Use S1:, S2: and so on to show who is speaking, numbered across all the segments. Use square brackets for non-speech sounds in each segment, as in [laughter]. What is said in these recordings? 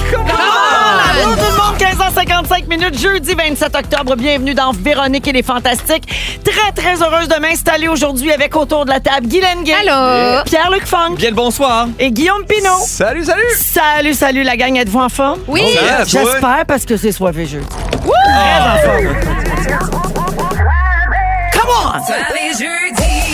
S1: Bonjour tout le monde, 15h55 minutes, jeudi 27 octobre. Bienvenue dans Véronique et les Fantastiques. Très, très heureuse de m'installer aujourd'hui avec autour de la table Guylaine Gay.
S2: Allô.
S1: Pierre-Luc Funk.
S3: Bien le bonsoir.
S1: Et Guillaume Pinot.
S3: Salut, salut.
S1: Salut, salut la gang, êtes-vous en forme?
S2: Oui,
S3: Ça va, toi?
S1: J'espère parce que c'est soivé jeudi. Très en forme. Come on!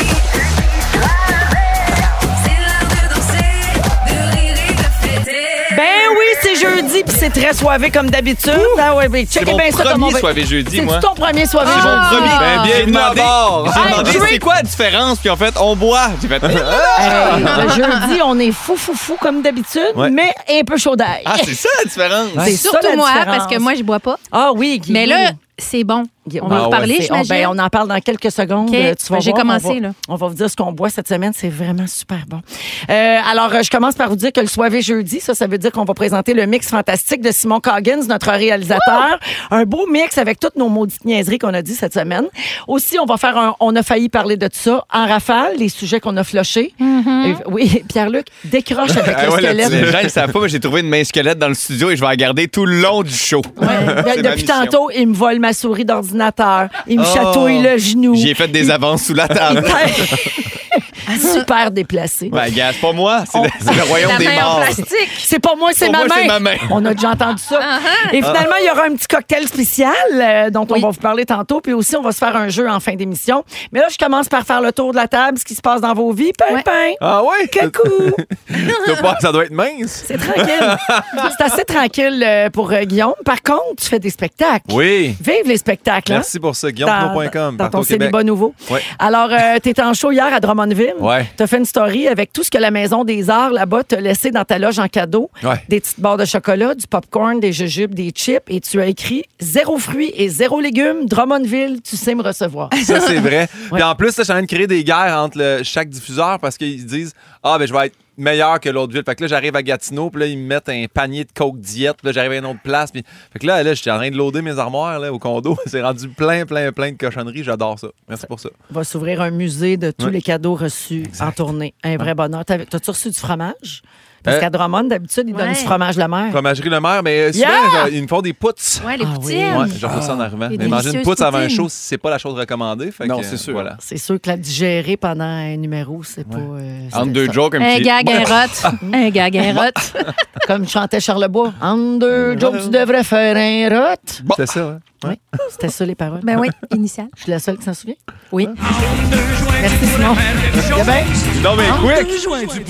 S1: Ben oui, c'est jeudi puis c'est très soivé comme d'habitude. Ah ouais, ben, checkez
S3: mon
S1: bien ça comme on
S3: premier
S1: va-
S3: soivé jeudi,
S1: C'est
S3: moi.
S1: ton premier soivé
S3: C'est mon
S1: jeudi.
S3: premier. Ben,
S4: J'ai
S3: bienvenue à
S4: demandé,
S3: bord. J'ai
S1: Hey,
S3: demandé
S1: drink.
S3: c'est quoi la différence, puis en fait, on boit. J'ai fait.
S1: Hey, le jeudi, on est fou, fou, fou comme d'habitude,
S3: Ah! Ouais.
S1: mais un peu chaud d'ail.
S3: Ah, c'est ça la différence.
S1: C'est ça,
S2: surtout
S1: la
S2: moi,
S1: différence.
S2: parce que moi, je bois pas.
S1: Ah oui, Guy.
S2: Mais là, c'est bon.
S1: Guy,
S2: On va en
S1: ouais,
S2: parler,
S1: c'est- on,
S2: j'imagine.
S1: ben, on en parle dans quelques secondes.
S2: OK.
S1: euh, Tu vas
S2: Ben, j'ai
S1: voir,
S2: commencé,
S1: on va,
S2: là.
S1: On va vous dire ce qu'on boit cette semaine. C'est vraiment super bon. Euh, alors, euh, je commence par vous dire que le soirée jeudi, ça, ça veut dire qu'on va présenter le mix fantastique de Simon Coggins, notre réalisateur. Un beau mix avec toutes nos maudites niaiseries qu'on a dit cette semaine. Aussi, on va faire un On a failli parler de ça en rafale, les sujets qu'on a flochés.
S2: Mm-hmm.
S1: Et- oui, [laughs] Pierre-Luc, décroche avec
S3: Ah [laughs]
S1: le
S3: ouais, là,
S1: squelette.
S3: les gens ne savent pas, mais j'ai trouvé une main squelette dans le studio et je vais la garder tout le long du show.
S1: Ben,
S3: C'est ma
S1: depuis
S3: mission.
S1: tantôt, il me vole ma souris d'ordinateur. Il me
S3: Oh.
S1: chatouille le genou.
S3: J'ai fait des avances sous la
S1: [laughs]
S3: table.
S1: Super déplacé.
S3: Ben, gars, c'est pas moi, c'est
S1: On-
S3: le, c'est le royaume
S2: La
S3: des
S2: main en
S3: morts.
S2: plastique.
S1: C'est pas moi, c'est
S3: Pour
S1: ma,
S3: moi, c'est
S1: main.
S3: ma main.
S1: [laughs] On a déjà entendu ça. Et finalement, il y aura un petit cocktail spécial euh, dont on va vous parler tantôt. Puis aussi, on va se faire un jeu en fin d'émission. Mais là, je commence par faire le tour de la table, ce qui se passe dans vos vies. Pain,
S2: Ouais.
S1: pain.
S4: Ah ouais? [laughs]
S3: [laughs]
S1: Coucou.
S4: T'as pas- ça doit être mince.
S1: C'est tranquille. c'est assez tranquille euh, pour euh, Guillaume. Par contre, tu fais des spectacles.
S4: Oui.
S1: Vive les spectacles. hein?
S4: Merci pour ça.
S1: dans, dans
S4: GuillaumePinot.com, partout
S1: ton
S4: au Québec.
S1: célibat nouveau.
S4: Ouais.
S1: Alors, euh, t'étais en show hier à Drummondville.
S4: Ouais.
S1: T'as fait une story avec tout ce que la Maison des Arts là-bas t'a laissé dans ta loge en cadeau.
S4: Ouais.
S1: Des petites barres de chocolat, du popcorn, des jujubes, des chips. Et tu as écrit zéro fruits et zéro légumes, Drummondville, tu sais me recevoir.
S4: Ça,
S1: [laughs]
S4: c'est vrai. Puis en plus, là, je suis en train de créer des guerres entre le- chaque diffuseur parce qu'ils se disent Ah, ben, je vais être meilleur que l'autre ville. Fait que là, j'arrive à Gatineau, puis là, ils me mettent un panier de coke diète, puis là, j'arrive à une autre place. Puis... Fait que là, là, je suis en train de loader mes armoires là, au condo. [laughs] c'est rendu plein, plein, plein de cochonneries. J'adore ça. Merci pour ça.
S1: On va s'ouvrir un musée de tous
S4: Ouais.
S1: les cadeaux reçus en tournée. Un vrai bonheur. T'avais- T'as-tu reçu du fromage? Parce
S4: Euh.
S1: qu'à Drummond, d'habitude, ils donnent
S2: Ouais.
S1: du fromage la mer.
S4: Fromagerie Le Maire, mais euh, souvent,
S1: Yeah!
S4: genre, ils me font des poutres.
S2: Ouais, les
S1: Ah oui.
S2: poutines.
S4: Ouais, j'en fais ça en arrivant.
S2: les
S4: Mais manger une
S2: délicieuses
S4: poutre avant un
S2: poutines.
S4: show, c'est pas la chose recommandée. Fait
S3: Non,
S4: que,
S3: c'est sûr.
S4: Voilà.
S1: C'est sûr que la digérer pendant un numéro, c'est pas. euh,
S3: Entre
S1: c'est-
S3: deux
S1: ça-
S3: jokes, un
S2: Un
S3: petit.
S2: gag,
S3: [laughs]
S2: un rot. Un gag, un rot.
S1: Comme chantait Charlebois. En deux jokes, tu devrais faire un rot.
S4: C'est ça, hein? ouais.
S1: C'était ça les paroles.
S2: Ben oui, initial.
S1: Je suis la seule qui s'en souvient.
S2: Oui.
S1: Merci Simon. Eh ben,
S3: Non, mais quick.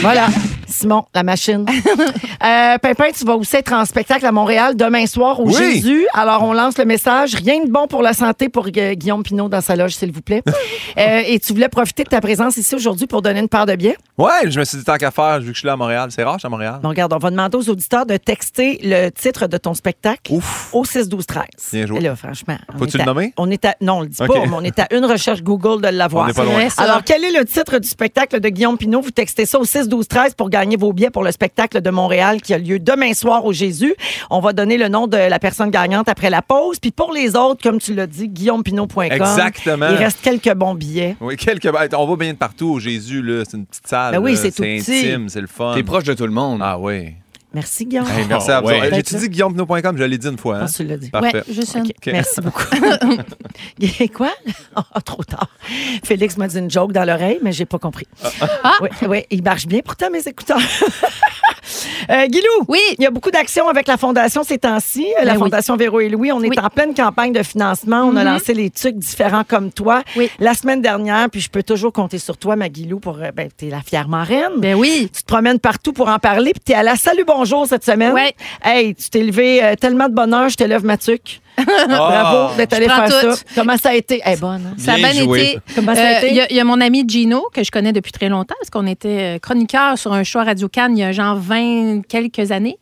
S1: voilà. Simon, la machine.
S4: [laughs]
S1: Euh, Pimpin, tu vas aussi être en spectacle à Montréal demain soir au
S4: Oui.
S1: Jésus. Alors, on lance le message. Rien de bon pour la santé pour Gu- Guillaume Pinot dans sa loge, s'il vous
S4: [laughs]
S1: plaît. Euh, et tu voulais profiter de ta présence ici aujourd'hui pour donner une part de bien.
S4: Ouais, je me suis dit tant qu'à faire, vu que je suis là à Montréal. C'est rare, je suis à Montréal.
S1: Bon, regarde, on va demander aux auditeurs de texter le titre de ton spectacle
S4: Ouf.
S1: au 6 12 13.
S4: Bien joué.
S1: Et là, franchement, on
S4: Faut-tu
S1: est à-
S4: le nommer?
S1: On est à non, on le dit
S4: OK.
S1: pas, mais on est à une recherche Google de l'avoir.
S4: On est pas loin.
S2: Ouais, ça.
S1: Alors, quel est le titre du spectacle de Guillaume Pinot? Vous textez ça au 6 12 13 pour gagner vos billets pour le spectacle de Montréal qui a lieu demain soir au Jésus. On va donner le nom de la personne gagnante après la pause. Puis pour les autres, comme tu l'as dit, guillaumepinot.com.
S4: Exactement.
S1: Il reste quelques bons billets.
S4: Oui, quelques bêtes. On va bien de partout au Jésus, là. C'est une petite salle.
S1: Ben oui,
S4: là.
S1: c'est tout petit.
S4: intime, c'est le fun.
S3: T'es proche de tout le monde.
S4: Ah oui.
S1: Merci, Guillaume.
S4: Hey, merci
S3: Oh,
S4: à vous.
S3: ouais.
S4: Hey,
S1: Ben,
S4: J'ai-tu dit guillaumepinot.com? Je l'ai dit une fois.
S1: Je
S4: Hein?
S1: pense que tu l'as dit.
S4: Parfait.
S2: Ouais, juste une.
S1: OK, Merci beaucoup. Quoi? [laughs] Ah, trop tard. Félix m'a dit une joke dans l'oreille, mais j'ai pas compris.
S2: Ah!
S1: Oui, oui, il marche bien pourtant, mes écouteurs. [laughs] Euh, Guilou,
S2: Oui. Ben
S1: il y a beaucoup d'actions avec la Fondation ces temps-ci, Euh, la
S2: oui.
S1: Fondation Véro et Louis. On est
S2: Oui. Mm-hmm.
S1: en pleine campagne de financement. On a lancé les trucs différents comme toi
S2: Oui.
S1: la semaine dernière, puis je peux toujours compter sur toi, ma Guilou, pour. euh, Ben, t'es la fière marraine.
S2: Ben oui.
S1: Tu te promènes partout pour en parler, puis t'es à la Salut Bonjour jour cette semaine.
S2: Ouais.
S1: Hey, tu t'es levé euh, tellement de bonheur, je te lève ma
S2: [laughs]
S1: tuque. Bravo d'être allé
S2: Je prends
S1: faire
S2: tout.
S1: ça. Comment ça a été? Eh, bonne. hein?
S2: Ça a
S3: Bien
S2: bien
S3: joué.
S2: été.
S1: Comment ça a
S2: Euh,
S1: été?
S2: Il y, a- il y a mon ami Gino, que je connais depuis très longtemps, parce qu'on était euh, chroniqueur sur un choix Radio Cannes il y a genre 20 quelques années,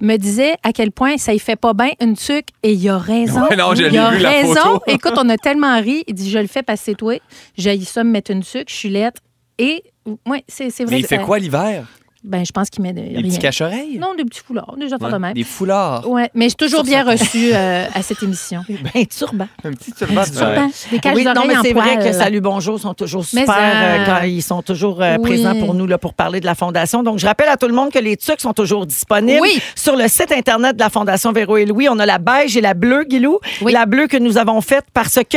S2: me disait à quel point ça y fait pas bien une tuque, et il a raison.
S4: Ouais, non, je
S2: il
S4: l'ai
S2: a
S4: vu, la
S2: raison.
S4: photo.
S2: [laughs] Écoute, on a tellement ri. Il dit Je le fais passer toi. J'ai ça me mettre une tuque, je suis lettre. Et, oui, c'est c'est vrai.
S5: Mais il
S2: que
S5: fait
S2: ça-
S5: quoi l'hiver?
S2: Ben, je pense qu'il met de-
S5: Des petits
S2: rien.
S5: cache-oreilles?
S2: Non, des petits foulards, des affaires de même.
S5: Des foulards?
S2: Ouais, mais j'ai toujours bien reçu euh, à cette
S5: [laughs]
S2: émission.
S1: Ben, turban.
S3: Un petit turban.
S5: petit turban.
S2: Ben, Des caches
S1: Oui, non,
S2: d'oreilles
S1: mais
S2: en
S1: c'est vrai
S2: poil.
S1: que Salut Bonjour sont toujours
S2: Mais
S1: super
S2: ça-
S1: euh, quand ils sont toujours euh,
S2: Oui.
S1: présents pour nous là, pour parler de la Fondation. Donc, je rappelle à tout le monde que les tucs sont toujours disponibles
S2: Oui.
S1: sur le site Internet de la Fondation Véro et Louis. On a la beige et la bleue, Guilou.
S2: Oui.
S1: La bleue que nous avons faite parce que...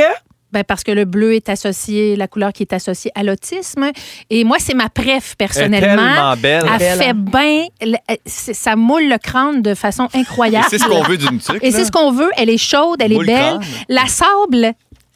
S2: Ben, parce que le bleu est associé, la couleur qui est associée à l'autisme. Et moi, c'est ma préf,
S4: Elle est
S2: personnellement.
S4: tellement belle.
S2: Elle
S1: Belle,
S2: fait
S1: hein?
S2: bien, elle- elle- c'est- ça moule le crâne de façon
S3: Et
S2: incroyable.
S3: c'est ce qu'on veut d'une tuque.
S2: Et c'est ce qu'on veut. Elle est chaude, elle est
S3: Moule
S2: belle.
S3: crâne.
S2: La sable,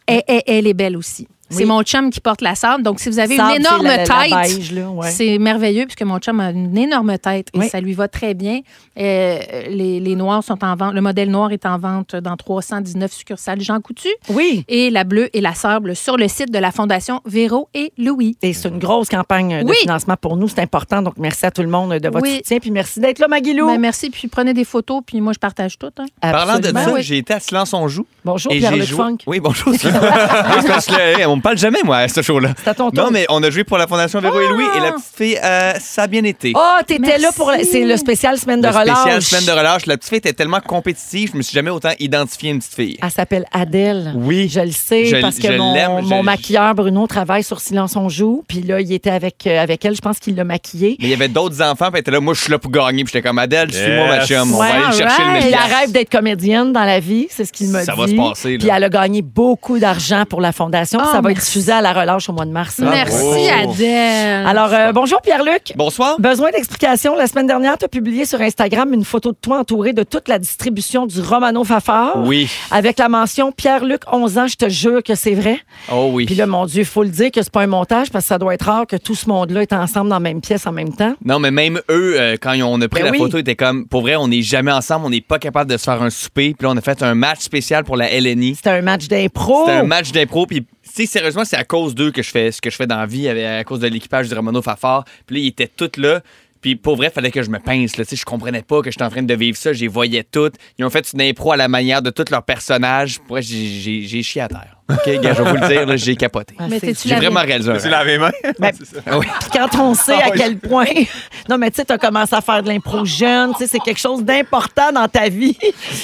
S2: elle, elle- elle est belle aussi. C'est mon chum qui porte la sable. Donc, si vous avez
S1: Sable,
S2: une
S1: c'est
S2: énorme
S1: la- la- la
S2: tête,
S1: beige, là, ouais.
S2: c'est merveilleux puisque mon chum a une énorme tête et
S1: Oui.
S2: ça lui va très bien. Euh, les, les noirs sont en vente. Le modèle noir est en vente dans 319 succursales Jean Coutu.
S1: Oui.
S2: et la bleue et la sable sur le site de la Fondation Véro et Louis.
S1: Et c'est une grosse campagne de
S2: Oui.
S1: financement pour nous. C'est important. Donc, merci à tout le monde de votre
S2: Oui.
S1: soutien. Puis merci d'être là, Maguilou.
S2: Ben, merci, puis prenez des photos, puis moi je partage tout. hein.
S5: Parlant de
S1: Absolument.
S5: ça,
S2: oui.
S5: j'ai été à Silence-on-Joue.
S1: Bonjour,
S5: Et
S1: Pierre-Luc
S5: j'ai joué.
S1: Funk.
S5: Oui, bonjour. Sylvain. Oui, parce que, hey, on me parle jamais, moi, à ce show-là.
S1: C'est à ton tour.
S5: Non, mais on a joué pour la Fondation Véro et Louis et la petite fille, euh, ça a bien été.
S1: Oh, t'étais là pour... la-
S2: Merci.
S1: C'est le spécial Semaine de
S5: Le
S1: relâche.
S5: spécial semaine de relâche. La petite fille était tellement compétitive, je me suis jamais autant identifié à une petite fille.
S1: Elle s'appelle Adèle.
S5: Oui.
S1: Ah, Je le sais
S5: Je-
S1: parce
S5: je
S1: que mon,
S5: l'aime, je-
S1: mon maquilleur Bruno travaille sur Silence on joue. Puis là, il était avec, euh, avec elle. Je pense qu'il l'a maquillée.
S5: Mais il y avait d'autres enfants, puis elle était là, moi, je suis là pour gagner. Puis j'étais comme, Adèle, suis-moi, ma
S4: Yes.
S5: chum. On
S2: Ouais,
S5: va aller chercher le
S2: alright.
S1: Puis
S5: mille
S1: elle
S5: piastres.
S1: rêve d'être comédienne dans la vie, c'est ce qu'il me dit.
S5: Ça va se passer, là.
S1: Puis elle a gagné beaucoup d'argent pour la fondation. puis
S2: Oh,
S1: ça va être
S2: merci.
S1: diffusé à la relâche au mois de mars.
S2: merci,
S5: ouais.
S2: Adèle.
S1: Oh. Alors, euh, bonjour Pierre-Luc.
S5: Bonsoir.
S1: Besoin d'explication. La semaine dernière, tu as publié sur Instagram une photo de toi entourée de toute la distribution du Romano Fafard.
S5: Oui.
S1: Avec la mention Pierre-Luc, 11 ans, je te jure que c'est vrai.
S5: Oh oui.
S1: Puis là, mon Dieu, il faut le dire que c'est pas un montage parce que ça doit être rare que tout ce monde-là est ensemble dans la même pièce en même temps.
S5: Non, mais même eux, euh, quand ils ont- on a pris
S1: Ben
S5: la
S1: oui.
S5: photo, ils étaient comme, pour vrai, on n'est jamais ensemble, on n'est pas capable de se faire un souper. Puis là, on a fait un match spécial pour la LNI.
S1: C'était un match d'impro.
S5: C'était un match d'impro. Puis, tu sais, sérieusement, c'est à cause d'eux que je fais ce que je fais dans la vie, avec- à cause de l'équipage du Romano Fafard. Puis là, ils étaient tous là. Puis pour vrai, fallait que je me pince. Là. Tu sais, Je comprenais pas que j'étais en train de vivre ça. J'y voyais toutes. Ils ont fait une impro à la manière de tous leurs personnages. Pour vrai, j'ai- j'ai j'ai chié à terre. OK, gars, je vais vous le dire, là, j'ai capoté.
S1: Ah,
S2: Mais
S1: c'est-
S2: t'es-tu
S5: J'ai
S2: la-
S5: vraiment réalisé. un
S4: C'est
S5: rêve.
S4: lavé main.
S1: Ben,
S4: [laughs] C'est ça.
S5: [laughs]
S1: Puis quand on sait
S5: Ah
S1: à quel point. [laughs] Non, mais tu sais, tu as commencé à faire de l'impro jeune, tu sais, c'est quelque chose d'important dans ta vie.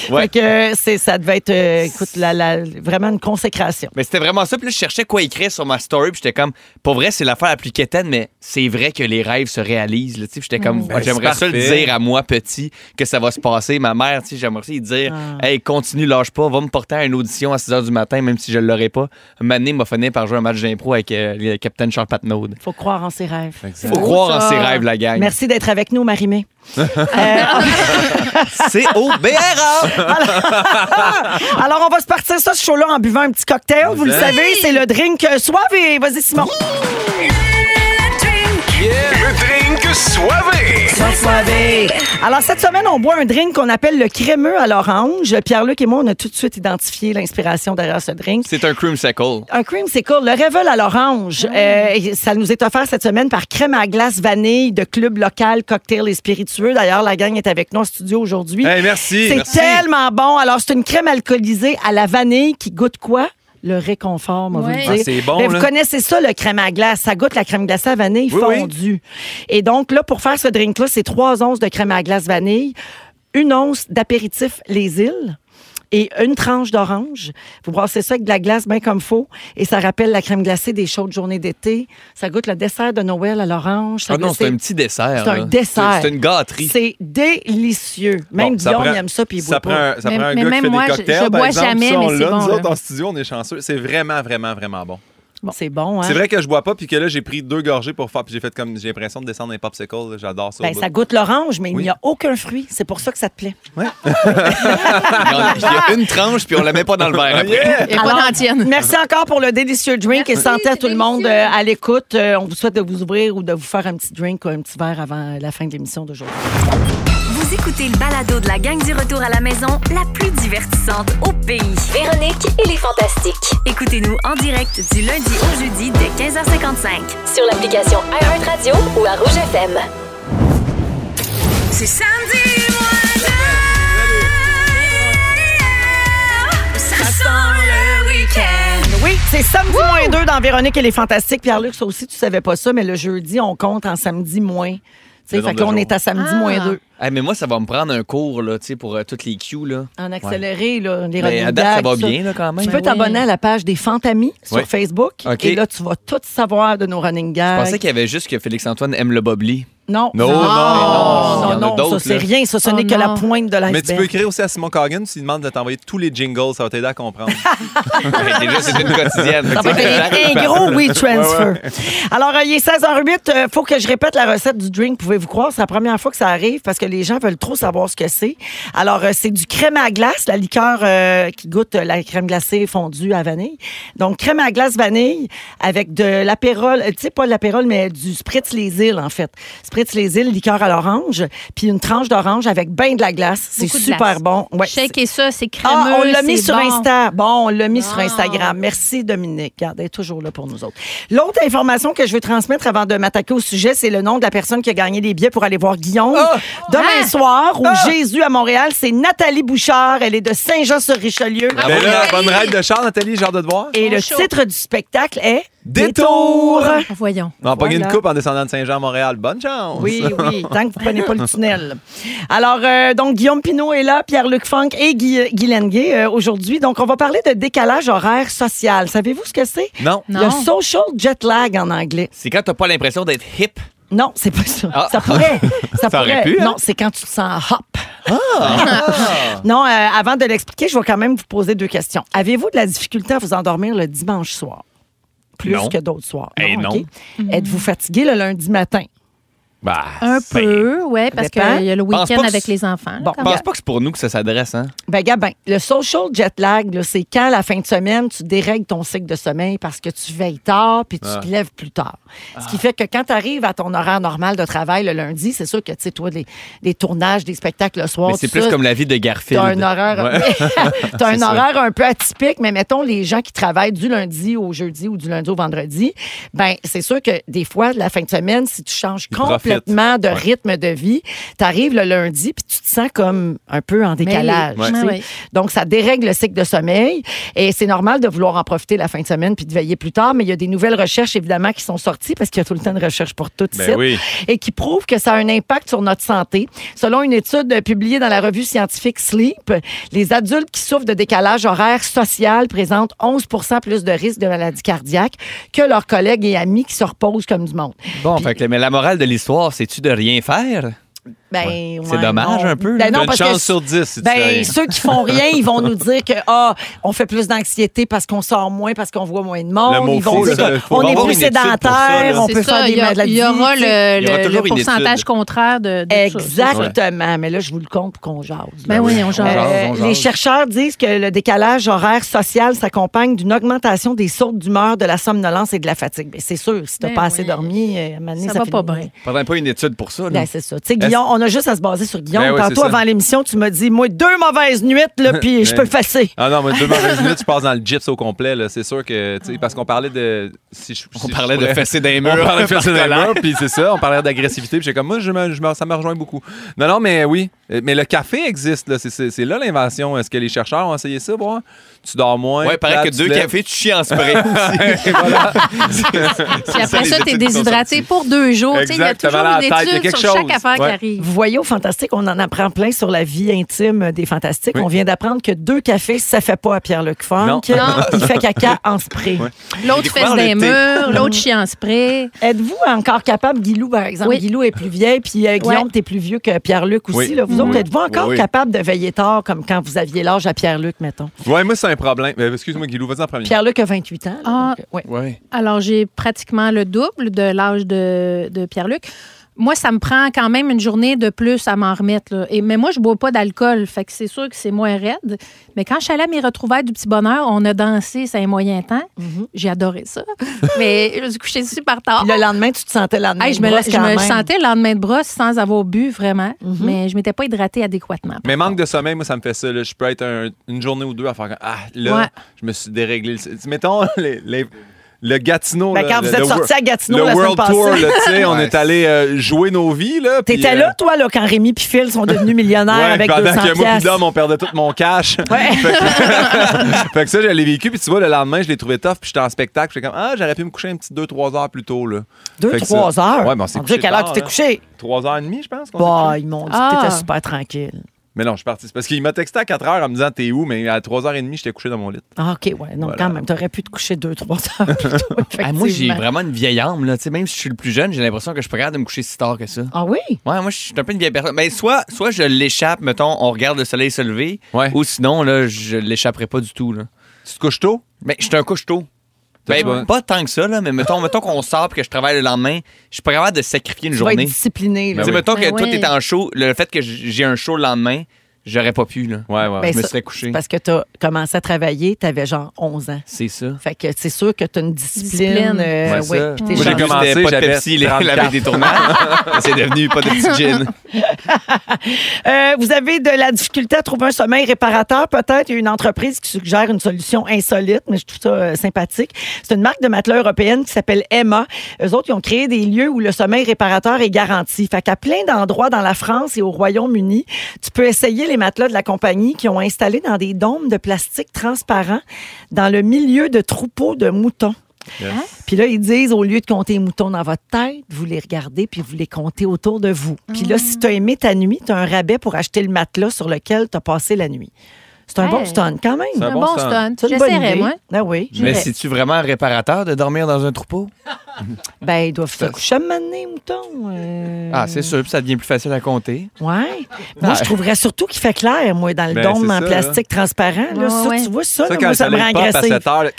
S5: Ouais.
S1: Fait que c'est, ça devait être, euh, écoute, la, la- vraiment une consécration.
S5: Mais c'était vraiment ça. Puis là, je cherchais quoi écrire sur ma story. Puis j'étais comme, pour vrai, c'est l'affaire la plus quétaine, mais c'est vrai que les rêves se réalisent. Là, tu sais. Puis j'étais comme, ouais,
S4: Ben,
S5: j'aimerais
S4: c'est
S5: ça le
S4: parfait.
S5: dire à moi petit que ça va se passer. Ma mère, tu sais, j'aimerais ça lui dire, hey, continue, lâche pas, va me porter à une audition à 6 h du matin, même si je l'aurais pas. Mané m'a fini par jouer un match d'impro avec euh, le capitaine Charles Patnaud.
S1: Faut croire en ses rêves.
S5: Faut croire en
S2: ça.
S5: ses rêves, la gang.
S1: Merci d'être avec nous, Marie-Mé.
S5: [laughs] C'est au BRA!
S1: Alors, on va se partir ça, ce show-là, en buvant un petit cocktail. Vous le
S4: Oui.
S1: savez, c'est le drink euh, suave et vas-y, Simon.
S6: Le drink soivé.
S1: Alors, cette semaine, on boit un drink qu'on appelle le crémeux à l'orange. Pierre-Luc et moi, on a tout de suite identifié l'inspiration derrière ce drink.
S5: C'est un creamsicle.
S1: Un cream, c'est cool. Le Revel à l'orange,
S4: Ah.
S1: euh, et ça nous est offert cette semaine par Crème à glace vanille de Club Local Cocktail et Spiritueux. D'ailleurs, la gang est avec nous en studio aujourd'hui.
S4: Hey, merci.
S1: c'est
S4: merci.
S1: tellement bon. Alors, c'est une crème alcoolisée à la vanille qui goûte quoi? Le réconfort, on va
S2: Ouais.
S1: vous le dire.
S4: Ah, c'est bon,
S1: Mais vous
S4: là.
S1: connaissez ça, le crème à glace. Ça goûte la crème glacée à vanille
S4: Oui, oui.
S1: fondue. Et donc, là, pour faire ce drink-là, c'est trois onces de crème à glace vanille, une once d'apéritif Les Îles et une tranche d'orange. Vous brassez ça avec de la glace bien comme faut et ça rappelle la crème glacée des chaudes journées d'été. Ça goûte le dessert de Noël à l'orange. Ça
S5: Ah non,
S1: goûte-
S5: c'est un petit dessert.
S1: C'est un
S5: là.
S1: dessert.
S5: C'est c'est une gâterie. [laughs]
S1: C'est délicieux. Même
S4: Bon, ça
S1: Dion,
S4: prend-
S1: il aime ça puis il boit
S4: ça prend,
S1: pas.
S4: un- ça
S2: Mais-
S4: prend
S2: mais
S4: un gars qui
S2: même
S4: fait
S2: moi, je-
S4: des
S2: je
S4: cocktails, par
S2: bois
S4: exemple.
S2: jamais,
S4: Ça, on
S2: mais
S4: l'a,
S2: c'est
S4: nous
S2: bon,
S4: autres,
S2: là.
S4: en studio, on est chanceux. C'est vraiment, vraiment, vraiment bon.
S1: Bon, C'est bon, hein?
S4: C'est vrai que je bois pas, puis que là, j'ai pris deux gorgées pour faire, puis j'ai fait comme, j'ai l'impression de descendre un popsicle. là. J'adore ça. au
S1: Ben,
S4: bout.
S1: ça goûte l'orange, mais il
S4: Oui.
S1: n'y a aucun fruit. C'est pour ça que ça te plaît.
S5: Il y en a- il y a une tranche, puis on la met pas dans le verre après.
S2: Il y a
S1: Alors,
S2: pas d'antienne.
S1: Merci encore pour le délicieux drink et
S2: Merci,
S1: santé à
S2: c'est
S1: tout le monde euh, à l'écoute. Euh, on vous souhaite de vous ouvrir ou de vous faire un petit drink ou un petit verre avant la fin de l'émission d'aujourd'hui.
S7: Vous Vous écoutez le balado de la gang du retour à la maison, la plus divertissante au pays.
S8: Véronique et les Fantastiques.
S7: Écoutez-nous en direct du lundi au jeudi dès 15h55.
S8: Sur l'application iHeartRadio ou à Rouge FM.
S7: C'est samedi, Ça sent le week-end.
S1: Oui, c'est samedi moins deux dans Véronique et les Fantastiques. Pierre-Luc, ça aussi, tu savais pas ça, mais le jeudi, on compte en samedi moins. Tu sais,
S5: Le
S1: fait
S5: nombre
S1: que là,
S5: de
S1: on est
S5: jours.
S1: à samedi
S2: Ah.
S1: moins deux.
S5: Hey, mais moi, ça va me prendre un cours là, tu sais, pour euh, toutes les cues. Là.
S1: En accéléré, là, les
S5: Mais
S1: running
S5: à date, ça
S1: gags,
S5: va
S1: tout
S5: bien là, quand même.
S1: Tu peux
S2: oui.
S1: t'abonner à la page des Fantamis sur
S5: Oui.
S1: Facebook.
S5: OK.
S1: Et là, tu vas tout savoir de nos running
S5: Je
S1: gags.
S5: pensais qu'il y avait juste que Félix-Antoine aime le bobli.
S1: [laughs] Non.
S5: Non,
S1: non,
S5: non,
S1: non,
S5: mais non, il y en a
S1: non, ça,
S5: d'autres,
S1: c'est
S5: là.
S1: rien. Ça, ce
S2: Oh
S1: n'est que la
S2: non.
S1: pointe de l'iceberg.
S4: Mais tu peux écrire aussi à Simon Coggin, s'il demande de t'envoyer tous les jingles, ça va t'aider
S1: [laughs]
S4: à comprendre.
S5: Ouais, déjà, c'est une quotidienne.
S1: Ça va être un gros oui transfer. Alors, euh, il est 16h08. euh, faut que je répète la recette du drink. Pouvez-vous croire, c'est la première fois que ça arrive parce que les gens veulent trop savoir ce que c'est. Alors, euh, c'est du crème à glace, la liqueur euh, qui goûte euh, la crème glacée fondue à vanille. Donc, crème à glace vanille avec de l'apérole, euh, tu sais, pas de l'apérole, mais du Spritz Les Îles, en fait. Spritz Les Îles, liqueur à l'orange, puis une tranche d'orange avec bain de la glace. C'est
S2: Beaucoup de
S1: super
S2: glace.
S1: bon. Ouais,
S2: Shake et ça, c'est crémeux.
S1: ah, on l'a mis
S2: c'est
S1: sur
S2: bon.
S1: Insta. Bon, on l'a mis sur
S2: Ah.
S1: Instagram. Merci, Dominique. Regardez, elle est toujours là pour nous autres. L'autre information que je veux transmettre avant de m'attaquer au sujet, c'est le nom de la personne qui a gagné des billets pour aller voir Guillaume. Demain
S2: Ah.
S1: soir, au Jésus à Montréal, c'est Nathalie Bouchard. Elle est de Saint-Jean-sur-Richelieu.
S5: Bravo.
S4: Mais Ben là,
S5: Nathalie.
S4: bonne ride de Charles, Nathalie, genre de devoir.
S1: Et le
S2: Bon show.
S1: titre du spectacle est
S4: Détour.
S1: euh,
S2: Ah, Voyons.
S4: On va pogner
S1: Voilà.
S4: une coupe en descendant de Saint-Jean à Montréal. Bonne chance.
S1: Oui, oui, tant que vous prenez pas le tunnel. Alors, euh, donc, Guillaume Pinot est là, Pierre-Luc Funk et Guy, Guy Lenguet, euh, aujourd'hui. Donc, on va parler de décalage horaire social. Savez-vous ce que c'est?
S4: Non.
S2: Non.
S1: Le social jet lag en anglais.
S5: C'est quand t'as pas l'impression d'être hip.
S1: Non, c'est pas ça.
S5: Ah.
S1: Ça
S5: [laughs]
S1: pourrait. Ça,
S5: Ça aurait
S1: pourrait.
S5: pu, hein? Ah.
S1: Non, c'est quand tu te sens hop. [laughs] non, euh, avant de l'expliquer, je vais quand même vous poser deux questions. Avez-vous de la difficulté à vous endormir le dimanche soir? Plus
S5: Non.
S1: que d'autres soirs.
S5: Eh non.
S1: OK. Êtes-vous fatigué le lundi matin?
S5: Bah,
S2: Un
S5: c'est-
S2: peu, oui, parce
S1: Dépend.
S2: qu'il y a le
S5: Pense pas
S2: week-end
S5: que
S2: avec
S5: c'est-
S2: les enfants. là,
S1: Bon,
S2: quand
S5: Je
S2: même.
S5: pense pas que c'est pour nous que ça s'adresse, hein?
S1: Ben, Gabin, le social jet lag, là, c'est quand la fin de semaine, tu dérègles ton cycle de sommeil parce que tu veilles tard puis
S5: Ah.
S1: tu te lèves plus tard. Ce qui fait que quand tu arrives à ton horaire normal de travail le lundi, c'est sûr que, tu sais, toi, les, les tournages, des spectacles le soir,
S5: Mais c'est
S1: tout
S5: plus
S1: ça, [laughs]
S5: comme la vie de
S1: T'as un
S5: Garfield.
S1: horaire, [laughs]
S5: [laughs]
S1: t'as un
S5: ça.
S1: horaire un peu atypique, mais mettons les gens qui travaillent du lundi au jeudi ou du lundi au vendredi, ben c'est sûr que des fois la fin de semaine, si tu changes
S4: profitent.
S1: complètement de rythme de vie, t'arrives le lundi puis tu te sens comme un peu en décalage.
S2: Ouais.
S1: tu sais.
S2: Ouais, ouais.
S1: Donc ça dérègle le cycle de sommeil et c'est normal de vouloir en profiter la fin de semaine puis de veiller plus tard, mais il y a des nouvelles recherches évidemment qui sont sorties parce qu'il y a tout le temps de recherches pour toutes
S4: Ben
S1: sites
S4: oui.
S1: et qui prouve que ça a un impact sur notre santé. Selon une étude euh, publiée dans la revue scientifique Sleep, les adultes qui souffrent de décalage horaire social présentent 11 plus de risques de maladies cardiaques que leurs collègues et amis qui se reposent comme du monde.
S5: Bon, fait que, mais la morale de l'histoire, c'est-tu de rien faire?
S1: Ben,
S5: Ouais. C'est
S1: ouais,
S5: dommage
S1: non.
S5: un peu, là.
S1: Ben non,
S4: T'as une
S1: parce
S4: chance
S1: que
S4: sur 10 si tu fais rien.
S1: Ben, ceux qui font rien, ils vont nous dire que ah, on fait plus d'anxiété parce qu'on sort moins, parce qu'on voit moins de monde.
S4: Le mot
S1: ils vont
S4: faux,
S1: dire
S4: ça,
S1: que
S4: faut
S1: on est
S4: avoir
S1: plus
S4: une étude pour
S1: sédentaire,
S4: ça, là.
S1: on
S2: C'est
S1: peut
S2: ça,
S1: faire des
S2: il y a-
S1: maladies.
S2: Il y aura
S1: tu sais.
S2: le,
S5: Il y aura
S2: le-
S5: toujours
S2: le
S5: une étude.
S2: pourcentage contraire de, de tout ça.
S1: Exactement. Mais là, je vous le compte pour qu'on jase. là.
S2: Ben oui, on
S1: Euh,
S2: jase.
S5: jase, on jase.
S1: les chercheurs disent que le décalage horaire social s'accompagne d'une augmentation des sautes d'humeur, de la somnolence et de la fatigue. Ben, c'est sûr, si t'as
S2: Ben
S1: pas assez
S2: oui.
S1: dormi, euh, à un moment donné,
S2: Ça
S1: ça
S2: va
S1: finit-
S2: pas bien.
S5: Pendant pas une étude pour ça, là.
S1: Ben, c'est ça. Tu sais, Guillaume, on a juste à se baser sur Guillaume.
S4: Ben oui,
S1: Tantôt,
S4: c'est ça.
S1: avant l'émission, tu m'as dit, moi, deux mauvaises nuits,
S4: [laughs]
S1: là, puis je peux effacer.
S4: Ah non, mais deux mauvaises minutes, tu passes dans le gyps au complet. là. C'est sûr que, tu sais, parce qu'on parlait de. Si je,
S5: On parlait de
S4: fesses
S5: fesser d'un mur.
S4: On parlait de fesser d'un
S5: Par
S4: mur, puis c'est ça, on parlait d'agressivité, puis j'ai comme, moi, je me- je me- ça me rejoint beaucoup. Non, non, mais oui. Euh, Mais le café existe, là. C'est- C'est c'est là l'invention. Est-ce que les chercheurs ont essayé ça, bon? Tu dors moins.
S5: Ouais,
S4: là,
S5: paraît que
S4: tu
S5: deux
S4: te lèves.
S5: cafés, tu chies en [laughs] spray.
S4: [laughs]
S2: Puis après
S5: les
S2: ça, t'es
S5: études qui sont
S2: déshydraté pour deux jours. Tu sais, Il y a
S4: Exact, t'as mal à
S2: toujours
S4: la
S2: une
S4: tête, il y a
S2: étude
S4: quelque
S2: sur chaque
S4: chose.
S2: affaire qui
S4: Ouais.
S2: arrive.
S1: Vous voyez au Fantastique, on en apprend plein sur la vie intime des Fantastiques. On vient d'apprendre que deux cafés, ça fait pas à Pierre-Luc Funk.
S4: Non. [laughs]
S1: Il [laughs] fait caca en spray.
S2: L'autre
S5: découvert
S2: fesse
S5: le
S2: d'un
S5: thé.
S2: mur, l'autre chie en spray.
S1: Êtes-vous encore capable, Guilou, par exemple?
S2: Oui.
S1: Guilou est plus vieille, puis euh, Guillaume,
S2: Ouais.
S1: t'es plus vieux que Pierre-Luc aussi.
S4: Oui.
S1: là. Vous autres,
S5: Oui.
S1: êtes-vous encore
S5: Oui, oui.
S1: capable de veiller tard, comme quand vous aviez l'âge à Pierre-Luc, mettons?
S4: Ouais, moi, c'est un problème. Euh, Excuse-moi, Guilou, vas-y en premier.
S1: Pierre-Luc a 28 ans. là,
S2: Ah.
S1: donc, euh, ouais.
S5: Ouais.
S2: Alors, j'ai pratiquement le double de l'âge de, de Pierre-Luc. moi, ça me prend quand même une journée de plus à m'en remettre. là. Et, mais moi, je bois pas d'alcool. Fait que c'est sûr que c'est moins raide. Mais quand je suis allée à mes retrouvailles du petit bonheur, on a dansé, c'est un moyen temps.
S4: Mm-hmm.
S2: J'ai adoré ça. [laughs] mais je me suis couchée super tard.
S1: Le lendemain, tu te sentais le lendemain.
S2: Hey, je me,
S1: brosse
S2: je
S1: quand
S2: me
S1: même.
S2: sentais le lendemain de brosse sans avoir bu vraiment,
S4: Mm-hmm.
S2: mais je m'étais pas hydratée adéquatement.
S4: Mais manque de sommeil, moi, ça me fait ça. là. Je peux être un- une journée ou deux à faire comme, Ah, là,
S2: Ouais.
S4: je me suis déréglé. le- Mettons, [laughs] les- les- le Gatineau.
S1: Ben,
S4: là,
S1: quand
S4: le-
S1: vous êtes
S4: le
S1: sortis
S4: wor-
S1: à Gatineau
S4: le
S1: la semaine
S4: World Tour,
S1: passée.
S4: là, tu sais, on
S3: Ouais.
S4: est allé euh, jouer nos vies. là, puis,
S1: T'étais
S4: euh,
S1: là, toi, là, quand Rémi puis Phil sont
S4: [laughs]
S1: devenus millionnaires
S4: ouais,
S1: avec
S4: pendant
S1: 200
S4: que moi, puis
S1: piastres.
S4: Dom, on perdait tout mon cash. fait, que, [laughs] fait que ça, je l'ai vécu. Puis tu vois, le lendemain, je l'ai trouvé tough. Puis j'étais en spectacle. Puis j'étais comme, ah, j'aurais pu me coucher un petit 2-3 heures plus tôt. Là.
S1: Deux,
S4: Fait que
S1: trois
S4: ça-
S1: heures.
S4: Ouais, mais on s'est
S1: On dirait
S4: couché
S1: quelle heure tu
S4: tard,
S1: t'es
S4: hein.
S1: couché?
S4: 3 heures et demie, je pense. qu'on s'est couché.
S1: Bah, ils m'ont dit que
S2: Ah.
S1: t'étais super tranquille.
S4: Mais non, je suis parti. C'est parce qu'il m'a texté à 4 heures en me disant, t'es où? Mais à 3 heures et demie, j'étais couché dans mon lit.
S1: Ah, OK, ouais. Non,
S4: Voilà.
S1: quand même, t'aurais pu te coucher deux, trois heures plus
S4: [laughs]
S1: tôt,
S5: Ah, moi, j'ai
S1: effectivement.
S5: vraiment une vieille âme. Là. Tu sais, Même si je suis le plus jeune, j'ai l'impression que je suis pas capable de me coucher si tard que ça.
S1: Ah oui?
S5: Ouais, moi, je suis un peu une vieille personne. Mais soit, soit je l'échappe, mettons, on regarde le soleil se lever,
S4: Ouais.
S5: ou sinon, là, je l'échapperai pas du tout. Là.
S4: Tu te couches tôt?
S5: Mais je suis un couche-tôt.
S4: T'as
S5: Ben, pas
S4: pas-
S5: tant que ça, là, mais mettons, mettons qu'on sort et que je travaille le lendemain, je suis pas capable de sacrifier une
S1: Tu vas être
S5: journée.
S1: discipliné. là.
S5: Tu sais, mettons que
S2: Ben
S5: toi,
S2: oui.
S5: t'es en show, le fait que j'ai un show le lendemain, j'aurais pas pu, là.
S4: Ouais, ouais.
S1: Ben,
S5: je me
S1: ça,
S5: serais couché.
S1: c'est Parce que t'as commencé à travailler, t'avais genre 11 ans.
S5: C'est ça.
S1: Fait que c'est sûr que t'as une discipline.
S2: Discipline.
S1: euh,
S5: Ouais,
S1: ouais,
S5: ça.
S1: puis t'es
S5: Au
S4: Moi, j'ai
S1: genre-
S5: début,
S4: commencé,
S5: c'était pas de
S4: j'avais
S5: Pepsi les- la
S4: 34.
S5: veille des tournages.
S4: [laughs]
S5: c'est devenu pas de petit gin.
S1: Euh, vous avez de la difficulté à trouver un sommeil réparateur, peut-être. Il y a une entreprise qui suggère une solution insolite, mais je trouve ça euh, sympathique. C'est une marque de matelas européenne qui s'appelle Emma. Eux autres, ils ont créé des lieux où le sommeil réparateur est garanti. Fait qu'à plein d'endroits dans la France et au Royaume-Uni, tu peux essayer les matelas de la compagnie qui ont installé dans des dômes de plastique transparent dans le milieu de troupeaux de moutons. Puis là, ils disent, au lieu de compter les moutons dans votre tête, vous les regardez puis vous les comptez autour de vous. Puis là,
S2: Mm.
S1: si tu as aimé ta nuit, tu as un rabais pour acheter le matelas sur lequel tu as passé la nuit. C'est un
S2: Hey.
S1: bon stun quand même.
S4: C'est
S2: Un
S4: un
S2: bon,
S4: Ah bon stun.
S2: stun.
S1: C'est une bonne
S2: J'essaierai,
S1: idée.
S2: moi.
S1: Ah oui.
S5: Mais c'est-tu vraiment réparateur de dormir dans un troupeau?
S1: Ben, ils doivent se coucher à mener, mouton. euh.
S5: Ah, c'est sûr, puis ça devient plus facile à compter.
S1: Ouais. Moi, je trouverais surtout qu'il fait clair, moi, dans le
S4: Ah. Ben,
S1: dôme
S4: c'est
S1: en
S4: ça,
S1: plastique transparent. Là,
S2: Ouais,
S1: ça,
S2: ouais.
S1: tu vois ça,
S4: Ça,
S1: là,
S4: quand
S1: moi,
S4: le
S1: ça me rend
S4: soleil pop à
S1: agressée.
S4: 7 heures, là,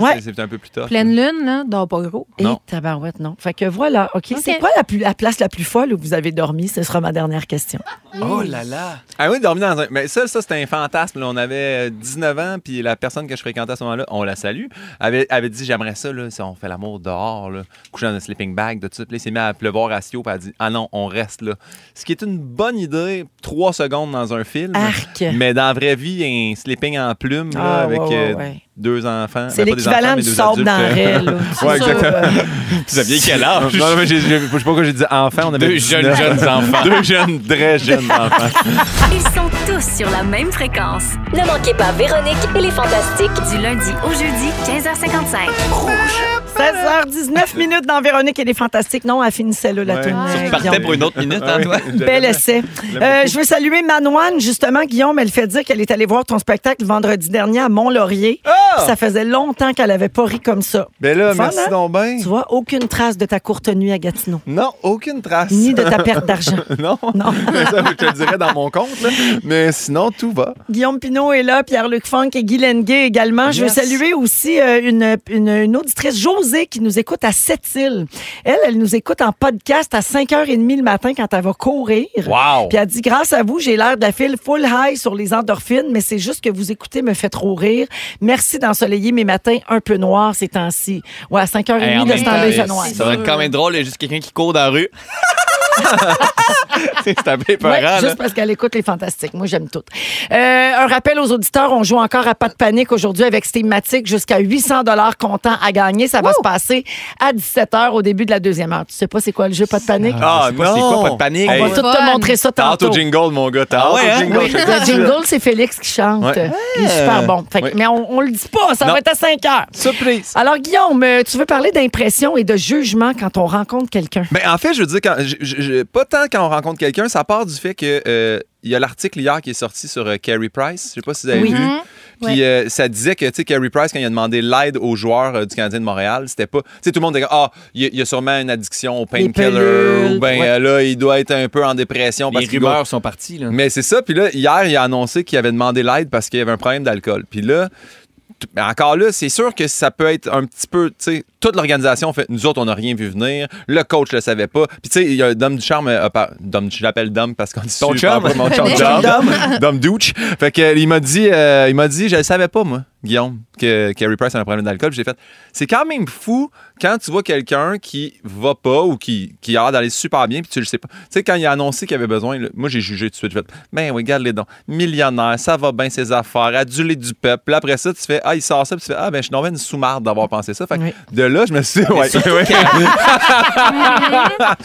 S1: Ouais.
S4: c'est un peu plus tough.
S2: Pleine lune, là, dors pas gros.
S1: Et
S4: Non.
S1: tabarouette, non. Fait que voilà, OK. C'est
S2: OK.
S1: quoi la, plus- la place la plus folle où vous avez dormi? Ce sera ma dernière question.
S5: Oh là [laughs] là!
S4: Ah oui, dormir dans un. Mais ça, ça c'était un fantasme. là. On avait euh, 19 ans, puis la personne que je fréquentais à ce moment-là, on la salue, avait, avait dit J'aimerais ça, là, si on fait l'amour dehors, là, couché dans un sleeping bag, de tout ça. Puis là, il s'est mis à pleuvoir à Sio, puis elle a dit Ah non, on reste là. Ce qui est une bonne idée, trois secondes dans un film.
S1: Arc.
S4: Mais dans la vraie vie, un sleeping en plume, là,
S1: Ah,
S4: avec
S1: ouais, ouais,
S4: euh,
S1: ouais.
S4: deux enfants.
S1: C'est
S4: Ben, pas des enfants,
S1: l'équivalent
S4: mais
S1: du
S4: deux
S1: sable
S4: adultes,
S1: dans
S4: euh.
S1: Rel.
S4: [laughs]
S1: là. C'est
S4: Ouais,
S1: sûr,
S4: exactement.
S1: euh,
S5: Vous saviez quel âge?
S4: Non, non, mais j'ai- j'ai- je sais pas pourquoi j'ai dit enfant, on avait
S5: Deux jeunes,
S4: 19.
S5: jeunes enfants.
S4: [laughs] Deux jeunes,
S1: [laughs]
S4: très jeunes enfants.
S7: Ils sont tous sur la même fréquence.
S8: Ne manquez pas Véronique et les Fantastiques.
S7: Du lundi au jeudi, 15h55.
S1: 16h19 minutes dans Véronique et les Fantastiques. Non, elle finissait là, la
S4: Ouais.
S1: tournée.
S4: Tu
S5: Partais pour une autre minute,
S4: Ah
S5: hein,
S4: oui,
S5: toi?
S4: j'avais-
S1: Bel essai. Euh, je veux saluer Manoine, justement, Guillaume. Elle fait dire qu'elle est allée voir ton spectacle vendredi dernier à Mont-Laurier. Puis Ça faisait longtemps qu'elle avait pas ri comme ça.
S4: Ben là,
S1: Fun,
S4: merci
S1: hein?
S4: donc ben.
S1: Tu vois, aucune trace de ta courte nuit à Gatineau,
S4: Non, aucune trace.
S1: ni de ta perte d'argent.
S4: [laughs] Non, [laughs]
S1: Non.
S4: ça, je te le dirais dans mon compte. là. Mais sinon, tout va.
S1: Guillaume Pinot est là, Pierre-Luc Funk et Guy Lenguet également. Je veux
S5: Yes.
S1: saluer aussi euh, une, une, une auditrice, Josée, qui nous écoute à Sept-Îles. Elle, elle nous écoute en podcast à 5h30 le matin quand elle va courir.
S4: Wow!
S1: Puis elle dit, grâce à vous, j'ai l'air de la file full high sur les endorphines, mais c'est juste que vous écoutez me fait trop rire. Merci d'ensoleiller mes matins un peu noirs ces temps-ci. Ouais, à 5h30
S5: Hey, en
S1: de
S5: même
S1: se
S5: temps,
S1: tendre
S5: ça
S1: ça noir.
S5: va être quand même drôle, il y a juste quelqu'un qui court dans la rue. c'est un peu
S1: Ouais,
S5: épeurant, là.
S1: juste parce qu'elle écoute les fantastiques. Moi, j'aime tout. Euh, un rappel aux auditeurs, on joue encore à pas de panique aujourd'hui avec cette thématique jusqu'à 800 dollars comptant à gagner. Ça va se passer à 17h au début de la deuxième heure. Tu sais pas c'est quoi le jeu pas de panique?
S4: Ah,
S5: Je sais pas
S4: non.
S5: C'est quoi, pas de panique?
S1: on va
S4: hey.
S1: tout te
S2: Fun.
S1: montrer ça
S4: T'as hâte
S1: tantôt.
S4: au jingle, mon gars. T'as
S5: Ah
S4: hâte
S5: ouais,
S4: au
S5: hein?
S4: jingle.
S1: Oui,
S4: Je te
S1: le
S4: dis,
S1: [laughs]
S4: là.
S1: jingle, c'est Félix qui chante.
S4: Ouais.
S1: Il est super bon. Fait que-
S4: Oui.
S1: Mais on, on le dit pas, ça
S4: Non.
S1: va être à 5 heures.
S4: Surprise!
S1: Alors, Guillaume, euh, tu veux parler d'impression et de jugement quand on rencontre quelqu'un?
S4: Ben, en fait, je veux dire, quand, je- je- je- pas tant quand on rencontre quelqu'un, ça part du fait que euh, il y a l'article hier qui est sorti sur euh, Carey Price. Je sais pas si vous avez
S1: Oui.
S4: vu.
S1: Mhm.
S4: Puis euh, ça disait que, tu sais, Carey Price, quand il a demandé l'aide aux joueurs euh, du Canadien de Montréal, c'était pas. Tu sais, tout le monde était comme, ah, il y a- il y, a sûrement une addiction au painkiller,
S1: pilules,
S4: ou ben
S1: ouais.
S4: euh, là, il doit être un peu en dépression parce
S5: Les
S4: qu'il
S5: rumeurs sont parties, là.
S4: Mais c'est ça. Puis là, hier, il a annoncé qu'il avait demandé l'aide parce qu'il y avait un problème d'alcool. Puis là, t- mais encore là, c'est sûr que ça peut être un petit peu, tu sais, toute l'organisation fait nous autres, on n'a rien vu venir. Le coach le savait pas. Puis, tu sais, il y a Dom Ducharme. euh, a par- Dom, je l'appelle Dom parce qu'on dit
S5: Ton
S4: super
S5: chum?
S4: pas mon chum Dom. [laughs] Dom Douche. Fait que, euh, il m'a dit, euh, il m'a dit, je le savais pas, moi, Guillaume, que Carrie Price a un problème d'alcool. Puis J'ai fait, c'est quand même fou quand tu vois quelqu'un qui va pas ou qui, qui a l'air d'aller super bien, puis tu le sais pas. Tu sais, quand il a annoncé qu'il avait besoin, là, moi, j'ai jugé tout de suite. J'ai fait, ben oui, regarde les dons. Millionnaire, ça va bien ses affaires, adulé du peuple. Puis après ça, tu fais, ah, il sort ça, puis tu fais, ah, ben, je suis donc bien une sous-marde d'avoir pensé ça. Fait que
S1: Oui.
S4: de là, je me suis dit, [laughs] ouais.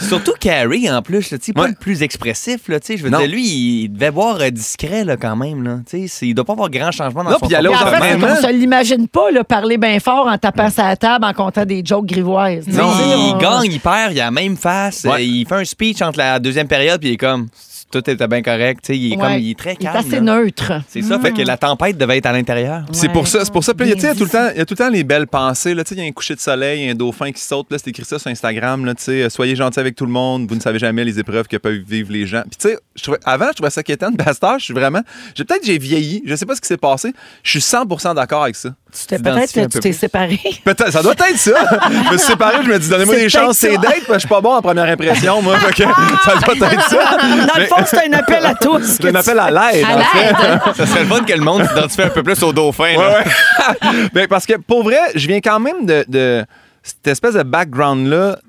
S5: Surtout Carrie, en plus, là, tu sais, pas
S4: Ouais.
S5: le plus expressif. Là, tu sais, je veux
S4: Non.
S5: dire, lui, il devait boire euh, discret là, quand même. Là, tu sais, c'est- il doit pas avoir grand changement dans
S4: Non,
S5: son
S4: puis il allait
S1: Puis
S4: aux
S1: en fait, c'est
S4: entraînements.
S1: qu'on se l'imagine pas, là, parler bien fort en tapant sa table en comptant des jokes grivoises.
S5: Non,
S1: Tu sais,
S5: il
S1: on-
S5: gagne, il perd, il a la même face.
S4: Ouais.
S5: euh, il fait un speech entre la deuxième période, puis il est comme tout était bien correct. tu sais, Il est, comme,
S1: Ouais.
S5: il est très
S1: Il est
S5: calme.
S1: assez Hmm.
S5: là.
S1: neutre.
S5: C'est ça, fait que la tempête devait être à l'intérieur.
S4: Puis C'est pour ça, c'est pour ça. Puis là, tu sais, il y a
S1: Bien
S4: tout le temps, il y a tout le temps les belles pensées. Là, tu sais, il y a un coucher de soleil, il y a un dauphin qui saute. Puis Là, c'est écrit ça sur Instagram. Là, tu sais, euh, soyez gentils avec tout le monde. Vous ne savez jamais les épreuves que peuvent vivre les gens. Puis tu sais, je trouvais- avant, je trouvais ça quétaine. [laughs] Bastard, je suis vraiment. J'ai peut-être j'ai vieilli. Je sais pas ce qui s'est passé. Je suis 100% d'accord avec ça.
S1: Tu t'es-
S5: t'identifies
S1: Peut-être que
S5: un
S1: tu
S5: peu
S1: t'es
S5: plus. [laughs]
S1: séparé.
S4: Peut-être, ça doit être ça. [laughs] je me suis séparé, je me dis donnez-moi
S1: C'est
S4: des chances,
S1: peut-être
S4: c'est
S1: ça. Ah!
S4: d'être. parce que Je suis pas bon en première impression, moi. Fait que [laughs] ça doit être ça.
S1: Dans le fond, c'est un appel à
S5: [laughs]
S1: tous.
S4: Je m'appelle à l'aide. en fait.
S5: ça serait le fun que le monde s'identifie un peu plus au dauphin.
S4: Ouais, ouais. [laughs] Ben, parce que pour vrai, je viens quand même de, de cette espèce de background-là.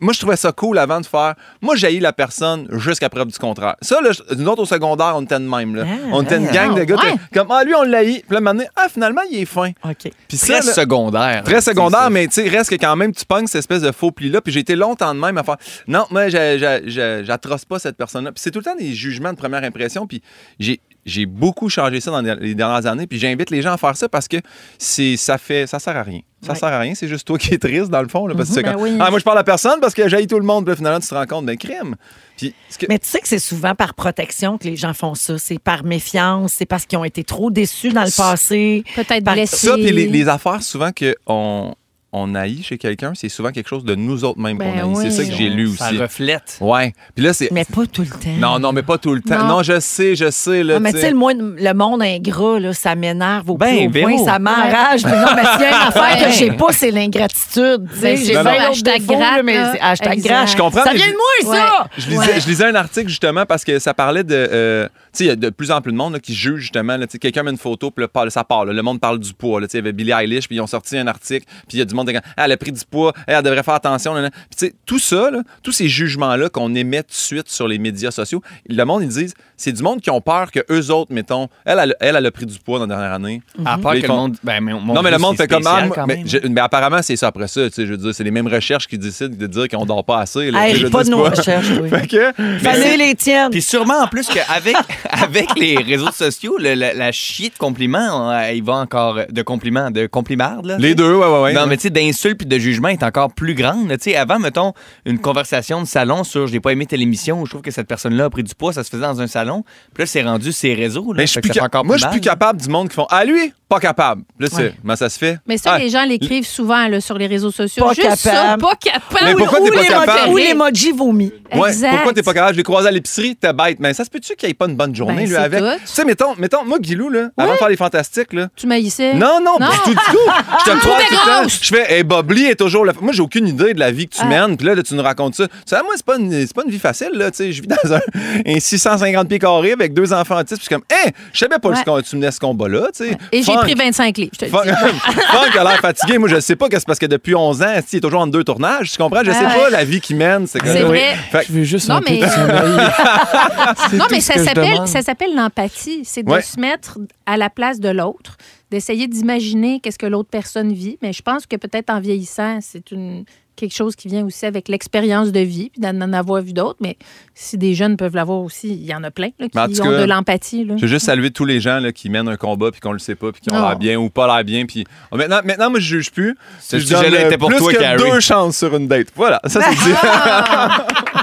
S4: Moi, je trouvais ça cool avant de faire. Moi, j'ai la personne jusqu'à preuve du contraire. Ça, là, je- nous autres au secondaire, on était de même. Là.
S1: Ah,
S4: on était une gang de gars.
S2: ouais.
S4: t'es Comme, ah, lui, on l'a Puis là, maintenant, ah, finalement, il est fin.
S1: OK.
S4: Puis ça,
S5: Très
S4: là-
S5: secondaire.
S1: Ah,
S4: Très secondaire,
S5: C'est-
S4: mais tu sais, reste que quand même, tu pognes cette espèce de faux pli-là. Puis j'ai été longtemps de même à faire Non, moi, j'a- j'a- j'a- j'atroce pas cette personne-là. Puis c'est tout le temps des jugements de première impression. Puis j'ai. J'ai beaucoup changé ça dans les dernières années, puis j'invite les gens à faire ça parce que c'est ça fait ça sert à rien. Ça sert à rien, c'est juste toi qui es triste dans le fond là, parce que c'est
S1: ben
S4: comme,
S1: oui.
S4: ah moi je parle à personne parce que j'ai tout le monde, puis là, finalement tu te rends compte d'un crime. Puis ce que-
S1: Mais tu sais que c'est souvent par protection que les gens font ça. C'est par méfiance, c'est parce qu'ils ont été trop déçus dans le passé.
S2: Peut-être
S1: Par-
S2: blessé.
S4: ça puis les, les affaires souvent que on on haït chez quelqu'un, c'est souvent quelque chose de nous autres mêmes
S2: Ben
S4: qu'on haït.
S2: oui.
S4: C'est ça que j'ai lu aussi.
S5: Ça reflète.
S4: Ouais. Puis là c'est
S1: Mais pas tout le temps.
S4: Non, non, mais pas tout le temps. Non,
S2: Non.
S4: je sais, je sais. Là,
S1: Ah, mais
S4: tu
S1: tu
S4: sais.
S1: sais, le, moins- le monde ingrat, là, ça m'énerve au
S5: Ben,
S1: plus haut
S5: Véro.
S1: point, ça m'enrage. Mais Non, mais s'il y a une affaire que je sais pas, c'est l'ingratitude. Tu sais,
S2: Ben,
S1: J'ai
S2: c'est
S1: bien
S2: ça.
S1: d'autres
S2: Hashtag
S1: défauts, là,
S2: gratte,
S1: mais
S2: là.
S1: c'est hashtag
S2: Exact.
S1: gratte.
S4: Je comprends,
S1: Ça
S4: mais
S1: vient de moi, ça!
S4: Je lisais,
S2: Ouais.
S4: je lisais un article justement parce que ça parlait de. euh, tu sais, il y a de plus en plus de monde là, qui juge justement. là, tu sais, Quelqu'un met une photo, puis là, parle- ça part. là, le monde parle du poids. là, tu sais, Il y avait Billie Eilish, puis ils ont sorti un article, puis il y a du monde qui dit Ah, Elle a pris du poids, Eh, elle devrait faire attention. nan, nan. Puis tu sais, tout ça, là, tous ces jugements-là qu'on émet tout de suite sur les médias sociaux, le monde, ils disent C'est du monde qui ont peur que eux autres, mettons, elle, elle, elle, elle a pris du poids dans la dernière année.
S1: Mhm.
S5: À part
S4: Les
S5: que le
S4: font-
S5: monde. ben, mon- mon
S4: non, mais
S5: Dieu,
S4: le monde
S5: c'est
S4: fait comme Ah,
S5: spécial
S4: moi-
S5: quand
S4: mais,
S5: même.
S4: j'ai- mais apparemment, c'est ça après ça. tu sais, Je veux dire, c'est les mêmes recherches qui décident de dire qu'on dort pas assez. là,
S1: Hey,
S4: tu sais, je
S1: ris
S4: veux
S1: pas
S4: dire,
S1: de nos
S4: c'est pas- [laughs]
S1: recherches, oui.
S4: Fait
S2: [laughs]
S4: que- mais-
S1: Fallait les tiennes.
S5: Puis sûrement en plus [laughs] qu'avec avec les réseaux sociaux, le- la, la chier de compliments, euh, il va encore de compliments, de complimardes. là.
S4: Les deux, ouais, ouais, ouais.
S5: Non, mais tu sais, d'insultes puis de jugement est encore plus grande. Tu sais, avant, mettons, une conversation de salon sur j'ai pas aimé telle émission ou je trouve que cette personne-là a pris du poids, ça se faisait dans un salon. Puis là, c'est rendu ses réseaux. Là,
S4: Mais je suis
S5: Fait que
S4: plus
S5: ça fait
S4: ca-
S5: encore
S4: Moi,
S5: plus
S4: je suis plus
S5: mal.
S4: capable du monde qui font Ah, lui, pas capable. Là, c'est
S1: Ouais.
S4: comment ça se fait?
S2: Mais ça,
S4: Ah,
S2: les gens l'écrivent souvent là, sur les réseaux sociaux.
S1: Pas
S2: Juste ça,
S1: capable.
S2: pas capable.
S4: Mais pourquoi
S2: Ou-
S4: t'es
S2: ou
S4: pas
S2: les
S4: capable?
S2: moqueries.
S1: Ou l'emoji vomi.
S4: Ouais,
S2: Exact.
S4: pourquoi t'es pas capable? Je l'ai croisé à l'épicerie, t'es bête. Mais ça se peut-tu qu'il n'y ait pas une bonne journée,
S2: Ben,
S4: lui,
S2: c'est
S4: avec?
S2: tout.
S4: Tu sais, mettons, mettons, moi, Guilou, là, avant de faire les fantastiques, là.
S2: Tu m'haïssais.
S4: Non, non,
S2: Non.
S4: pas du tout, du tout. Je te crois tout le temps.
S2: grosse.
S4: Je fais, hey, Bob Lee est toujours là. Moi, j'ai aucune idée de la vie que tu
S2: Ah.
S4: mènes. Puis là, là, tu nous racontes ça. Tu sais, moi, c'est pas, une- c'est pas une vie facile, là. Tu sais, je vis dans un, un 650 pieds carrés avec deux enfants autistes. Puis je suis comme, hé, je savais pas
S2: Ouais.
S4: jusqu'où tu menais ce combat-là, tu sais.
S2: Et j'ai
S4: Funk.
S2: pris 25 livres, je te le
S4: Funk,
S2: dis.
S4: Funk a l'air fatigué. Moi, je sais pas que c'est parce que depuis 11 ans, il est toujours en deux tournages. Tu comprends? Je sais
S2: Ouais.
S4: pas la vie qu'il mène. Ah C'est
S2: C'est vrai.
S4: Fait que-
S9: Je veux juste
S2: Non,
S9: un peu
S2: mais- [laughs]
S9: de sommeil. C'est
S2: Non,
S9: tout
S2: mais
S9: ce
S2: ça
S9: que je
S2: s'appelle,
S9: demande.
S2: ça s'appelle l'empathie. C'est de
S4: Ouais.
S2: se mettre à la place de l'autre, d'essayer d'imaginer qu'est-ce que l'autre personne vit. Mais je pense que peut-être en vieillissant, c'est une quelque chose qui vient aussi avec l'expérience de vie, puis d'en avoir vu d'autres. Mais si des jeunes peuvent l'avoir aussi, il y en a plein là,
S4: Mais en
S2: qui
S4: tout
S2: ont
S4: cas,
S2: de l'empathie. là.
S4: Je veux juste saluer tous les gens là, qui mènent un combat puis qu'on le sait pas puis qui ont
S2: Non.
S4: l'air bien ou pas l'air bien. Puis Oh, maintenant, maintenant, moi, je juge plus.
S5: Ce
S4: Je donne,
S5: sujet-là
S4: euh,
S5: était pour
S4: plus
S5: toi,
S4: que
S5: Carrie.
S4: deux chances [laughs] sur une date. Voilà, ça c'est dit.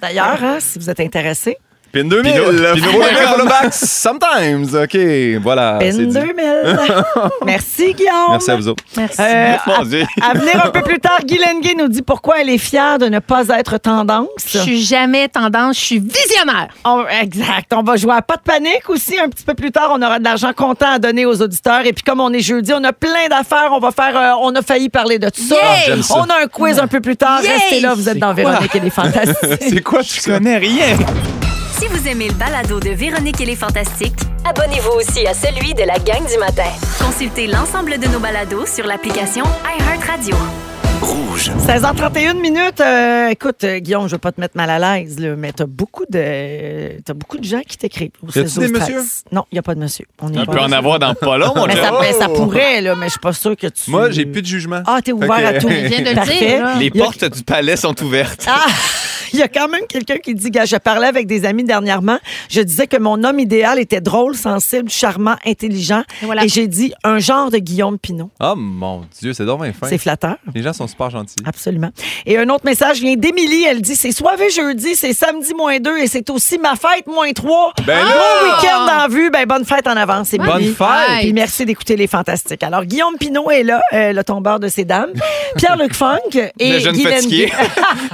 S1: D'ailleurs, hein, si vous êtes intéressé,
S4: Pin 2000. Pin
S3: Pin
S4: 2000
S3: 2000.
S4: for the back sometimes. OK, voilà.
S1: Pin
S4: Ah, c'est dit.
S1: 2000.
S4: [laughs]
S1: Merci, Guillaume.
S4: Merci à vous autres.
S1: Merci.
S3: Euh,
S4: [laughs] Mon
S3: ah,
S1: à,
S4: Dieu.
S1: à venir un peu plus tard, Guy Lenguet nous dit pourquoi elle est fière de ne pas être tendance.
S2: Je suis jamais tendance, je suis visionnaire.
S1: On- exact. On va jouer à pas de panique aussi. Un petit peu plus tard, on aura de l'argent content à donner aux auditeurs. Et puis, comme on est jeudi, on a plein d'affaires. On va faire. euh, on a failli parler de tout ça.
S2: Ah, j'aime
S4: ça.
S1: On a un quiz un peu plus tard.
S7: Yay!
S1: Restez là, vous êtes
S7: C'est
S1: dans
S7: quoi?
S1: Véronique et les Fantastiques.
S3: [laughs] C'est quoi, tu connais rien?
S7: Si vous aimez le balado de Véronique et les Fantastiques,
S8: Abonnez-vous aussi à celui de la gang du matin.
S7: consultez l'ensemble de nos balados sur l'application iHeartRadio.
S1: 16h31 minutes. Euh, écoute, euh, Guillaume, je veux pas te mettre mal à l'aise, là, mais t'as beaucoup de t'as beaucoup de gens qui t'écrivent. au
S3: Y a-tu
S1: 16
S3: des
S1: 13.
S3: messieurs?
S1: Non, il y a pas de monsieur. On y
S3: On
S1: va.
S4: [laughs]
S3: peut en avoir dans pas long, mon
S1: mais ça,
S3: Joe.
S1: mais ça pourrait, là, mais je suis pas sûre que tu.
S3: Moi, j'ai
S4: plus de jugement.
S1: Ah, t'es ouvert
S3: Fait que-
S1: à
S3: [laughs]
S1: tout. Parfait.
S3: Les
S1: Il y a-
S3: portes du palais sont ouvertes.
S1: [laughs] Ah! Il y a quand même quelqu'un qui dit, gars, je parlais avec des amis dernièrement, je disais que mon homme idéal était drôle, sensible, charmant, intelligent. Et, j'ai dit un genre de Guillaume Pinot.
S4: Oh mon Dieu, c'est dommage fin.
S1: C'est flatteur.
S4: Les gens sont super gentils.
S3: Ah,
S1: Absolument. Et un autre message vient d'Émilie. Elle dit c'est soirée jeudi, c'est samedi moins 2 et c'est aussi ma fête moins 3.
S4: Ben
S1: Bon
S4: là!
S1: week-end en vue. Ben, bonne fête en avance, Émilie.
S4: Bonne fête!
S1: Puis merci d'écouter les fantastiques. Alors, Guillaume Pinot est là, euh, le tombeur de
S3: [laughs]
S1: ces dames. Pierre-Luc Funk et
S3: Le jeune
S1: Guy
S3: fatigué.
S1: Lenguet. [laughs]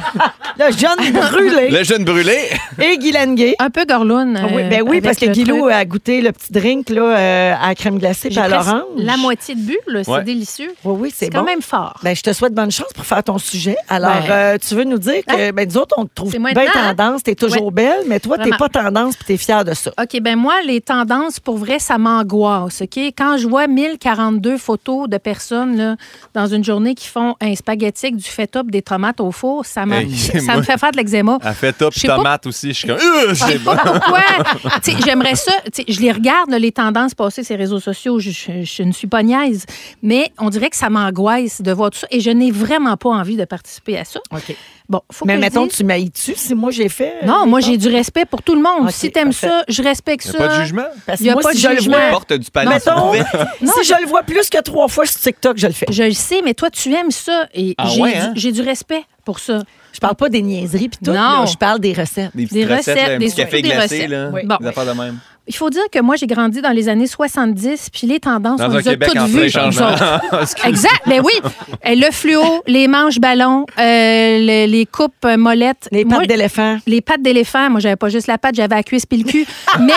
S1: le jeune brûlé.
S3: Le jeune brûlé.
S1: Et Guy Lenguet.
S2: Un peu gorloune. euh,
S1: oui, ben oui,
S2: avec
S1: parce que
S2: le
S1: Guilou
S2: truc.
S1: a goûté le petit drink là, euh, à la crème glacée et
S2: J'ai
S1: à
S2: presque
S1: l'orange.
S2: La moitié de bu, là, c'est
S1: Ouais.
S2: délicieux.
S1: Oui, oui, c'est
S2: C'est quand
S1: bon.
S2: même fort.
S1: Ben, je te souhaite bonne chance pour faire ton sujet. Alors,
S2: Ben.
S1: euh, tu veux nous dire que ben, nous autres, on te trouve
S2: C'est
S1: bien
S2: maintenant, hein?
S1: tendance, t'es toujours
S2: Ouais.
S1: belle, mais toi, t'es
S2: Vraiment.
S1: pas tendance puis t'es fière de ça.
S2: OK, ben moi, les tendances, pour vrai, ça m'angoisse, OK? Quand je vois 1042 photos de personnes là, dans une journée qui font un spaghetti avec du feta pis des tomates au four, ça, m'a- [laughs]
S4: Hey,
S2: ça
S4: moi-
S2: me fait faire de l'eczéma.
S4: Elle fait top
S2: Je sais pas-
S4: tomate aussi. Je suis comme, euh,
S2: Je sais
S4: c'est bon.
S2: pas pourquoi. Tu sais, J'aimerais ça. tu sais, Je les regarde, là, les tendances passées, ces réseaux sociaux. Je, je- je ne suis pas niaise. Mais on dirait que ça m'angoisse de voir tout ça. Et je n'ai vraiment pas envie de participer à ça.
S1: OK.
S2: Bon, faut
S1: mais
S2: que je
S1: mettons,
S2: dise-
S1: tu m'haïs-tu si moi j'ai fait? euh,
S2: Non, moi,
S1: des
S2: j'ai du respect pour tout le monde.
S1: Ok,
S2: si t'aimes
S1: Ah, parfait.
S2: ça, je respecte ça.
S1: Y a pas de
S4: jugement?
S1: Parce que
S2: Y a
S1: moi,
S2: pas
S1: si
S2: de
S1: je le
S2: jugement.
S1: vois-
S3: Les portes Ah, du palais sont
S1: Mettons,
S3: ouvertes.
S1: si
S2: [laughs]
S1: je le vois plus que trois fois sur TikTok, je le fais.
S2: Je le sais, mais toi, tu aimes ça. Et
S3: Ah
S2: j'ai
S3: ouais,
S2: du-
S3: hein?
S2: j'ai du respect pour ça.
S1: Je parle pas des niaiseries puis tout,
S2: Non.
S1: là, je parle des recettes.
S3: Des petites
S2: Des
S3: recettes,
S2: recettes,
S3: là, un
S2: des
S3: petit café
S2: des
S3: glacé,
S2: recettes.
S3: là.
S2: Oui. Bon.
S3: Des affaires de même.
S2: Il faut dire que moi, j'ai grandi dans les années 70, puis les tendances,
S4: Dans
S2: on
S4: un
S2: les a
S4: Québec en
S2: toutes
S4: plein
S2: vues. nous
S4: changement.
S2: autres.
S3: [laughs] Ah,
S2: Exact, mais oui. Euh, Le fluo, les manches ballons, euh, le- les coupes euh, molettes.
S1: Les
S2: Moi,
S1: pattes d'éléphant.
S2: Les pattes d'éléphant. Moi, j'avais pas juste la patte, j'avais la cuisse puis le cul. Mais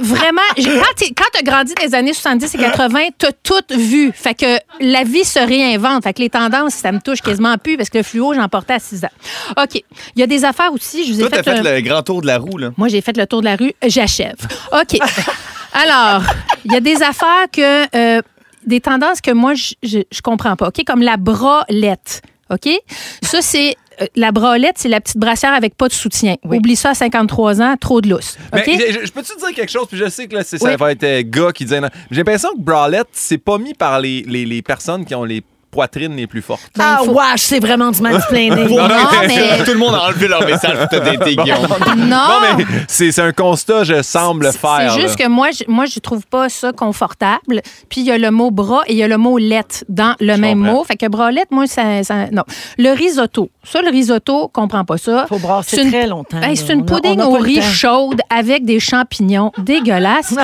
S2: vraiment, j'ai- quand t'es- quand t'as grandi dans les années 70 et 80, t'as tout vu. Fait que la vie se réinvente. Fait que les tendances, ça me touche quasiment plus parce que le fluo, j'en portais à 6 ans. OK. Il y a des affaires aussi. Je vous ai
S3: Toi, t'as
S2: un-
S3: fait
S5: Euh,
S3: le grand tour de la roue, là.
S2: moi, j'ai fait le tour de la rue, j'achève. OK. Alors, il y a des affaires que. euh, des tendances que moi, je, je, je comprends pas. OK? Comme la bralette. OK? Ça, c'est. euh, la bralette, c'est la petite brassière avec pas de soutien. Oublie ça à 53 ans, trop de lousse.
S4: Mais [laughs]
S2: OK?
S4: je, je peux-tu dire quelque chose? Puis je sais que là, c'est-
S2: Oui.
S4: ça va être euh, gars qui disait. non. J'ai l'impression que bralette, c'est pas mis par les, les, les personnes qui ont les poitrines les plus fortes.
S2: Ben,
S1: Ah,
S2: il faut-
S1: wesh, c'est vraiment du mansplaining.
S2: [laughs] Non, mais-
S3: Tout le monde a enlevé leur message pour
S5: [laughs]
S3: te dater, Guillaume.
S2: Non!
S4: Non, mais c'est c'est un constat, je semble faire.
S2: Ah! C'est juste que moi, je, moi, je trouve pas ça confortable. Puis il y a le mot bras et il y a le mot lette dans le même
S4: comprends.
S2: mot. Fait que bralette, moi, ça, ça- Non. Le risotto. Ça, le risotto, comprends pas ça.
S1: Faut brasser
S2: C'est une-
S1: très longtemps, là.
S2: Hey, c'est
S1: On
S2: une
S1: a- on
S2: pudding
S1: a pas
S2: au
S1: le
S2: riz
S1: temps.
S2: chaude avec
S1: [laughs]
S2: des champignons. Dégueulasse. Bon,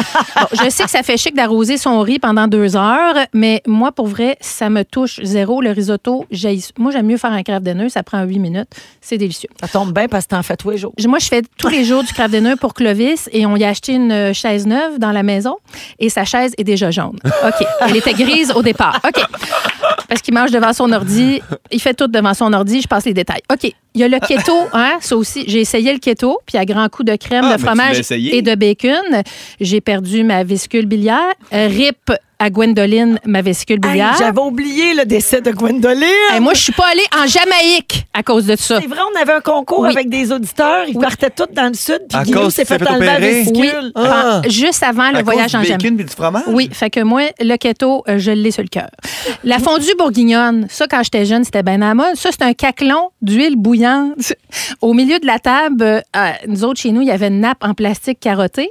S2: je sais que ça fait chic d'arroser son riz pendant deux heures, mais moi, pour vrai, ça me touche zéro. Le risotto, j'haïs- moi, j'aime mieux faire un crabe de nœud. Ça prend huit minutes. C'est délicieux.
S1: Ça tombe bien parce que t'en fais tous les jours.
S2: Je- Moi, je fais tous les jours du crabe de nœud pour Clovis et on y a acheté une euh, chaise neuve dans la maison et sa chaise est déjà jaune. OK. Elle était grise au départ. OK. Parce qu'il mange devant son ordi. Il fait tout devant son ordi. Je passe les détails. OK. Il y a le keto, hein, ça aussi. J'ai essayé le keto, puis à grand coup de crème,
S3: Ah, mais
S2: de
S3: tu
S2: fromage
S3: l'as essayé.
S2: et de bacon. J'ai perdu ma vésicule biliaire. Euh, Rip à Gwendoline, ma vésicule
S1: Hey,
S2: biliaire.
S1: J'avais oublié le décès de Gwendoline.
S2: Hey, moi, je suis pas allée en Jamaïque à cause de ça.
S1: C'est vrai, on avait un concours
S2: Oui.
S1: avec des auditeurs. Ils partaient tous dans le sud. Puis
S4: À
S1: Guillaume
S4: cause
S1: s'est
S4: qu'il s'est
S1: fait
S4: fait
S1: enlever la
S4: opérer.
S2: Oui, Ah,
S1: vésicule.
S2: pen- juste avant le
S3: À cause
S2: voyage
S3: du
S2: en Jamaïque.
S3: bacon puis du fromage?
S2: Oui, fait que moi, le keto, euh, je l'ai sur le cœur. La fondue bourguignonne, ça, quand j'étais jeune, c'était ben à la mode. Ça, c'est un caclon d'huile bouillante. Au milieu de la table, euh, euh, nous autres, chez nous, il y avait une nappe en plastique carottée.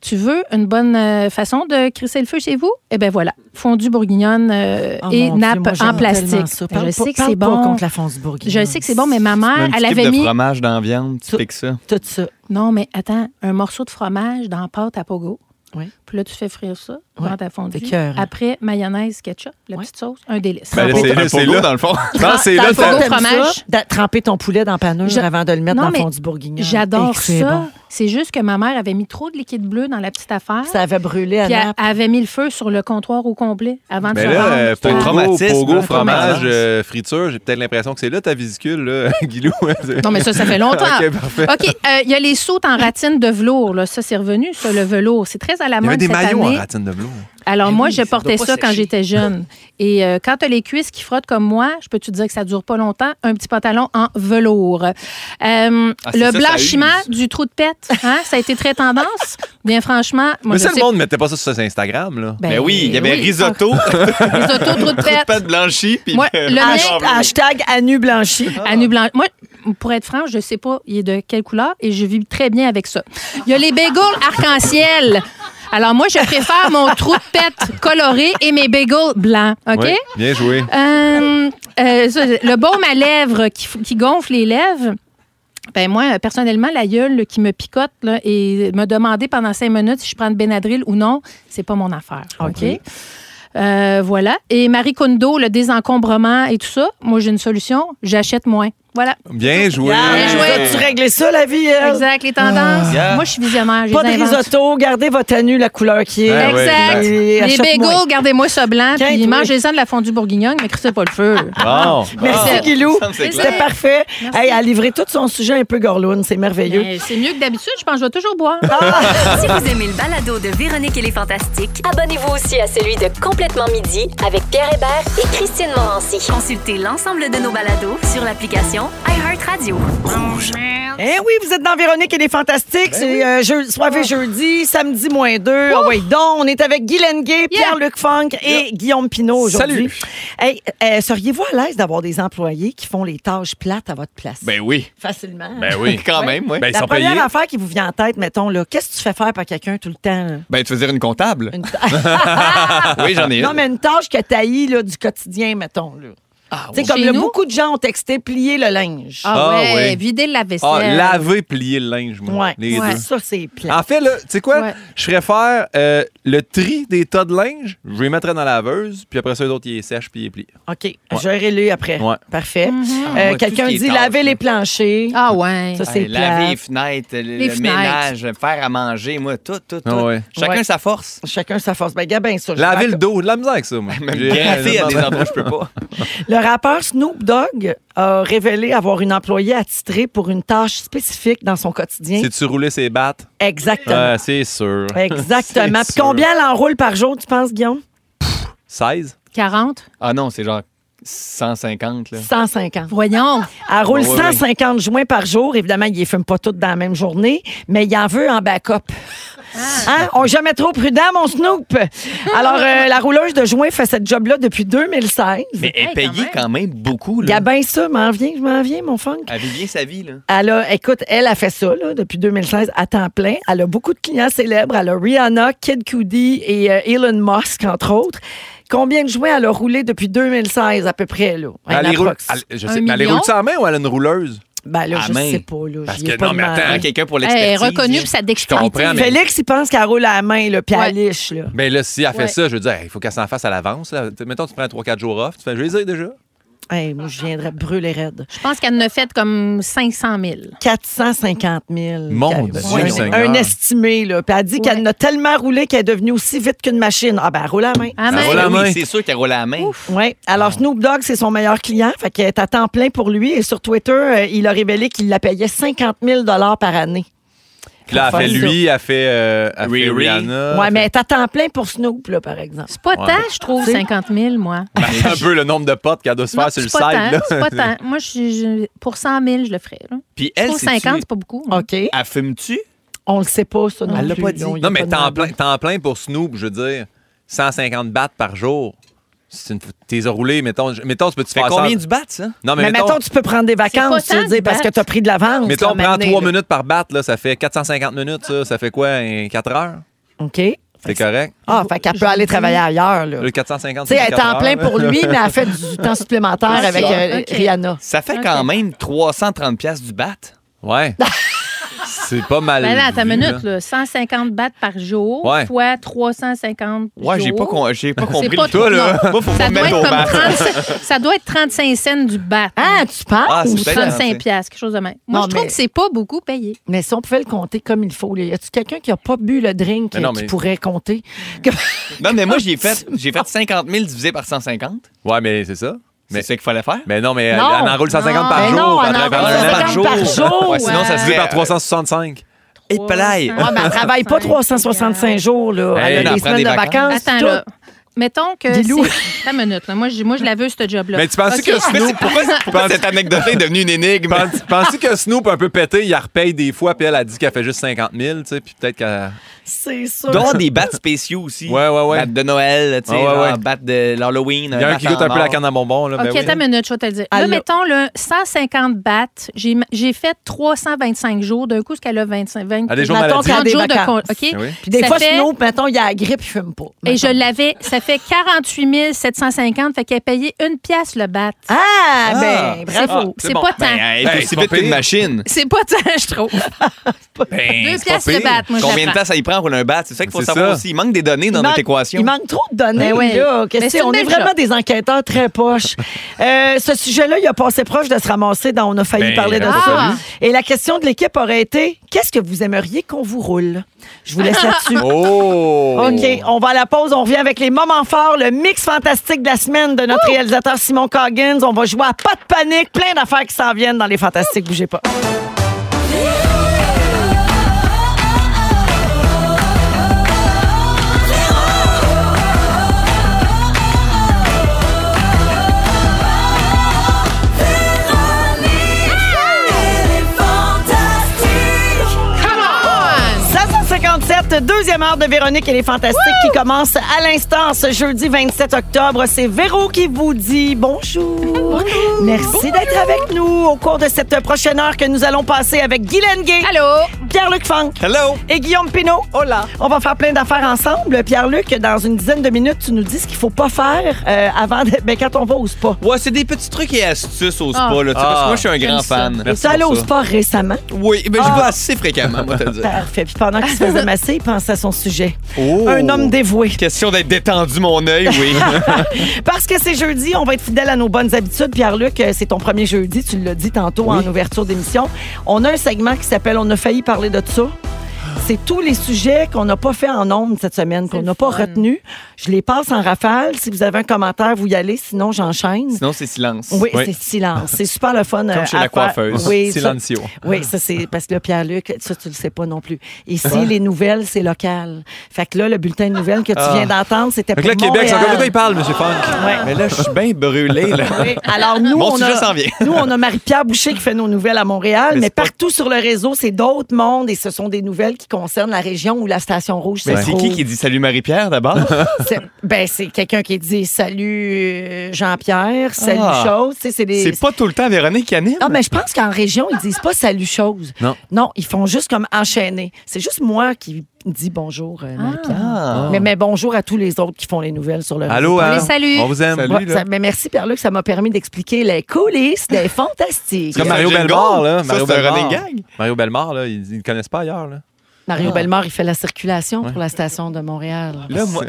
S2: Tu veux une bonne euh, façon de crisser le feu chez vous? Eh bien voilà, fondue bourguignonne euh,
S1: Oh
S2: et
S1: mon Dieu,
S2: nappe
S1: moi, j'aime
S2: en
S1: tellement
S2: plastique.
S1: ça.
S2: je
S1: Parle
S2: sais
S1: pas-
S2: que
S1: parle
S2: c'est
S1: pas
S2: bon.
S1: contre la fonce bourguignonne.
S2: Je sais que c'est bon, mais ma
S5: Un
S2: mère,
S5: petit
S2: elle
S5: clip
S2: avait
S5: de
S2: mis.
S5: fromage dans la viande, tu piques ça.
S1: Tout ça.
S4: Bah,
S2: Non, mais attends, un morceau de fromage dans la pâte à pogo.
S1: Oui.
S2: Puis là, tu fais frire ça
S1: Ouais.
S2: dans ta fondue.
S1: C'est cœur, hein.
S2: Après, mayonnaise, ketchup, la petite sauce, un délice.
S4: Ben,
S3: Un
S4: c'est
S3: pogo-
S4: là,
S3: un
S4: c'est
S3: pogo,
S4: là.
S3: dans le fond.
S4: Non, c'est
S1: Dans
S4: là.
S1: le fond,
S4: t'as-
S1: t'aimes
S2: fromage.
S1: ça, d'a- tremper ton poulet dans la panure
S2: Je-
S1: avant de le mettre
S2: Non,
S1: dans le
S2: mais
S1: fond du bourguignon. Et
S2: J'adore
S1: que c'est
S2: ça.
S1: bon.
S2: C'est juste que ma mère avait mis trop de liquide bleu dans la petite affaire.
S1: Ça avait brûlé à
S2: Puis elle
S1: Naples.
S2: elle avait mis le feu sur le comptoir au complet avant de
S4: Mais
S2: se
S4: là,
S2: rendre.
S4: euh,
S2: Ah.
S5: un
S4: pogo,
S5: traumatisme,
S4: pogo,
S5: un
S4: fromage,
S5: traumatisme.
S4: euh, friture, j'ai peut-être l'impression que c'est là ta visicule, là, [laughs] Guilou.
S2: Non, mais ça, ça fait longtemps.
S4: [laughs] OK,
S2: [laughs]
S4: parfait.
S2: OK, euh, il y a les sautes
S4: [laughs]
S2: en ratine de velours. Là. Ça, c'est revenu, ça, le velours. C'est très à la
S4: Il y avait
S2: mode
S4: des
S2: cette
S4: maillots
S2: année.
S4: en ratine de velours.
S2: Alors,
S5: Ben
S2: moi,
S5: oui,
S2: je
S5: ça doit
S2: portais
S5: pas
S2: ça quand
S5: sécher.
S2: j'étais
S5: [laughs]
S2: jeune. Et euh, quand tu as les cuisses qui frottent comme moi, je peux te dire que ça dure pas longtemps. Un petit pantalon en velours. Euh,
S5: Ah, c'est
S2: le
S5: ça, ça
S2: blanchiment
S5: use.
S2: du trou de pète, hein, ça a été très tendance. Bien franchement, moi,
S4: mais
S2: je
S4: ça,
S2: sais-
S4: le monde mettait pas ça sur ses Instagram, là.
S5: Ben oui, il y avait risotto, [laughs]
S2: Risotto,
S4: [laughs]
S2: trou de pète.
S5: pâte blanchie, puis ben, ah,
S2: Moi, le mien-
S1: Hasht- Hashtag Anu Blanchi.
S2: Anu blanche. Moi, pour être franc, je sais pas il est de quelle couleur et je vis très bien avec ça. Il y a les bagels arc-en-ciel. Alors moi, je préfère mon trou de pète coloré et mes bagels blancs. OK?
S4: Ouais, bien joué.
S2: Euh, euh, ça, le baume à lèvres qui, f- qui gonfle les lèvres. Ben moi, euh, personnellement, la gueule là, qui me picote là, et me demander pendant cinq minutes si je prends de Benadryl ou non, c'est pas mon affaire. OK? Euh, voilà. Et Marie Kondo, le désencombrement et tout ça, moi, j'ai une solution. J'achète moins. Voilà. [laughs]
S4: Bien joué.
S1: Bien
S2: joué.
S1: Tu réglais ça, la vie, elle?
S2: Exact, les tendances.
S5: Yeah.
S2: Moi, je suis visionnaire. je
S1: Ah. Pas
S2: les
S1: de
S2: invente.
S1: risotto, gardez votre Anu, la couleur qui est.
S4: Ouais,
S5: Ben
S4: ouais,
S2: Exact.
S1: Et
S2: les
S1: achète-moi.
S2: bagels, gardez-moi ça blanc.
S1: Quinte, oui.
S2: Puis mangez-en de la fondue bourguignonne, mais crissez pas le
S1: [laughs]
S2: feu.
S4: Bon.
S1: Merci,
S2: Ah.
S1: Guilou.
S5: Ça me fait
S1: C'était
S2: clair.
S1: parfait.
S2: Merci.
S1: Hey, elle a livré tout son sujet un peu gorloune. C'est merveilleux.
S2: Mais C'est mieux que d'habitude. Je pense que je vais toujours boire.
S7: Si vous aimez le balado de Véronique et les Fantastiques,
S8: Abonnez-vous aussi à celui de Complètement Midi avec Pierre Hébert et Christine Morancy.
S7: consultez l'ensemble de nos balados sur l'application iHeartRadio.
S1: Eh oui, vous êtes dans Véronique et les Fantastiques.
S5: Ben
S1: c'est euh, jeu-
S2: Ah.
S1: soirée jeudi, samedi moins deux. Ah ouais, donc, on est avec Guylaine Gay, Pierre-Luc Funk et Guillaume Pinault aujourd'hui. Hey, euh, Seriez-vous à l'aise d'avoir des employés qui font les tâches plates à votre place?
S5: Ben oui,
S1: Facilement.
S5: ben
S4: [laughs]
S5: oui, quand même, oui. Ben,
S1: La première affaire qui vous vient en tête, mettons, là, qu'est-ce que tu fais faire par quelqu'un tout le temps?
S5: [laughs]
S1: là?
S5: Ben, tu veux dire une comptable?
S1: Une-
S5: oui, j'en ai une.
S1: non, mais une tâche que t'haïs là, du quotidien, mettons. Là.
S5: Ah,
S1: Tu sais,
S5: oui.
S1: comme
S2: Chez
S1: là,
S2: nous?
S1: beaucoup de gens ont texté plier le linge.
S2: Ah,
S4: Ah
S2: ouais,
S4: ouais.
S2: vider la vaisselle.
S4: Ah, laver, plier le linge, moi.
S1: euh, ouais.
S4: Les
S2: Ouais.
S4: deux.
S1: Ça, c'est plat.
S5: Ah.
S4: En fait, là, tu sais quoi?
S2: Ouais.
S4: Je ferais faire euh, le tri des tas de linge, je les mettrais dans la laveuse, puis après ça, les autres, ils les sèchent, puis ils les plient.
S1: OK. Gérez-le après.
S4: Ouais.
S1: Parfait. Euh,
S5: Ah, moi,
S1: Quelqu'un
S5: tout ce qui est
S1: dit
S5: tâche,
S1: laver
S5: là.
S1: les planchers.
S2: Mm-hmm. Ah ouais.
S1: Ça, c'est
S5: Hey, laver les
S1: plat.
S5: fenêtres, le,
S2: Les
S5: le
S2: fenêtres.
S5: ménage, faire à manger, moi, tout, tout, tout.
S4: Ah ouais.
S5: Chacun
S1: Ouais.
S5: sa force.
S1: Chacun sa force. Ben, gabin, ça. je
S4: Laver
S1: raconte.
S4: le dos, de la misère avec [laughs] ça, moi. J'ai-
S5: Gratter à des endroits, je peux pas.
S1: Le rappeur Snoop Dogg a révélé avoir une employée attitrée pour une tâche spécifique dans son quotidien.
S4: C'est-tu rouler ses battes?
S1: Exactement.
S4: Ah, c'est sûr.
S1: [laughs]
S5: [laughs]
S1: Exactement.
S4: C'est
S1: Puis combien elle enroule par jour, tu penses, Guillaume?
S4: 16?
S2: 40.
S5: Ah non, c'est genre 150, là.
S1: 150.
S2: Voyons.
S1: Elle roule
S5: Ouais, ouais,
S1: 150 joints par jour. Évidemment, il ne fume pas toutes dans la même journée, mais il en veut en backup. Hein? On est jamais trop prudent, mon Snoop. Alors, euh, la rouleuse de joints fait cette job-là depuis 2016.
S5: Mais elle
S2: Hey,
S5: payait
S2: quand
S5: quand même, beaucoup, là.
S1: Gabin, ça, m'en viens, je m'en viens, mon funk.
S5: Elle vit bien sa vie, là.
S1: Elle a, écoute, elle a fait ça là, depuis 2016 à temps plein. Elle a beaucoup de clients célèbres. Elle a Rihanna, Kid Cudi et euh, Elon Musk, entre autres. Combien de joints elle a roulé depuis 2016 à peu près? Là, Un
S4: Elle les roule,
S1: approx.
S4: elle- je
S2: Un
S4: sais, mais elle les
S2: million?
S4: roule sa main ou elle a une rouleuse?
S1: Ben là,
S5: À
S1: je
S5: main.
S1: sais pas. Là,
S4: Parce
S1: j'y ai
S4: que
S1: pas
S4: non, mais
S1: demandé.
S4: attends,
S5: Prends quelqu'un pour
S2: Elle
S5: l'expertise.
S2: est reconnue pour sa
S5: Je
S2: dextérité.
S4: Ah,
S5: comprends, mais
S1: Félix, il pense qu'elle roule à la main, là, puis
S2: Ouais.
S1: elle liche. Là.
S4: Ben là, si elle fait
S2: Ouais.
S4: ça, je veux dire, il faut qu'elle s'en fasse à l'avance. là. Tu- Mettons, tu prends 3-4 jours off. Tu fais, je les ai déjà.
S1: Hey, moi, je viendrais brûler raide.
S2: Je pense qu'elle en a fait comme 500 000.
S1: 450 000.
S4: Mon
S1: Qu'elle-
S4: Dieu
S1: Ouais,
S4: Seigneur.
S1: Un estimé, là. Puis elle dit qu'elle
S2: Ouais.
S1: en a tellement roulé qu'elle est devenue aussi vite qu'une machine. Ah ben, elle roule à la main.
S2: Ah,
S5: Ah,
S2: mais-
S4: roule à
S5: oui,
S4: main.
S5: c'est sûr qu'elle roule à la main.
S1: Oui.
S4: Ah.
S1: Alors, Snoop Dogg, c'est son meilleur client. Fait qu'elle est à temps plein pour lui. Et sur Twitter, euh, il a révélé qu'il la payait 50 000 par année.
S4: Puis là, elle fait
S1: Faut faire
S4: lui, elle fait, euh, elle Euh, fait
S5: Riri.
S4: Rihanna.
S1: Ouais, mais elle est à temps plein pour Snoop, là, par exemple.
S2: C'est pas tant, je trouve, 50 000, moi.
S4: C'est un peu le nombre de potes qu'elle doit se
S2: Non,
S4: faire sur le
S2: c'est
S4: site.
S2: pas tant.
S4: là.
S2: C'est pas
S4: [laughs]
S2: tant. Moi, je- je- pour 100 000, je le ferais. là.
S5: Puis
S2: Je
S5: elle,
S2: trouve
S5: c'est-tu-
S2: 50, c'est pas beaucoup. hein.
S1: OK.
S5: Elle fume-tu?
S1: On le sait pas, ça, non
S5: Elle l'a
S1: plus.
S5: pas dit.
S1: On y a
S4: Non, mais
S1: pas
S4: temps
S1: demandé.
S4: plein, temps plein pour Snoop, je veux dire, 150 bahts par jour. C'est une... T'es roulé, mettons. je- Mettons, tu peux-tu
S5: Fait
S4: faire ça?
S5: combien du bat, ça?
S4: Non, mais,
S1: Mais
S4: mettons,
S1: mettons, tu peux prendre des vacances,
S2: pas
S1: tu veux
S2: tant
S1: dire,
S2: de
S1: parce que
S2: battre.
S1: tu as pris de l'avance.
S4: mettons,
S1: là,
S4: on prend
S1: maintenant,
S4: 3
S1: là.
S4: minutes par batte, là, ça fait 450 minutes, ça. Ça fait quoi, hein, 4 heures?
S1: OK. Fait
S4: C'est
S1: que-
S4: correct?
S1: Ah, fait qu'elle peut aller travailler ailleurs, là.
S4: Le 450,
S1: Tu sais,
S4: c'est
S1: elle est
S4: 4
S1: en
S4: heures.
S1: plein pour lui, mais elle fait
S2: [laughs]
S1: du temps supplémentaire
S2: Ah,
S1: avec euh,
S2: ok.
S1: Rihanna.
S5: Ça fait quand même 330$ piastres du bat.
S1: [laughs]
S4: Ouais. c'est pas mal.
S2: Ben là, ta
S4: vu,
S2: minute,
S4: là.
S2: là, 150 bahts par jour
S4: Ouais.
S2: fois 350
S5: Ouais, j'ai
S2: jours.
S5: pas, con- j'ai pas
S2: C'est
S5: compris
S2: pas
S5: le tout, là.
S2: trop- non.
S5: Moi, faut
S2: ça,
S5: me
S2: doit
S5: mettre
S2: être
S5: au
S2: comme
S5: bat.
S2: 30 ça doit être 35 cents du bat.
S1: Ah, tu parles?
S5: Ah,
S2: ou
S5: c'est peut-être
S2: 35 piastres, quelque chose de même. Moi,
S1: Non,
S2: je trouve
S1: mais-
S2: que c'est pas beaucoup payé.
S1: Mais si on pouvait le compter comme il faut, là. y a-tu quelqu'un qui a pas bu le drink
S4: Mais non,
S1: qui
S4: mais-
S1: pourrait
S2: [laughs]
S1: compter?
S5: Non, mais moi, j'ai fait, j'ai fait 50 000 divisé par 150.
S4: Ouais, mais c'est ça.
S5: C'est ça qu'il fallait faire.
S4: Mais non, mais
S1: Non.
S4: elle elle en roule 150 par
S1: Mais
S4: jour.
S1: non,
S4: puis
S1: elle en
S4: travaille
S1: roule
S4: pendant un an.
S1: 150 par jour.
S5: Ouais, sinon, ça se
S4: Divisé
S5: dit
S4: par 365.
S5: Et plaille.
S1: Ouais, Ah, mais elle travaille pas 365 jours, là.
S5: Hey,
S1: elle a
S5: non,
S1: des
S5: prends des
S1: semaines de vacances.
S5: vacances.
S2: Attends,
S1: tout.
S2: là. Mettons que.
S1: Dis-nous.
S2: c'est- Ta minute, là. Moi, j'ai- moi, je la veux, ce job-là.
S4: Mais tu penses
S2: Ok.
S4: que Snoop.
S5: Pourquoi, pourquoi cette anecdote est devenue une énigme?
S4: Pens- [laughs] Penses-tu que Snoop, un peu pété, il la repaye des fois, puis elle a dit qu'elle fait juste 50 000, tu sais, puis peut-être qu'elle.
S1: C'est sûr.
S5: Dont des bats spéciaux aussi.
S4: Ouais, ouais, ouais.
S5: Bats de Noël, tu sais,
S4: Ouais, ouais,
S5: genre,
S4: ouais.
S5: bats de l'Halloween.
S4: Il y a un
S5: bat
S4: qui goûte un
S5: en
S4: peu la
S5: or.
S4: canne à bonbons, là.
S2: OK,
S4: ben oui.
S2: ta minute, je vais te le dire. Là,
S1: Allô.
S2: mettons, le 150 bahts, j'ai j'ai fait 325 jours. D'un coup, ce qu'elle a 25, 20,
S4: Elle a Ah, des jours
S1: Mettons
S4: maladies.
S1: qu'elle a
S2: 30
S1: des
S2: jours de con-
S1: vacances.
S2: OK?
S4: Ah oui.
S1: Puis des
S2: Ça
S1: fois,
S2: fait-
S1: Snoop, mettons, il a la grippe, il fume pas.
S2: Et je
S1: mettons.
S2: l'avais, ça fait 48 750, fait qu'elle payait une pièce le bat.
S1: Ah,
S5: Ah,
S1: ben,
S2: c'est
S1: bravo.
S2: c'est pas tant.
S5: Ben, elle est
S4: Hey,
S5: aussi
S4: c'est
S5: vite
S4: pas
S5: qu'une
S4: pire.
S5: machine.
S2: C'est pas tant, je trouve. Deux
S5: Ben, c'est pas
S2: pièces le
S5: pire.
S2: bat, moi, je
S5: Combien
S2: la
S5: de
S2: prends.
S5: temps ça y prend pour un bat? C'est ça qu'il faut
S4: C'est
S5: savoir
S4: ça.
S5: aussi. Il manque des données
S1: Il
S5: dans
S1: manque-
S5: notre équation.
S1: Il manque trop de données.
S2: Ben oui.
S1: là. Qu'est-ce
S2: Mais
S1: que
S2: c'est
S1: on
S2: une
S1: est
S2: belle
S1: vraiment
S2: job.
S1: des enquêteurs très poches.
S5: [laughs]
S1: Euh, ce sujet-là, il a passé proche de se ramasser dans On a failli
S4: Ben,
S1: parler de
S4: ah.
S1: ça. Et la question de l'équipe aurait été Qu'est-ce que vous aimeriez qu'on vous roule Je vous laisse
S5: [laughs]
S1: là-dessus.
S4: Oh!
S1: OK, on va à la pause. On revient avec les moments forts, le mix fantastique de la semaine de notre réalisateur Simon Coggins. On va jouer à pas de panique, plein d'affaires qui s'en viennent dans les fantastiques. Bougez pas.
S2: Come
S1: 557, deuxième heure de Véronique et les Fantastiques qui commence à l'instant ce jeudi 27 octobre. C'est Véro qui vous dit bonjour. Merci d'être avec nous au cours de cette prochaine heure que nous allons passer avec Guylaine Gay,
S2: on! Allô?
S1: Pierre-Luc Funk
S5: Hello!
S1: et Guillaume Pinault.
S5: Hola!
S1: On va faire plein d'affaires ensemble. Pierre-Luc, dans une dizaine de minutes, tu nous dis ce qu'il faut pas faire euh, avant de- ben, quand on va au spa.
S5: Ouais, c'est des petits trucs et astuces au
S2: Ah.
S5: spa, là. tu sais, Parce que moi, je suis un
S2: J'aime
S5: grand
S2: ça.
S5: fan.
S1: Tu es allé au spa Ah. récemment?
S5: Oui, mais je vais assez fréquemment, moi,
S1: [laughs]
S5: te le dire.
S1: Parfait. Puis pendant qu'il se faisait masser, il pensait à son sujet.
S5: Oh.
S1: Un homme dévoué.
S5: Question d'être détendu, mon œil,
S1: [laughs]
S5: oui.
S1: Parce que c'est jeudi, on va être fidèle à nos bonnes habitudes. Pierre-Luc, euh, c'est ton premier jeudi, tu l'as dit tantôt en ouverture d'émission. On a un segment qui s'appelle On a failli parler de ça. C'est tous les sujets qu'on n'a pas fait en ondes cette semaine, qu'on
S2: le
S1: n'a pas
S2: fun.
S1: retenu. Je les passe en rafale. Si vous avez un commentaire, vous y allez. Sinon, j'enchaîne.
S5: Sinon, c'est silence.
S1: Oui,
S4: Oui.
S1: c'est silence. C'est super le fun. euh,
S5: Comme chez
S1: à
S5: la
S1: faire.
S5: coiffeuse.
S1: Oui, ça-
S4: Silencio.
S1: oui, ça c'est parce que là, Pierre-Luc, ça tu le sais pas non plus. Ici, les nouvelles, c'est local. Fait que là, le bulletin de nouvelles que tu viens d'entendre, c'était
S4: Fait
S1: pour
S4: que là, Québec, c'est encore de quoi
S1: Montréal.
S4: il parle, M. Funk?
S1: Ouais.
S5: Mais là, je suis bien brûlé, là.
S1: Oui. [laughs] Alors nous,
S5: Mon
S1: on
S5: sujet
S1: a,
S5: s'en vient.
S1: [laughs] nous, on a Marie-Pierre Boucher qui fait nos nouvelles à Montréal, mais,
S5: Mais c'est pas-
S1: partout sur le réseau, c'est d'autres mondes et ce sont des nouvelles qui concernent la région où la station rouge se
S5: Mais c'est
S1: trouve.
S5: qui qui dit salut Marie-Pierre
S1: [laughs]
S5: d'abord?
S1: C'est- Ben c'est quelqu'un qui dit salut euh, Jean-Pierre, salut
S5: Ah.
S1: chose. Tu sais, c'est des.
S5: C'est pas tout le temps Véronique qui anime.
S1: Non, mais je pense qu'en région, ils disent pas salut chose.
S4: Non.
S1: ils font juste comme enchaîner. C'est juste moi qui dis bonjour, euh, Marie-Pierre.
S5: Ah.
S1: Mais, mais bonjour à tous les autres qui font les nouvelles sur le réseau.
S4: Allô, hein?
S2: les salue.
S4: On vous aime.
S5: Euh, Salut.
S1: Ouais,
S5: là.
S1: ça- mais merci, Pierre-Luc, ça m'a permis d'expliquer les coulisses des fantastiques.
S4: C'est comme Mario
S5: Ça, Jingle.
S4: Belmar, là.
S5: Ça,
S4: Mario
S5: c'est un
S4: Bellemare.
S5: running gag.
S4: Mario Belmar, là, ils ils le connaissent pas ailleurs, là.
S5: Ah.
S1: Mario Bellemare, il fait la circulation pour la station de Montréal.
S5: Là, moi,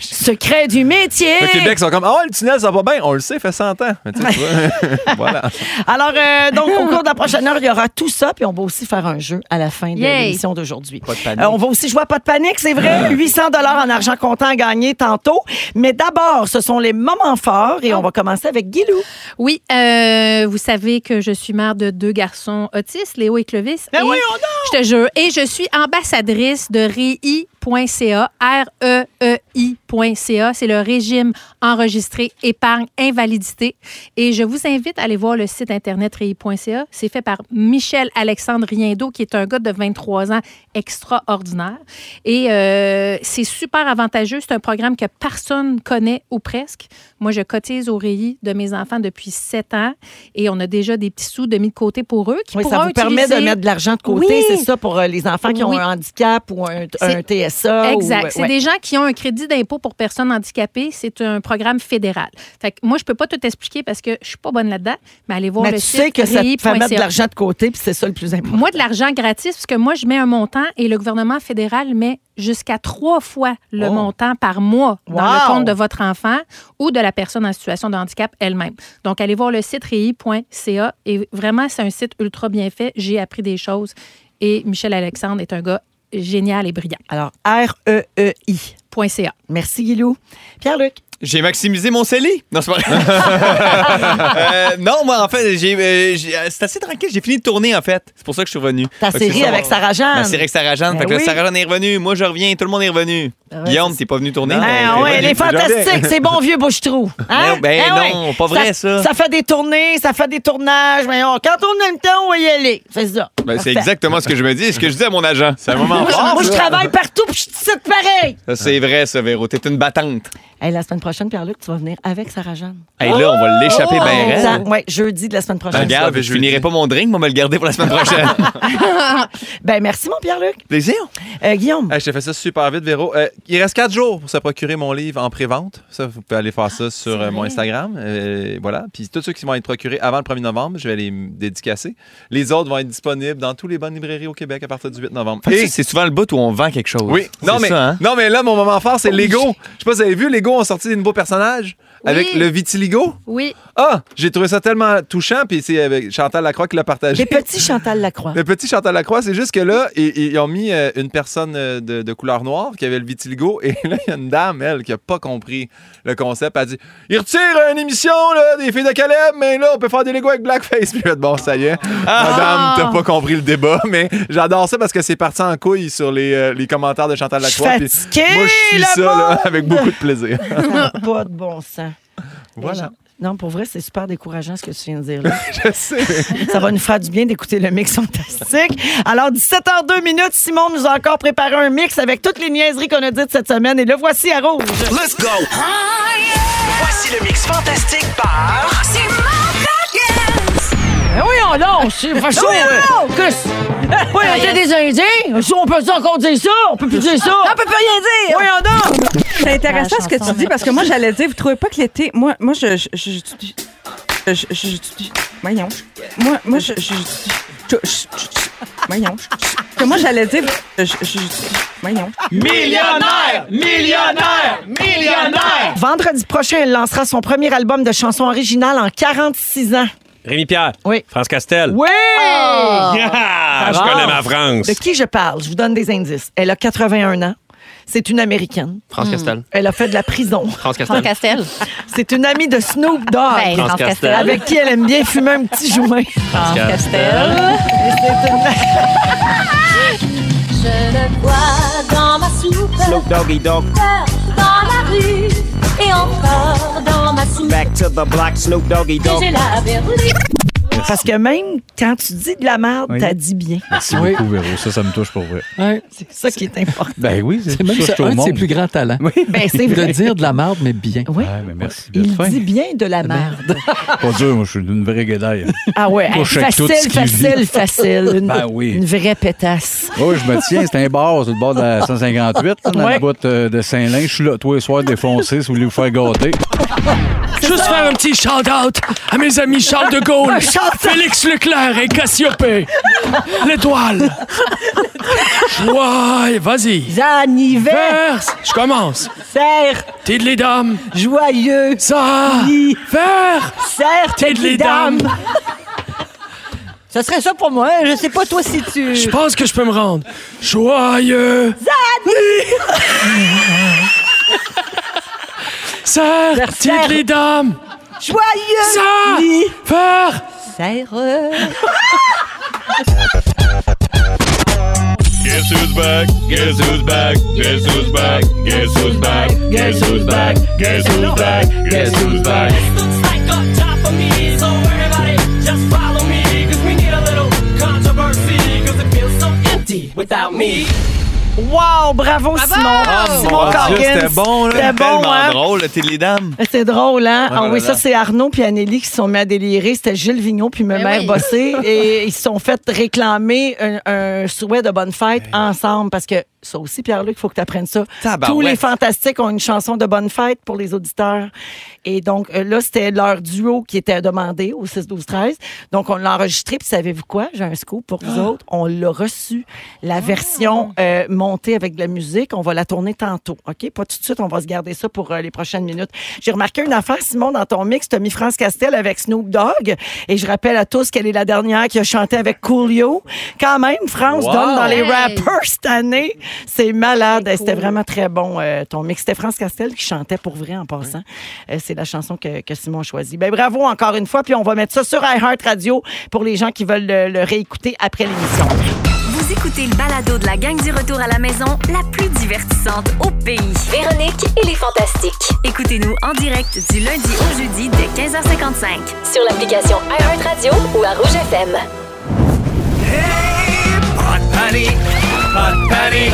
S1: Secret du métier!
S4: Le Québec, ils sont comme, ah, le tunnel, ça va bien. On le sait, fait 100 ans. Mais tu sais, tu vois. [laughs] voilà.
S1: Alors, euh, donc,
S5: [laughs]
S1: au cours de la prochaine heure, il y aura tout ça, puis on va aussi faire un jeu à la fin de
S2: Yay!
S1: l'émission d'aujourd'hui. Euh,
S5: Pas de panique. Ah.
S1: on va aussi jouer à Pas de panique, c'est vrai. 800 dollars en argent comptant à gagner tantôt. Mais d'abord, ce sont les moments forts
S2: Ah.
S1: et on va commencer avec Guilou.
S2: Oui, euh, vous savez que je suis mère de deux garçons autistes, Léo et Clovis.
S1: Mais
S2: et
S1: voyons
S2: E Je te jure. Et je suis ambassadrice de REI.ca, R-E-E-I. régime.ca. C'est le régime enregistré épargne invalidité. Et je vous invite à aller voir le site internet E rei.ca. C'est fait par Michel Alexandre Riendo, qui est un gars de 23 ans extraordinaire. Et euh, c'est super avantageux. C'est un programme que personne connaît ou presque. Moi, je cotise au REI de mes enfants depuis 7 ans et on a déjà des petits sous de mis de côté pour eux. Qui
S1: Oui, ça
S2: pourront
S1: vous permet de
S2: utiliser-
S1: mettre de l'argent de côté,
S2: Oui.
S1: c'est ça, pour euh, les enfants qui ont
S2: Oui.
S1: un handicap ou un, un TSA. ou-
S2: Exact.
S1: Ah, ouais.
S2: C'est des gens qui ont un crédit d'impôt pour personnes handicapées. C'est un programme fédéral. Fait que moi, je peux pas tout expliquer parce que je suis pas bonne là-dedans, mais allez voir
S1: Mais
S2: le
S1: tu
S2: site
S1: sais que ça te fait mettre de
S2: rei.ca.
S1: l'argent de côté, puis c'est ça le plus important.
S2: Moi, de l'argent gratis, parce que moi, je mets un montant et le gouvernement fédéral met jusqu'à trois fois le
S1: Oh.
S2: montant par mois dans le
S1: Wow.
S2: compte de votre enfant ou de la personne en situation de handicap elle-même. Donc, allez voir le site rei.ca et vraiment, c'est un site ultra bien fait. J'ai appris des choses et Michel Alexandre est un gars génial et brillant.
S1: Alors, E R-E-E-I.
S2: .ca.
S1: Merci, Guilou. Pierre-Luc.
S5: J'ai maximisé mon CELI. Non, c'est pas
S1: [laughs]
S5: vrai. Euh, non, moi, en fait, j'ai, euh, j'ai- euh, c'est assez tranquille. J'ai fini de tourner, en fait. C'est pour ça que je suis revenu.
S1: Ta
S5: Fait que c'est
S1: série
S5: ça,
S1: avec
S5: on-
S1: Sarah Jeanne.
S5: Ma série avec Sarah Jeanne.
S1: Ben
S5: fait que là,
S1: oui. Ah
S5: Sarah Jeanne est revenue. Moi, je reviens. Tout le monde est revenu.
S1: Ouais,
S5: Guillaume, t'es pas venu tourner. mais
S1: Ah
S5: t'es
S1: ouais,
S5: revenu.
S1: elle est fantastique, c'est bon vieux
S5: [laughs]
S1: bouche-trou. Hein?
S5: Ben, ben
S1: Ah ouais.
S5: non, pas vrai, ça.
S1: Ça fait des tournées, ça fait des tournages, mais on- quand on a le temps, on va y aller. C'est ça.
S5: Ben, c'est
S1: Parfait.
S5: exactement ce que je me dis et ce que je dis à mon agent. C'est un moment
S1: Moi, je- moi, je travaille partout, puis je suis ici de pareil.
S5: Ça, c'est vrai, ça, Véro. T'es une battante.
S1: Hey, la semaine prochaine, Pierre-Luc, tu vas venir avec Sarah Jeanne.
S5: Hey, là, on
S1: Oh,
S5: va l'échapper
S1: En
S5: bien
S1: même
S5: ben raide.
S1: temps, ouais, jeudi de la semaine
S10: Ah,
S5: Ben,
S1: prochaine.
S5: regarde, je finirai pas mon drink, mais on va le garder pour
S10: [laughs]
S5: la semaine prochaine.
S1: ben merci mon Pierre-Luc.
S5: Plaisir.
S1: Euh, Guillaume.
S4: Hey, je t'ai fait ça super vite, Véro. Euh, il reste quatre jours pour se procurer mon livre en pré-vente. Ça, vous pouvez aller
S5: Ah,
S4: faire ça sur euh, mon Instagram. Euh, voilà. Puis tous ceux qui vont être procurés avant le 1er novembre, je vais les m- dédicacer. Les autres vont être disponibles dans toutes les bonnes librairies au Québec à partir du 8 novembre.
S10: Ah,
S5: Fait que ça, c'est souvent le bout où on vend quelque chose.
S4: Oui.
S5: C'est
S4: Non mais,
S5: ça, hein?
S4: non, mais là, mon moment fort, c'est Lego. Je sais pas si vous avez vu, Lego ont sorti des nouveaux personnages avec
S2: Oui.
S4: le vitiligo.
S2: Oui.
S4: Ah, j'ai trouvé ça tellement touchant. Puis c'est avec Chantal Lacroix qui l'a partagé.
S1: Des petits Chantal Lacroix.
S4: Le petit Chantal Lacroix, c'est juste que là, [laughs] i- i- ils ont mis euh, une personne euh, de, de couleur noire qui avait le vitiligo [laughs] et là, il y a une dame, elle, qui a pas compris le concept. Elle a dit Ils retirent une émission là, des filles de Caleb, mais là, on peut faire des Lego avec Blackface. Puis je vais être bon, ça y est.
S2: Ah!
S4: Madame, t'as pas compris le débat, mais j'adore ça parce que c'est parti en couille sur les, euh, les commentaires de Chantal
S1: Je suis
S4: Lacroix. puis
S1: fatiguée,
S4: moi, je suis
S1: le
S4: ça
S1: monde!
S4: là, avec beaucoup de
S1: [laughs]
S4: plaisir.
S1: Ça n'a pas de bon sens.
S4: voilà.
S1: Non, pour vrai, c'est super décourageant ce que tu viens de dire. Là.
S4: [laughs] Je sais.
S1: Ça va nous faire du bien d'écouter le mix fantastique. Alors, 17h02 minutes, Simon nous a encore préparé un mix avec toutes les niaiseries qu'on a dites cette semaine. Et le voici à rouge.
S6: Let's go! Voici le mix fantastique par. C'est
S1: Ben oui, on lance. [laughs] C'est fait chaud. hein. [laughs] Qu'est-ce- Oui, on était des Indiens. Si on peut ça encore dire ça, on peut plus dire ça.
S11: On peut plus rien dire.
S1: Oui, on danse.
S11: C'est intéressant
S2: Ah,
S11: ce que tu
S2: chanson,
S11: dis parce que moi j'allais dire, vous trouvez pas que l'été, moi, moi je, je, je, je, je- je- je- voyons, moi, moi je, je, je- je- je- je- voyons, je- que moi j'allais dire, je, je- je- voyons.
S6: Millionnaire! Millionnaire! Millionnaire!
S1: Vendredi prochain, elle lancera son premier album de chansons originales en 46 ans.
S12: Rémi Pierre.
S1: Oui.
S12: France Castel.
S1: Oui!
S12: Yeah! Je
S1: France.
S12: connais ma France.
S1: De qui je parle? Je vous donne des indices. Elle a 81 ans. C'est une Américaine.
S13: Hmm.
S12: France Castel.
S1: Elle a fait de la prison.
S12: France
S2: Franck Castel.
S1: C'est une amie de Snoop Dogg.
S2: Ben, France France Castel. Castel.
S1: Avec qui elle aime bien fumer un petit joint.
S2: France
S1: Castel.
S14: Je le vois dans ma soupe,
S15: Snoop Doggy Dogg.
S14: dans la rue et encore dans ma soupe.
S15: Back to the block, Snoop Doggy
S14: que
S15: Dogg.
S14: j'ai la verrue.
S1: Parce que même quand tu dis de la merde,
S10: Oui.
S1: t'as dit bien.
S10: Merci beaucoup, Véro. Ça, ça me touche pour vrai.
S1: C'est ça qui est important.
S10: Ben oui,
S16: C'est même ça, un de ses plus grands talents.
S1: Ben, c'est vrai.
S16: De dire de la marde, mais bien.
S1: Oui.
S10: mais merci.
S1: Il
S10: d'être fin. Eh ben.
S1: dit bien de la merde.
S10: Pas dur, moi, je suis une vraie
S5: [laughs]
S10: guédaille.
S1: Ah ouais,
S10: Moi, je sais que tout ce
S1: facile,
S10: qui
S1: facile,
S10: vit.
S1: facile. Une,
S10: Ben oui.
S1: une vraie pétasse.
S10: Oui, Oh, je me tiens, c'est un bar sur le bord de
S5: [laughs]
S10: la 158, là, dans
S1: Ouais.
S10: la boîte euh, de Saint-Lin. Je suis là tous les soirs défoncé si vous voulez vous faire gâter.
S13: Juste faire un petit shout-out à mes amis Charles de Gaulle,
S10: Un shout-out.
S13: Félix Leclerc et Cassiopée. L'étoile. Joyeux, vas-y. Verse. Je commence.
S1: Serre.
S13: Tides les dames.
S1: Joyeux.
S13: Ça. Faire.
S1: Serre.
S13: Tides les dames.
S1: Ce serait ça pour moi. hein. Je sais pas toi si tu.
S13: Je pense que je peux me rendre. Joyeux. Serre. Tides les dames.
S1: Joyeux.
S13: Ça. Faire.
S1: Serre.
S6: Guess who's
S17: back? Guess who's back? Guess who's back? Guess who's back? Guess who's back? Guess who's back? Guess who's back?
S18: Looks like a job for me, so everybody just follow me, cause we need a little controversy, cause it feels so empty without me.
S1: Wow, bravo, Simon. Simon Coggins.
S5: Oh, C'était bon, là.
S1: C'était bon,
S5: Tellement
S1: hein?
S5: drôle, Oh, le Tilly Dame.
S1: C'est drôle, hein?
S5: Ouais,
S1: Ah oui,
S5: voilà.
S1: ça, c'est Arnaud puis Anneli qui se sont mis à délirer. C'était Gilles Vigneault puis
S5: Ben
S1: ma mère
S19: oui.
S5: [laughs]
S1: Bossé. Et ils se sont fait réclamer un, un souhait de bonne
S5: Ben
S1: fête ensemble parce que ça aussi, Pierre-Luc, il faut que tu apprennes ça.
S5: Tabarouette.
S1: Tous les fantastiques ont une chanson de bonne fête pour les auditeurs. Et donc, euh, là, c'était leur duo qui était demandé au 6-12-13. Donc, on l'a enregistré. Puis, savez-vous quoi? J'ai un scoop pour vous autres. On l'a reçu, la version euh, montée avec de la musique. On va la tourner tantôt. OK? Pas tout de suite. On va se garder ça pour euh, les prochaines minutes. J'ai remarqué une affaire, Simon, dans ton mix. Tu as mis France Castel avec Snoop Dogg. Et je rappelle à tous qu'elle est la dernière qui a chanté avec Coolio. Quand même, France
S19: Wow.
S1: donne dans les
S19: Hey.
S1: rappers cette année. C'est malade. C'était vraiment très bon, euh, ton mix. C'était France Castel qui chantait pour vrai en passant. Euh, c'est la chanson que, que Simon a choisie. Ben, bravo encore une fois. Puis on va mettre ça sur iHeart Radio pour les gens qui veulent le, le réécouter après l'émission.
S7: Vous écoutez le balado de la gang du retour à la maison, la plus divertissante au pays. Véronique et les Fantastiques. Écoutez-nous en direct du lundi au jeudi dès 15h55 sur l'application iHeartRadio ou à Rouge FM.
S6: Pas de panique, pas de panique,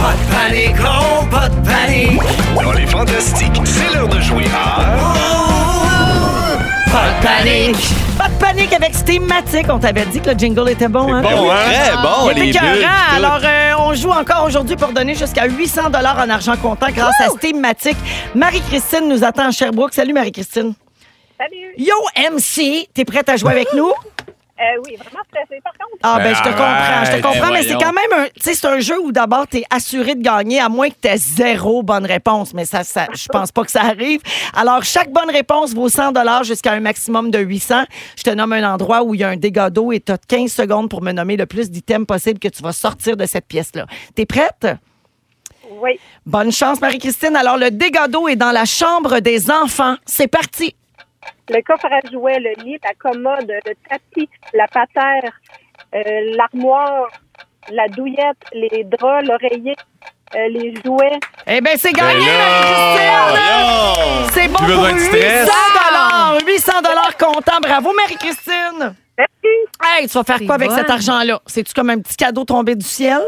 S6: pas de panique, oh, pas de panique. Dans les fantastiques, c'est l'heure de jouer à.
S1: Pas de panique! Pas de panique avec Steamatic. On t'avait dit que le jingle était bon.
S10: Ah,
S1: Hein?
S5: bon, Ben oui, hein? très
S1: Il
S5: bon,
S1: est
S5: les
S1: écœurant.
S5: bulles, tout.
S1: Alors, euh, on joue encore aujourd'hui pour donner jusqu'à 800 en argent comptant grâce à Steamatic. Marie-Christine nous attend à Sherbrooke. Salut, Marie-Christine. Salut. Yo, MC, t'es prête à jouer avec nous?
S20: Euh, oui, vraiment stressée par contre.
S1: Ah ben je te
S20: Ben,
S1: comprends, je te
S20: arrête,
S1: comprends,
S20: ben
S1: mais c'est
S20: voyons.
S1: quand même un, tu sais, c'est un jeu où d'abord tu es assuré de gagner à moins que tu aies zéro bonne réponse, mais ça, ça je pense pas que ça arrive. Alors chaque bonne réponse vaut 100 dollars jusqu'à un maximum de 800. Je te nomme un endroit où il y a un dégât d'eau et tu as 15 secondes pour me nommer le plus d'items possible que tu vas sortir de cette pièce là. T'es prête
S20: Oui.
S1: Bonne chance Marie-Christine. Alors le dégât d'eau est dans la chambre des enfants. C'est parti.
S20: Le coffre à jouets, le lit, la commode, le tapis, la patère, euh, l'armoire, la douillette, les draps, l'oreiller, euh, les jouets.
S1: Eh bien, c'est gagné, Marie-Christine! C'est bon
S20: Plus
S1: pour
S20: besoin de
S1: 800
S20: stress.
S1: 800 comptant. Bravo, Marie-Christine! Merci! Hey, tu vas faire quoi avec
S20: bonne.
S1: cet argent-là? C'est-tu comme un petit cadeau tombé du ciel?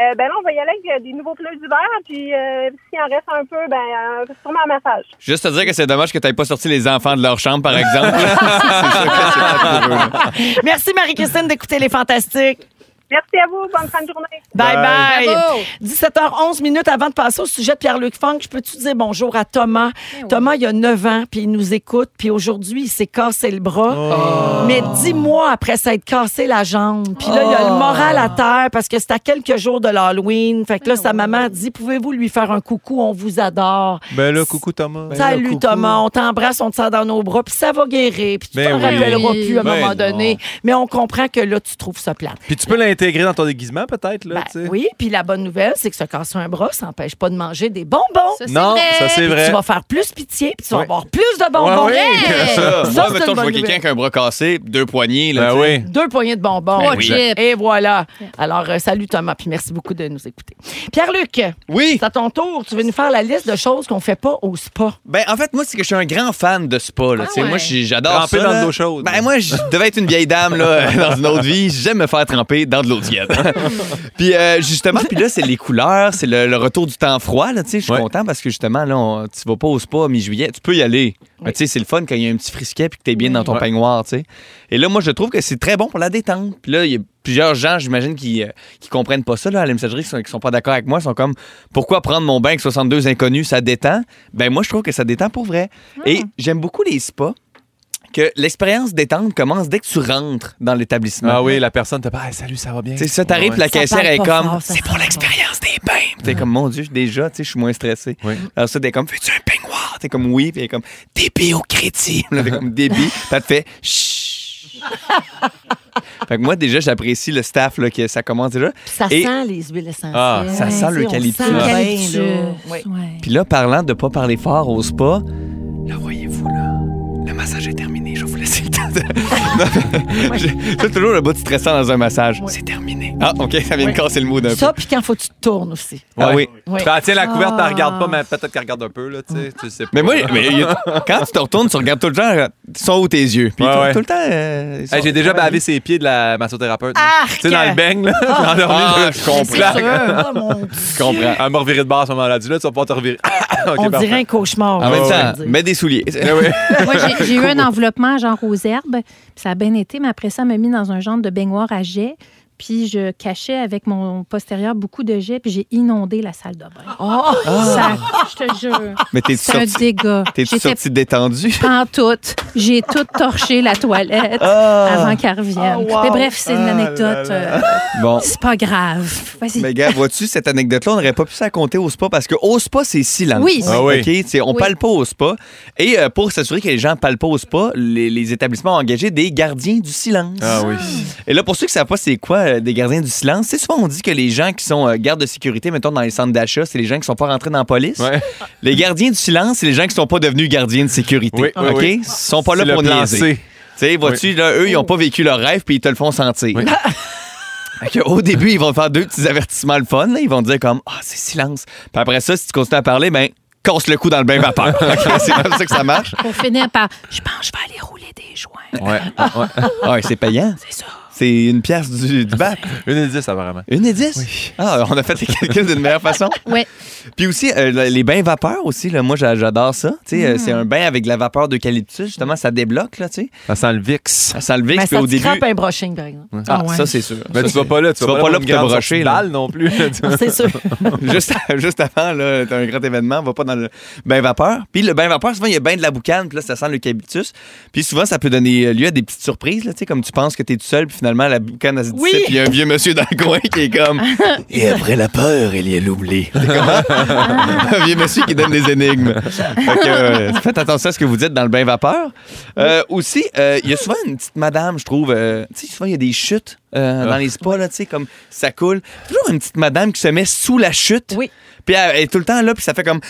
S20: Euh, ben là, on va y aller avec euh, des nouveaux pneus d'hiver, puis euh, s'il en reste un peu, ben euh, sûrement un massage.
S5: Juste te dire que c'est dommage que t'aies pas sorti les enfants de leur
S10: [laughs]
S5: chambre, par exemple. C'est ça que c'est pas pour eux, là.
S1: Merci, Marie-Christine, d'écouter Les Fantastiques.
S20: Merci à vous, bonne fin de journée.
S1: Bye
S20: Bye.
S1: bye.
S20: Bravo.
S1: 17h11 minutes avant de passer au sujet de Pierre-Luc Funk, je peux-tu dire bonjour à Thomas? Thomas, il y a 9 ans, puis il nous écoute, puis aujourd'hui, il s'est cassé le bras. Mais 10 mois après s'être cassé la jambe. Puis là, il a le moral à terre parce que c'est à quelques jours de l'Halloween. Fait que là, sa maman dit Pouvez-vous lui faire un coucou? On vous adore.
S4: Ben là, coucou Thomas. Ben là,
S1: Salut
S4: coucou.
S1: Thomas, on t'embrasse, on te sent dans nos bras, puis ça va guérir, puis tu
S4: Ben
S1: t'en
S4: oui.
S1: rappelleras plus à un
S4: Ben
S1: moment
S4: non.
S1: donné. Mais on comprend que là, tu trouves ça plate.
S4: Puis tu peux l'intégrer dans ton déguisement, peut-être, là, tu sais.
S1: Ben Oui, puis la bonne nouvelle, c'est que se casser un bras, ça n'empêche pas de manger des bonbons.
S4: c'est Non, vrai. ça, c'est
S1: Puis
S4: vrai.
S1: Tu vas faire plus pitié, puis tu vas
S4: Ouais.
S1: avoir plus de bonbons.
S4: Ouais, [laughs] oui.
S1: Ça,
S5: C'est ça. Moi,
S1: c'est
S5: mettons,
S1: une
S5: je vois
S1: bonne
S5: quelqu'un
S1: nouvelle.
S5: qui a un bras cassé, deux poignées.
S4: Ben
S5: Là, oui.
S1: Deux poignées de bonbons.
S5: Ben oui. Exact.
S1: Et voilà. Alors, euh, salut Thomas, puis merci beaucoup de nous écouter. Pierre-Luc,
S5: oui.
S1: c'est à ton tour. Tu veux nous faire la liste de choses qu'on fait pas au spa.
S5: Ben, en fait, moi, c'est que je suis un grand fan de spa.
S1: Ah
S5: Là, tu sais. Moi, j'ai- j'adore
S4: Tremper
S5: ça.
S4: dans
S5: là.
S4: de l'eau chaude.
S5: Ben, moi, je devais être une vieille dame là, [laughs] dans une autre vie. J'aime me faire tremper dans de
S1: [laughs]
S5: l'eau tiède. puis, euh, justement, puis là, c'est les couleurs, c'est le, le retour du temps froid. là, tu sais. Je suis content parce que, justement, là, on- tu vas pas au spa mi-juillet. Tu peux y aller. Mais tu sais, c'est le fun quand il y a un petit frisquet puis que tu es bien dans ton peignoir. tu sais. Et là, moi, je trouve que c'est très bon pour la détente. Puis là, il y a plusieurs gens, j'imagine, qui, euh, qui comprennent pas ça là, à la messagerie, qui sont, qui sont pas d'accord avec moi, sont comme pourquoi prendre mon bain avec 62 inconnus, ça détend. Ben moi, je trouve que ça détend pour vrai.
S1: Hmm.
S5: Et j'aime beaucoup les spas que l'expérience détente commence dès que tu rentres dans l'établissement.
S4: Ah oui, Ah la personne te dit ah, salut, ça va bien.
S5: C'est ça, t'arrives,
S4: Ouais.
S5: puis la caissière est comme.
S1: c'est pour
S5: l'expérience des bains. T'es comme, mon Dieu, déjà, tu sais, je suis moins stressé. Alors ça, t'es comme, fais-tu un peignoir? T'es comme, oui, puis elle est comme, débit au crédit. Là, T'es comme,
S1: [laughs]
S5: débit. Puis elle te fait, chut. fait que moi, déjà, j'apprécie le staff, là, que ça commence déjà.
S1: Ça
S5: Et-
S1: sent les huiles essentielles.
S5: Ah, ça sent
S1: Tu sais, on
S5: l'eucalyptus.
S1: sent bien,
S5: L'eucalyptus,
S2: Ben,
S1: là. Oui.
S5: Puis là, parlant de [laughs] pas parler fort au spa, là, voyez-vous, là, le massage est terminé. Je vais vous laisse le temps C'est toujours le bout de stressant dans un massage. C'est terminé. Ah, OK, ça vient de casser le mood un peu.
S1: Ça, puis quand faut que tu te tournes aussi.
S5: Ah oui.
S4: Ben, tiens, la couverte, elle regarde pas, mais peut-être qu'elle regarde un peu, là, tu sais, tu sais pas.
S5: Mais moi, mais il y a- quand tu te retournes, tu regardes tout le temps, ils sont où tes yeux? Puis
S4: Ouais,
S5: tout-
S4: ouais.
S5: tout le temps. euh, ils sont-
S4: Hey, J'ai déjà bavé ses pieds de la massothérapeute.
S5: Arc!
S4: Tu sais, dans le bang, là.
S5: Ah!
S4: J'ai endormi,
S5: Ah,
S4: là,
S5: c'est
S4: je comprends.
S1: sûr. Oh, mon
S4: Je comprends. Elle m'a reviré de bord à ce moment-là. Elle dit, là, tu vas pas te revirer. [laughs] Ok,
S1: On
S4: parfait.
S1: dirait un cauchemar.
S5: En même
S1: je
S5: temps,
S1: veux dire.
S5: mets des souliers.
S4: Ah oui.
S2: Moi, j'ai- j'ai eu un enveloppement genre aux herbes, puis ça a bien été, mais après ça, elle m'a mis dans un genre de baignoire à jet, puis je cachais avec mon postérieur beaucoup de jet, puis j'ai inondé la salle de bain.
S1: Oh!
S2: Ça, je te jure.
S5: [laughs] Mais t'es
S2: C'est un
S5: sorti.
S2: dégât.
S5: T'es
S2: J'étais
S5: sorti détendu.
S2: En tout, j'ai tout torché la toilette
S5: Ah!
S2: avant qu'elle revienne.
S1: wow.
S2: Mais bref, c'est une anecdote. euh,
S5: Bon.
S2: C'est pas grave. Vas-y.
S5: Mais gars, vois-tu, cette anecdote-là, on n'aurait pas pu ça compter au spa parce que au spa, c'est silence.
S2: Oui. Ah oui.
S5: OK? T'sais, on
S2: Oui.
S5: parle pas au spa. Et euh, pour s'assurer que les gens parlent pas au spa, les, les établissements ont engagé des gardiens du silence.
S4: Ah oui.
S5: Et là, pour ceux qui ne savent pas c'est quoi euh, des gardiens du silence, c'est souvent on dit que les gens qui sont euh, gardes de sécurité, mettons dans les centres d'achat, c'est les gens qui sont pas rentrés dans la police. Les gardiens du silence, c'est les gens qui sont pas devenus gardiens de sécurité.
S4: Oui, oui,
S5: OK?
S4: oui.
S5: Ils sont pas
S4: C'est
S5: là
S4: le
S5: pour
S4: plan
S5: niaiser.
S4: C.
S5: Tu sais, vois-tu, là, eux, ils ont pas vécu leur rêve puis ils te le font sentir. [laughs] Fait que Au début, ils vont faire deux petits avertissements le fun. là. Ils vont te dire comme Ah, c'est silence. Puis après ça, si tu continues à parler, ben, casse le cou dans le bain
S4: [laughs]
S5: vapeur. Ok, c'est comme ça que ça marche.
S2: Pour finir par, je pense que je vais aller rouler des joints.
S5: Ouais. Ah, ouais. Ouais, c'est payant. C'est ça. C'est une pièce du, du bac.
S4: [laughs] Une et dix, apparemment.
S5: Une et dix? Ah, on a fait les calculs d'une meilleure façon.
S2: Ouais.
S5: Puis aussi, euh, les bains vapeur aussi, là, moi j'a- j'adore ça. Tu sais, euh,
S2: Mm.
S5: C'est un bain avec de la vapeur d'eucalyptus, justement, ça débloque. Là, tu sais.
S4: Ça sent le VIX. Ça
S5: sent le VIX,
S1: Mais
S2: Ben,
S5: puis
S1: Ben, ça
S5: au
S1: te
S5: début.
S1: crampe un brushing, par exemple.
S5: Ah, ça, c'est sûr.
S4: Mais
S5: Ça,
S4: Ben, tu vas
S5: c'est-
S4: pas là, tu vas pas là pour
S5: pour
S4: une
S5: te
S4: grande
S5: brocher.
S4: sortie de
S5: là.
S4: balle non plus. [laughs]
S1: C'est sûr.
S5: [laughs] juste, juste avant, là, t'as un grand événement, va pas dans le bain vapeur. Puis le bain vapeur, souvent, il y a bain de la boucane, puis là, ça sent le cabitus. Puis souvent, ça peut donner lieu à des petites surprises, là, tu sais, comme tu penses que t'es tout seul, puis finalement, la boucane, elle se
S1: Oui.
S5: dissipe, puis il y a un vieux monsieur dans le coin qui est comme. Et après la peur, il y a l'oubli. T'es comme, Ah! un vieux monsieur qui donne des énigmes. Fait que, euh, faites attention à ce que vous dites dans le bain vapeur. Euh, aussi, euh, il y a souvent une petite madame, je trouve. euh, tu sais, souvent, il y a des chutes
S4: Ah.
S5: euh, dans les spas, là, tu sais, comme ça coule. Toujours une petite madame qui se met sous la chute.
S1: Oui.
S5: Puis elle, elle est tout le temps là, puis ça fait comme.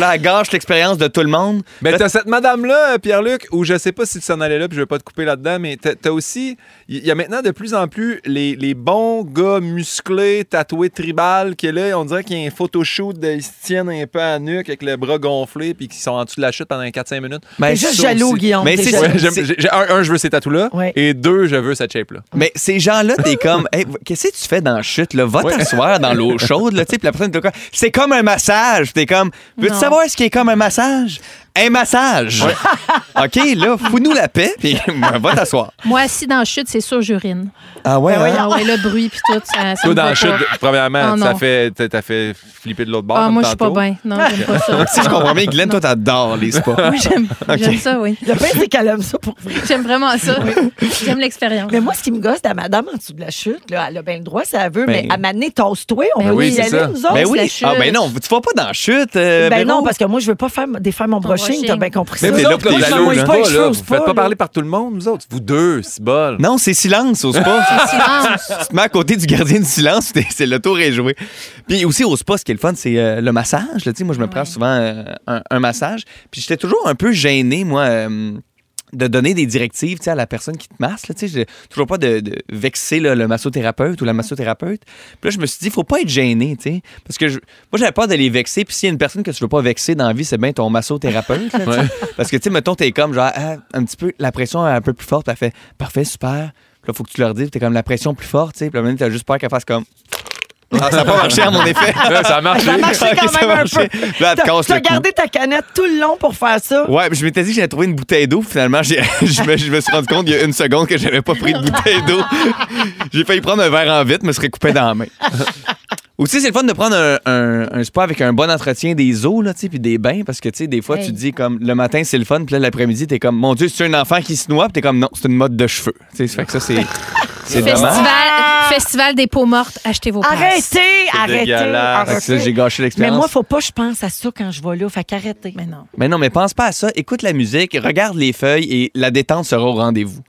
S5: Là, elle gâche l'expérience de tout le monde.
S4: Mais Ben, t'as cette madame-là, euh, Pierre-Luc, où je sais pas si tu s'en allais là, puis je vais pas te couper là-dedans, mais t'as t'as aussi. Il y a maintenant de plus en plus les, les bons gars musclés, tatoués tribal, qui là, on dirait qu'il y a un photoshoot, de- ils se tiennent un peu à nuque avec le bras gonflé, puis qui sont en dessous de la chute pendant 4-5 minutes.
S5: Mais
S4: Ça
S5: juste jaloux,
S4: aussi.
S5: Guillaume, ben, Mais t'es c'est- jaloux.
S4: Ouais, j'aime-
S5: c'est-
S4: j'ai- j'ai- un, un, je veux ces tatous-là,
S1: Ouais.
S4: et deux, je veux cette shape-là.
S5: Mais ces gens-là,
S1: [laughs]
S5: t'es comme, Hey, qu'est-ce que tu fais dans la chute? Là? Va t'asseoir
S1: [laughs]
S5: dans l'eau chaude. Là, tu sais. puis la personne, t'es comme, c'est comme un massage. T'es comme, veux-tu
S2: Non.
S5: savoir ce qui est comme un massage? Un massage. [laughs] OK, là, fous-nous la paix, puis [laughs] va t'asseoir.
S2: Moi, assis dans la chute, c'est sûr, j'urine.
S5: Ah
S1: Ben
S5: ouais, ouais.
S2: Ah ouais, le bruit, puis tout. Ça, ça
S4: Toi,
S2: me
S4: dans
S2: va
S4: la chute,
S2: pas.
S4: premièrement,
S2: Ah,
S4: ça
S2: non.
S4: fait, t'as t'as fait flipper de l'autre bord.
S2: Ah,
S4: comme
S2: moi, je suis pas
S4: tantôt.
S2: bien. Non, j'aime pas ça.
S5: [laughs] si je comprends bien, Glenn, toi, t'adores
S1: [laughs]
S5: les spas. Ben
S2: Moi,
S5: [laughs]
S2: j'aime j'aime ça, oui.
S1: Le pire, c'est qu'elle aime ça pour vrai.
S2: J'aime vraiment ça. J'aime l'expérience.
S1: Mais moi, ce qui me gosse, la madame en dessous de la chute, là, elle a bien le droit, si elle veut,
S5: Ben-
S1: mais à m'amener, tosse-toi, on
S5: Ben
S1: va
S5: oui,
S1: y
S5: c'est
S1: aller,
S5: ça.
S1: nous autres,
S5: Ben
S1: c'est
S5: oui.
S1: la chute.
S5: Ah, ben non, tu vas pas dans la chute. euh,
S1: Ben
S5: Véro.
S1: non, parce que moi, je veux pas faire, défaire mon brushing,
S2: brushing.
S1: t'as bien compris
S5: Mais
S1: ça.
S5: t'es là pour
S1: Moi,
S5: la
S1: je
S5: loue,
S1: m'envoie
S5: là.
S1: pas les
S4: Pas, là,
S1: cheveux au
S4: vous
S1: spa,
S4: faites
S1: là.
S4: pas parler par tout le monde, vous autres. Vous deux, c'est bol.
S5: Non, c'est silence au spa.
S1: [laughs]
S2: silence.
S5: tu te mets à côté du gardien du silence, t'es- c'est le tour est joué. Puis aussi au spa, ce qui est le fun, c'est euh, le massage. là. Tu sais, moi, je me prends souvent euh, un, un massage. Puis j'étais toujours un peu gêné, moi. euh, de donner des directives tu sais, à la personne qui te masse. Là, tu sais, j'ai toujours pas de, de vexer là, le massothérapeute ou la massothérapeute. Puis là, je me suis dit, faut pas être gêné. tu sais, Parce que je- moi, j'avais peur de les vexer. Puis s'il y a une personne que tu veux pas vexer dans la vie, c'est bien ton massothérapeute. là, tu sais. Parce que, tu sais, mettons, t'es comme, genre, ah, un petit peu, la pression est un peu plus forte. Elle fait, parfait, super. Puis là, faut que tu leur dises, t'es comme la pression plus forte, tu sais. Puis là, maintenant, t'as juste peur qu'elle fasse comme. Ah, ça n'a pas marché à mon effet.
S4: Ouais, ça
S2: [laughs]
S4: a marché.
S1: Ça a marché quand
S5: Ok, ça a
S1: même un
S5: marché.
S1: peu.
S5: Là, elle te
S1: T'as-
S5: casse le
S1: T'as
S5: cou. Oh,
S1: gardé ta canette tout le long pour faire ça.
S5: Ouais, puis je m'étais dit que j'allais trouver une bouteille d'eau. Finalement, j'ai- [laughs] je, me, je me suis rendu compte il y a une seconde que j'avais pas pris de bouteille d'eau. [laughs] J'ai failli prendre un verre en vite, me serait coupé dans la main. Aussi, c'est le fun de prendre un, un, un spa avec un bon entretien des eaux, là, tu sais, puis des bains, parce que, tu sais, des fois,
S2: Hey.
S5: tu te dis comme le matin, c'est le fun, puis là, l'après-midi, t'es comme, mon Dieu, c'est un enfant qui se noie, puis t'es comme, non, c'est une mode de cheveux. Tu sais, ça fait que ça, c'est. C'est
S2: Festival,
S5: dommage.
S2: Festival des peaux mortes, achetez vos passes.
S1: Arrêtez, arrêtez.
S5: dégueulasse. Fait que là,
S1: arrêtez.
S5: j'ai gâché l'expérience.
S1: Mais moi, faut pas que je pense à ça quand je vais là. Fait qu'arrêtez. Mais non.
S5: Mais non, mais pense pas à ça. Écoute la musique, regarde les feuilles et la détente sera au rendez-vous.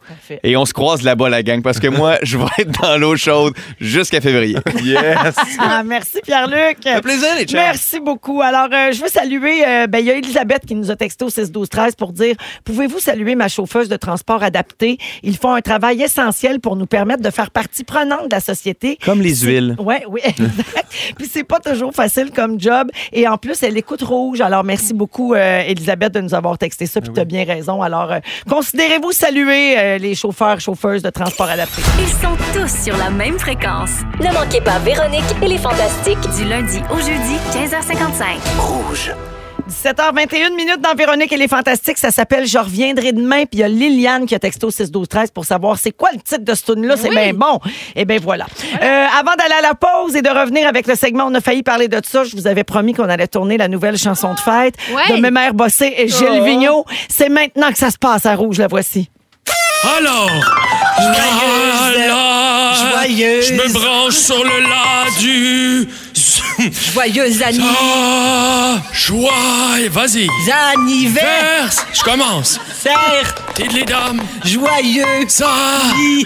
S5: Et on se croise là-bas, la gang, parce que moi, je vais être dans l'eau chaude jusqu'à février. Yes!
S1: Ah, merci Pierre-Luc.
S5: fait plaisir, [laughs] les chums.
S1: Merci beaucoup. Alors, euh, je veux saluer, euh, ben, il y a Elisabeth qui nous a texté au 6-12-13 pour dire Pouvez-vous saluer ma chauffeuse de transport adaptée Ils font un travail essentiel pour nous permettre de faire partie prenante de la société.
S5: Comme les huiles.
S1: Ouais, oui, [laughs] exact. Puis c'est pas toujours facile comme job. Et en plus, elle écoute rouge. Alors, merci beaucoup, euh, Elisabeth, de nous avoir texté ça. Puis tu as bien raison. Alors, euh, considérez-vous saluer euh, les chauffeurs, chauffeuses de transport adapté.
S7: Ils sont tous sur la même fréquence. Ne manquez pas Véronique et les Fantastiques du lundi au jeudi 15h55. Rouge.
S1: 17h21 minutes dans Véronique et les Fantastiques. Ça s'appelle Je reviendrai demain. Puis il y a Liliane qui a texté au 6-12-13 pour savoir c'est quoi le titre de ce tune-là. C'est bien bon. Et bien voilà. Euh, avant d'aller à la pause et de revenir avec le segment On a failli parler de ça, je vous avais promis qu'on allait tourner la nouvelle chanson de fête
S2: Ouais.
S1: de Mémère Bossé et Gilles
S2: Oh.
S1: Vigneault. C'est maintenant que ça se passe à Rouge, la voici.
S13: Alors, là, là,
S19: joyeuse.
S13: je me branche sur le la du...
S19: Joyeuse anniv-
S13: Ah, joie, et vas-y.
S19: anniversaire.
S13: Verse, je commence. Tide les dames.
S19: Joyeux.
S13: Ça.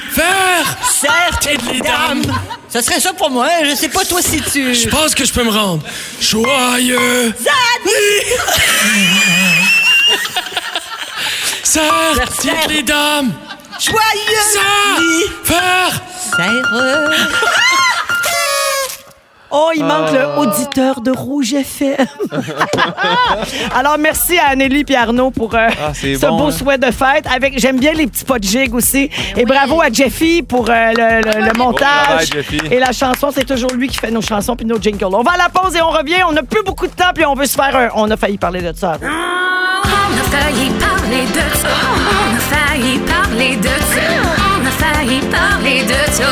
S13: Faire.
S19: Certes.
S13: Tide les dames.
S19: Ça serait ça pour moi. hein. Je sais pas toi si tu.
S13: Je pense que je peux me rendre. Joyeux. Sœur, dites les dames.
S19: Joyeux.
S13: Sœur, faire.
S1: Oh, il
S13: Ah.
S1: manque le auditeur de Rouge
S4: [laughs]
S1: FM. Alors, merci à Anneli et Arnaud pour euh,
S4: Ah, c'est
S1: ce
S4: bon,
S1: beau
S4: hein. Ben
S1: souhait de fête. Avec, J'aime bien les petits pas de jig aussi. Et bravo à Jeffy pour euh, le, le- le montage.
S4: travail, Jeffy.
S1: et la chanson, c'est toujours lui qui fait nos chansons puis nos jingles. On va à la pause et on revient. On n'a plus beaucoup de temps puis on veut se faire un... On a failli parler de ça.
S7: On a failli parler de ça. On a failli parler de ça. On a failli parler de ça.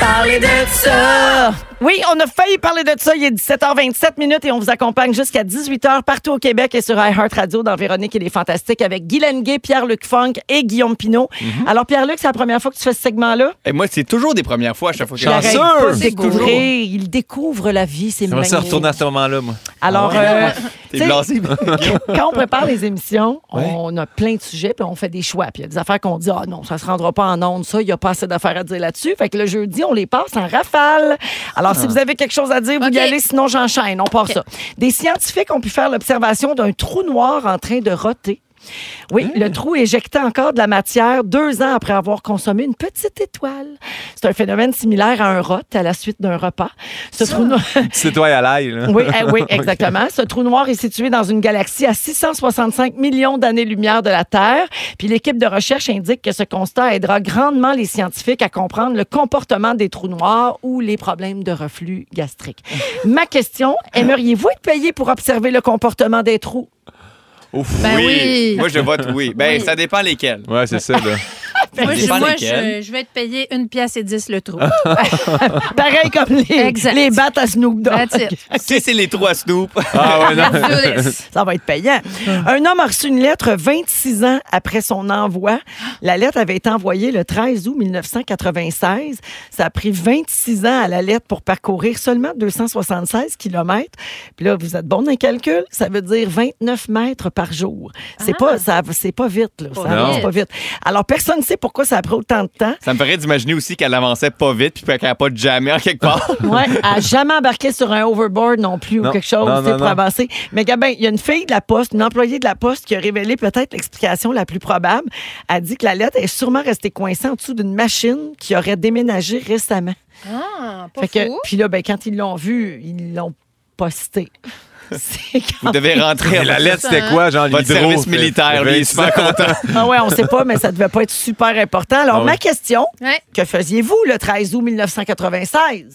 S1: Parler de ça. Oui, on a failli parler de ça. Il est 17h27 minutes et on vous accompagne jusqu'à 18h partout au Québec et sur iHeartRadio dans Véronique et les Fantastiques avec Guy Lenguet, Pierre-Luc Funk et Guillaume Pinot.
S4: Mhm.
S1: Alors, Pierre-Luc, c'est la première fois que tu fais ce segment-là.
S5: Et moi, c'est toujours des premières fois à chaque fois que
S1: Il arrête pas de
S5: C'est
S1: découvrir.
S5: toujours.
S1: Il découvre la vie, c'est
S4: J'aimerais ça retourner à
S1: magnifique.
S4: ce moment-là, moi.
S1: Alors, euh,
S4: T'es
S1: tu sais,
S4: blasé, moi.
S1: [laughs] quand on prépare les émissions,
S4: Ouais.
S1: on a plein de sujets, puis on fait des choix. Puis il y a des affaires qu'on dit, ah non, ça se rendra pas en ondes, ça, il y a pas assez d'affaires à dire là-dessus. Fait que le jeudi, on les passe en rafale. Alors, si
S2: Ah.
S1: vous avez quelque chose à dire, vous y allez, sinon j'enchaîne, on part ça. Des scientifiques ont pu faire l'observation d'un trou noir en train de roter. Oui, le trou éjectait encore de la matière deux ans après avoir consommé une petite étoile. C'est un phénomène similaire à un rot à la suite d'un repas. Ce trou [laughs] noir...
S4: C'est toi Ah. à l'ail, là.
S1: [laughs] Oui, eh oui, exactement. Ce trou noir est situé dans une galaxie à 665 millions d'années-lumière de la Terre. Puis l'équipe de recherche indique que ce constat aidera grandement les scientifiques à comprendre le comportement des trous noirs ou les problèmes de reflux gastrique. Ma question, aimeriez-vous être payé pour observer le comportement des trous?
S4: Ouf.
S1: Ben oui.
S5: Moi, je vote oui. Ben,
S2: Oui.
S5: ça dépend lesquels.
S4: [laughs] Ouais, c'est ça, là.
S2: Moi, je,
S5: dépend
S2: moi,
S5: lesquels.
S2: je- je vais te payer une pièce et dix le trou.
S5: Ah,
S1: Pareil comme les, les battes à Snoop Dogg.
S5: Si c'est les trois Snoop. [laughs]
S4: Ah
S2: [laughs]
S4: ouais, non.
S1: Ça va être payant. Un homme a reçu une lettre 26 ans après son envoi. La lettre avait été envoyée le 13 août 1996. Ça a pris 26 ans à la lettre pour parcourir seulement 276 kilomètres. Puis là, vous êtes bon dans les calculs. Ça veut dire 29 mètres par jour. C'est pas, ça, c'est pas vite, là. Ça
S5: Ah. Pas
S1: avance
S5: vite.
S1: pas vite. Alors, personne ne sait pourquoi ça a pris autant de temps.
S5: Ça me ferait d'imaginer aussi qu'elle avançait pas vite puis qu'elle n'avait pas de jamais en quelque part.
S1: Ouais, à jamais embarquer sur un overboard non plus ou
S5: Non,
S1: quelque chose
S5: non,
S1: tu sais,
S5: non,
S1: pour
S5: non.
S1: avancer. Mais Gabin, il y a une fille de la Poste, une employée de la Poste qui a révélé peut-être l'explication la plus probable. Elle dit que la lettre est sûrement restée coincée en dessous d'une machine qui aurait déménagé récemment.
S2: Ah, pas
S1: Fait que,
S2: fou.
S1: puis là, ben, quand ils l'ont vue, ils l'ont
S2: [laughs]
S1: postée. [laughs] Ah, C'est
S5: Vous
S1: quand
S5: devez
S1: même-
S5: rentrer.
S4: Mais la lettre, c'était quoi, genre,
S5: Votre
S4: l'hydro,
S5: service
S4: c'est-
S5: militaire, lui, il est super [laughs] content.
S1: Ah ouais, on sait pas, mais ça devait pas être super important. Alors,
S4: Ah oui.
S1: ma question,
S2: Ouais.
S1: que faisiez-vous le 13 août 1996?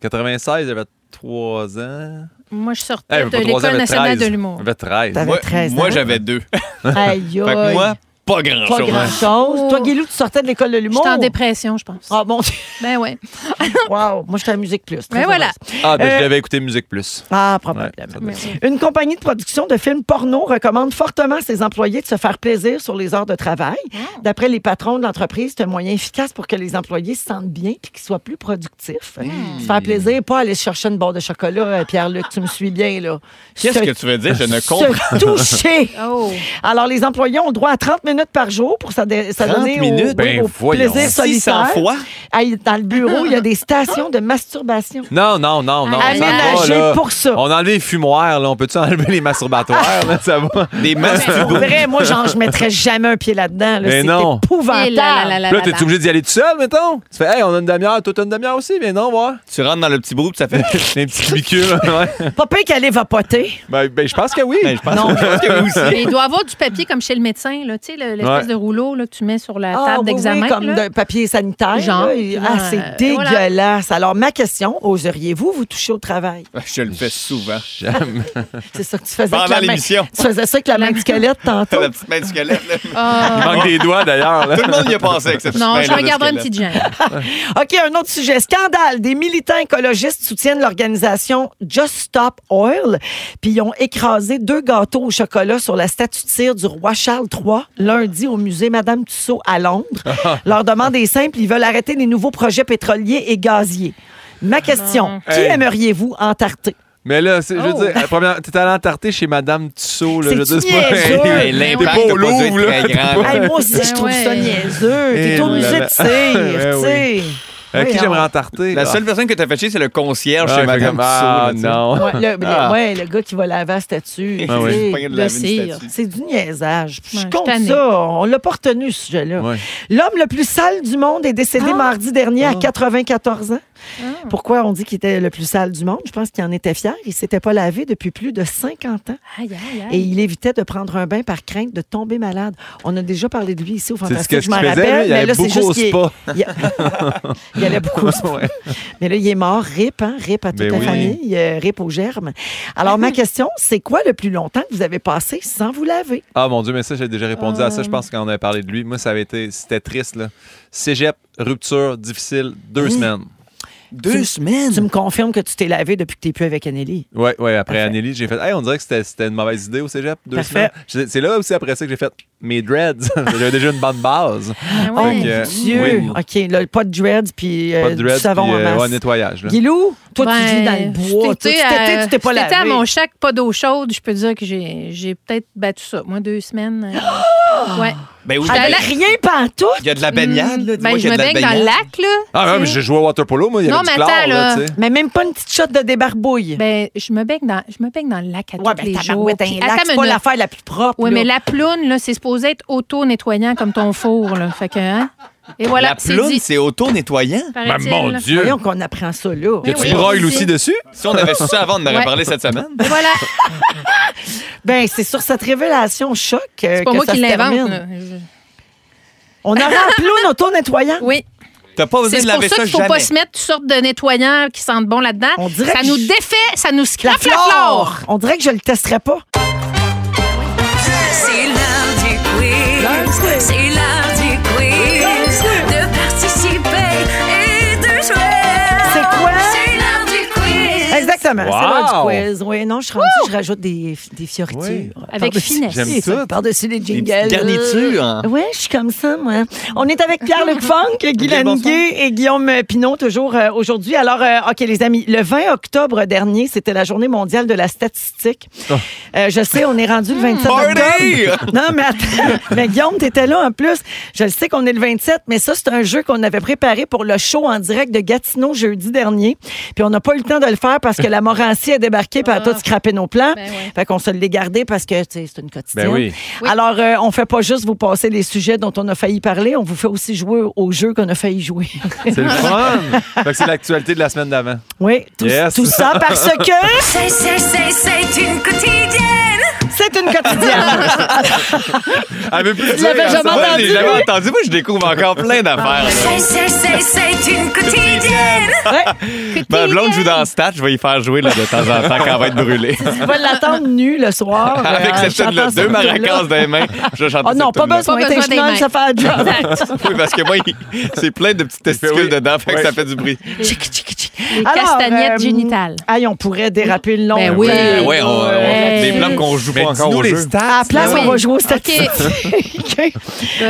S4: 96, j'avais 3 ans.
S2: Moi, je sortais de
S4: Eh, pas 3 ans,
S2: l'école
S4: j'avais
S2: nationale
S4: 13.
S2: de l'humour.
S4: J'avais 13.
S1: T'avais Moi- 13 ans.
S5: moi, j'avais deux.
S1: Aïe,
S5: [laughs] Fait que
S1: aïe.
S5: moi, pas grand-chose.
S1: Pas grand-chose. Toi, Guilou, tu sortais de l'école de l'humour.
S2: J'étais en dépression, je pense.
S1: Ah, bon.
S2: Ben ouais.
S1: [laughs] wow, moi, j'étais à Musique Plus. très
S2: Ben voilà.
S1: heureuse.
S4: Ah, ben,
S1: Euh,
S4: je l'avais écouté Musique Plus.
S1: Ah, probablement.
S4: Ouais, ça doit
S1: Mais
S4: être ça.
S1: oui. Une compagnie de production de films porno recommande fortement à ses employés de se faire plaisir sur les heures de travail. D'après les patrons de l'entreprise, c'est un moyen efficace pour que les employés se sentent bien et qu'ils soient plus productifs. Se faire plaisir, pas aller se chercher une barre de chocolat, euh, Pierre-Luc, tu me suis bien, là.
S5: Qu'est-ce
S1: Se-
S5: que tu veux dire? Je ne
S1: se
S5: comprends
S1: [laughs]
S5: pas.
S1: toucher.
S2: Oh.
S1: Alors, les employés ont droit à 30 minutes par jour pour s'adonner ça
S5: 30
S1: donner
S5: minutes?
S1: au, oui,
S5: Ben
S1: au
S5: voyons.
S1: plaisir
S5: 600
S1: solitaire.
S5: fois?
S1: Hey, Dans le bureau, il y a des stations de masturbation.
S4: Non, non, non, non.
S1: Aménagé
S4: ça va, là.
S1: pour ça.
S4: On a enlevé les fumoirs, là. On peut-tu enlever les masturbatoires, là? Ça va.
S1: [laughs]
S5: Des
S1: Pour vrai, moi, genre, je mettrais jamais un pied là-dedans. Là.
S4: Mais
S1: C'est
S4: non.
S2: Eh
S1: épouvantable.
S4: Là, t'es obligé d'y aller tout seul, mettons? Tu fais, hey, on a une demi-heure, toi, t'as une demi-heure aussi, mais non, voir. [laughs]
S5: Tu rentres dans le petit bout, ça fait
S4: un petit cubicule. [laughs] ouais.
S1: Pas pire qu'elle est vapoter.
S4: Ben, ben, je pense que oui. je pense,
S5: que oui
S2: Mais [laughs] il doit avoir du papier comme chez le médecin, là, tu sais, le- l'espèce
S4: Ouais.
S2: de rouleau là, que tu mets sur la
S1: Ah,
S2: table
S1: oui,
S2: d'examen.
S1: oui, comme
S2: là.
S1: de papier sanitaire.
S2: Genre,
S1: là.
S2: puis là,
S1: Ah, c'est
S2: euh, voilà.
S1: dégueulasse. Alors, ma question, oseriez-vous vous toucher au travail?
S5: Je le fais souvent.
S1: C'est ça que tu faisais.
S5: Pendant
S1: avec la main-
S5: l'émission.
S1: Tu faisais ça avec la main du squelette tantôt.
S5: [laughs] La petite main du squelette. là.
S2: Ah.
S4: Il manque des doigts, d'ailleurs, [laughs] là.
S5: Tout le monde y a passé avec cette petite
S2: Non,
S5: main-là
S2: je
S5: de
S2: vais garder une
S5: Ben, squelette.
S2: petite gêne.
S1: OK, un autre sujet. Scandale. Des militants écologistes soutiennent l'organisation Just Stop Oil, puis ils ont écrasé deux gâteaux au chocolat sur la statue de cire du roi Charles III lundi au musée Madame Tussaud à
S4: [laughs]
S1: Londres. Leur demande est simple. Ils veulent arrêter les nouveaux projets pétroliers et gaziers.
S2: Ah
S1: Ma question, qui
S4: Hey.
S1: aimeriez-vous entarter?
S4: Mais là, c'est- je veux
S1: Oh.
S4: dire, la première, t'es allé entarter chez Madame Tussaud, là. Je veux dire,
S1: C'est-tu niaiseux?
S4: Hey,
S5: Hey,
S4: T'es
S5: l'impact
S4: pas
S5: a
S4: au
S5: pas dû être
S4: Louvre, là.
S5: très grand, là.
S4: T'es pas-
S1: Hey, moi aussi, je
S2: Ben
S1: trouve ça
S2: ouais.
S1: niaiseux. T'es au
S4: Eh
S1: musée
S4: là
S1: de cire,
S4: [laughs] là.
S1: tu
S4: Ouais,
S1: sais.
S4: oui. Euh, qui
S1: Voyons.
S4: j'aimerais entarter?
S5: La
S4: là?
S5: seule personne que t'as fait chier, c'est le concierge
S4: Ah,
S5: chez
S4: fait
S5: Madame
S4: comme, ah,
S5: Tussaud, là,
S4: non.
S1: Ouais, le, le-
S5: Ah.
S1: ouais, le gars qui va laver la statue.
S5: Ah
S1: tu
S5: [laughs] oui.
S1: sais,
S5: Il se pogne de
S1: le
S5: laver une
S1: cire.
S5: statue.
S1: C'est du niaisage. Je suis
S2: Ouais,
S1: contre
S2: je suis tannée.
S1: ça. On l'a pas retenu, ce sujet-là.
S4: Ouais.
S1: L'homme le plus sale du monde est décédé
S2: Ah.
S1: mardi dernier
S4: Ah.
S1: à 94 ans. Pourquoi on dit qu'il était le plus sale du monde? Je pense qu'il en était fier. Il s'était pas lavé depuis plus de 50 ans.
S2: Aïe, aïe, aïe.
S1: Et il évitait de prendre un bain par crainte de tomber malade. On a déjà parlé de lui ici au
S4: C'est ce que
S1: Fantastique,
S4: tu
S1: je m'en
S4: faisais, là,
S1: rappelle.
S4: il
S1: mais
S4: allait
S1: là, c'est
S4: beaucoup
S1: juste
S4: au
S1: qu'il est-
S4: spa.
S1: [laughs] il- Il allait beaucoup au spa.
S4: Ouais.
S1: [laughs] Mais là, il est mort. RIP, hein? RIP à toute
S4: Ben
S1: la
S4: oui.
S1: famille. euh, RIP aux germes.
S2: Ah.
S1: Alors, ma question, c'est quoi le plus longtemps que vous avez passé sans vous laver?
S4: Ah mon Dieu, mais ça, j'ai déjà répondu à ça.
S1: Euh.
S4: Je pense qu'on avait parlé de lui. Moi, ça avait été. C'était triste, là. Cégep, rupture, difficile,
S1: Mm.
S4: deux semaines.
S1: Deux semaines? Tu me confirmes que tu t'es lavé depuis que tu n'es plus avec Anneli.
S4: Ouais, ouais, après Anneli, j'ai fait. Hey, on dirait que c'était- c'était une mauvaise idée au cégep, deux
S1: Parfait.
S4: semaines. J'ai- C'est là aussi après ça que j'ai fait mes dreads. [laughs] J'avais déjà une bonne base.
S1: Oh,
S4: Fait
S1: mon
S4: que, euh,
S1: Dieu!
S4: oui.
S1: OK, là, pas de dreads puis euh,
S4: Pas de
S1: du
S4: dreads,
S1: savon
S4: puis,
S1: en
S4: euh,
S1: masse.
S4: ouais, nettoyage, là.
S1: Guilou, toi, tu
S2: Ben,
S1: vis dans le bois. Toi, tu
S2: j'étais
S1: t'étais,
S2: à-
S1: tu t'es pas lavé.
S2: j'étais à euh, mon chèque, pas d'eau chaude. Je peux dire que j'ai j'ai peut-être battu ça. Moi,
S1: [gasps]
S2: deux semaines. euh, ouais.
S5: Ben oui,
S2: Ah,
S5: ben,
S2: ben là-
S1: Rien pas tout.
S5: il y a de la baignade,
S2: Ben,
S5: là. Dis-moi qu'il
S2: je
S5: y a
S2: me
S5: de la
S2: baigne dans le
S5: baignade.
S2: lac, là.
S4: Ah, ouais, mais j'ai joué au water polo, moi, il y avait
S2: Non,
S4: du
S2: mais
S4: chlore,
S2: attends, là.
S4: là, tu sais.
S1: Mais même pas une petite shot de débarbouille.
S2: Ben, je me baigne dans, je me baigne dans le lac à
S1: ouais,
S2: tous
S1: ben,
S2: les
S1: ta
S2: jours.
S1: barouette, un
S2: Puis,
S1: lac,
S2: attends
S1: c'est
S2: une
S1: pas
S2: minute.
S1: l'affaire la plus propre.
S2: Oui,
S1: là.
S2: mais la ploune, là, c'est supposé être auto-nettoyant comme ton four, là. Fait que, hein? Et voilà,
S5: La
S2: c'est
S5: ploune,
S2: dit.
S5: c'est Ben, auto-nettoyant.
S2: Paraît-il. euh,
S1: Voyons qu'on apprend ça, là.
S4: Y
S5: Oui,
S4: a-tu
S5: oui,
S4: broil
S5: oui.
S4: aussi dessus?
S5: Si on avait su ça avant, on en aurait
S2: Ouais.
S5: parlé cette semaine.
S2: Et voilà,
S1: Ben, c'est sur cette révélation choc euh,
S2: c'est pas
S1: que
S2: moi
S1: ça
S2: qui
S1: se termine.
S2: l'invente, là. Je-
S1: On aurait un
S2: [laughs]
S1: clown auto-nettoyant.
S2: Oui.
S5: T'as pas osé
S2: C'est
S5: de
S2: pour
S5: laver
S2: ça
S5: ça
S2: qu'il faut pas
S5: jamais.
S2: se mettre toutes sortes de nettoyants qui sentent bon là-dedans.
S1: On dirait
S2: Ça
S1: que
S2: nous
S1: je-
S2: défait, ça nous
S1: La
S2: scrape la
S1: flore!
S2: flore.
S1: On dirait que je le testerais pas.
S14: C'est l'heure du quiz. C'est l'heure du quiz. De participer et de jouer.
S1: C'est quoi?
S14: C'est l'heure du quiz.
S1: Exactement. C'est
S4: Wow!
S1: l'heure du quiz. Oui, non, je suis rendue, je rajoute des, des fioritures.
S4: Oui.
S2: Avec
S1: Par-dessus-
S2: finesse.
S4: J'aime ça.
S1: Par-dessus les
S5: petites
S1: jingles.
S5: garnitures, hein.
S1: Oui, je suis comme ça, moi. On est avec Pierre-Luc Funk, Guy Lenguet et Guillaume Pinot, toujours euh, aujourd'hui. Alors, euh, OK, les amis, le 20 octobre dernier, c'était la journée mondiale de la statistique. Euh, je sais, on est rendu le 27
S5: Party! [laughs]
S1: octobre. Non, mais attends. [laughs] Mais Guillaume, t'étais là en plus. Je le sais qu'on est le 27, mais ça, c'est un jeu qu'on avait préparé pour le show en direct de Gatineau jeudi dernier. Puis on n'a pas eu le temps de le faire parce que la Morancy a débarqué puis elle a tout scrappé nos plans.
S2: Ah. Ben ouais.
S1: Fait qu'on se l'est gardé parce que, tu sais, c'est une quotidienne.
S4: Ben oui.
S2: Oui.
S1: Alors, euh, on fait pas juste vous passer les sujets dont on a failli parler, on vous fait aussi jouer au jeu qu'on a failli jouer. [laughs]
S4: C'est le fun. Fait que c'est l'actualité de la semaine d'avant.
S1: oui, tout,
S5: [laughs]
S4: Yes.
S1: tout ça parce que
S14: C'est, c'est, c'est, c'est une quotidienne.
S1: c'est une routine quotidienne.
S5: Elle veut plus
S1: Je l'avais
S5: comme ça.
S1: jamais
S5: Moi, je l'ai
S1: entendu,
S5: jamais
S1: lui.
S5: entendu. Moi, je découvre encore plein d'affaires.
S2: Ah,
S7: C'est, c'est, c'est, c'est une quotidienne.
S5: Ma Ben, blonde joue dans Stat, je vais y faire jouer là, de temps en temps quand elle va être brûlée.
S1: Tu vas l'attendre nu le soir. euh,
S5: Avec
S1: en
S5: cette
S1: chantant
S5: tune-là,
S1: cette
S5: deux
S1: tune-là.
S5: maracas dans les mains, je vais chanter
S1: Oh non,
S5: cette
S1: pas
S5: tune-là.
S1: besoin.
S2: Pas besoin des
S1: Intentional,
S2: mains.
S1: ça fait la job.
S5: Oui, parce que moi, il- c'est plein de
S4: Eh
S5: petits
S4: ben
S5: testicules dedans, fait que ça fait du bruit.
S2: Les
S1: Alors,
S2: castagnettes
S1: euh,
S2: génitales.
S1: Aïe, on pourrait déraper le long.
S2: Ben oui.
S5: Ben ouais, on- on-
S1: Ouais.
S5: des blancs qu'on joue pas encore
S4: dis-nous
S5: au
S4: les
S5: jeu.
S1: À la place,
S2: là.
S1: on va
S2: Oui.
S1: jouer aux statistiques.
S2: [laughs]
S1: [laughs] OK.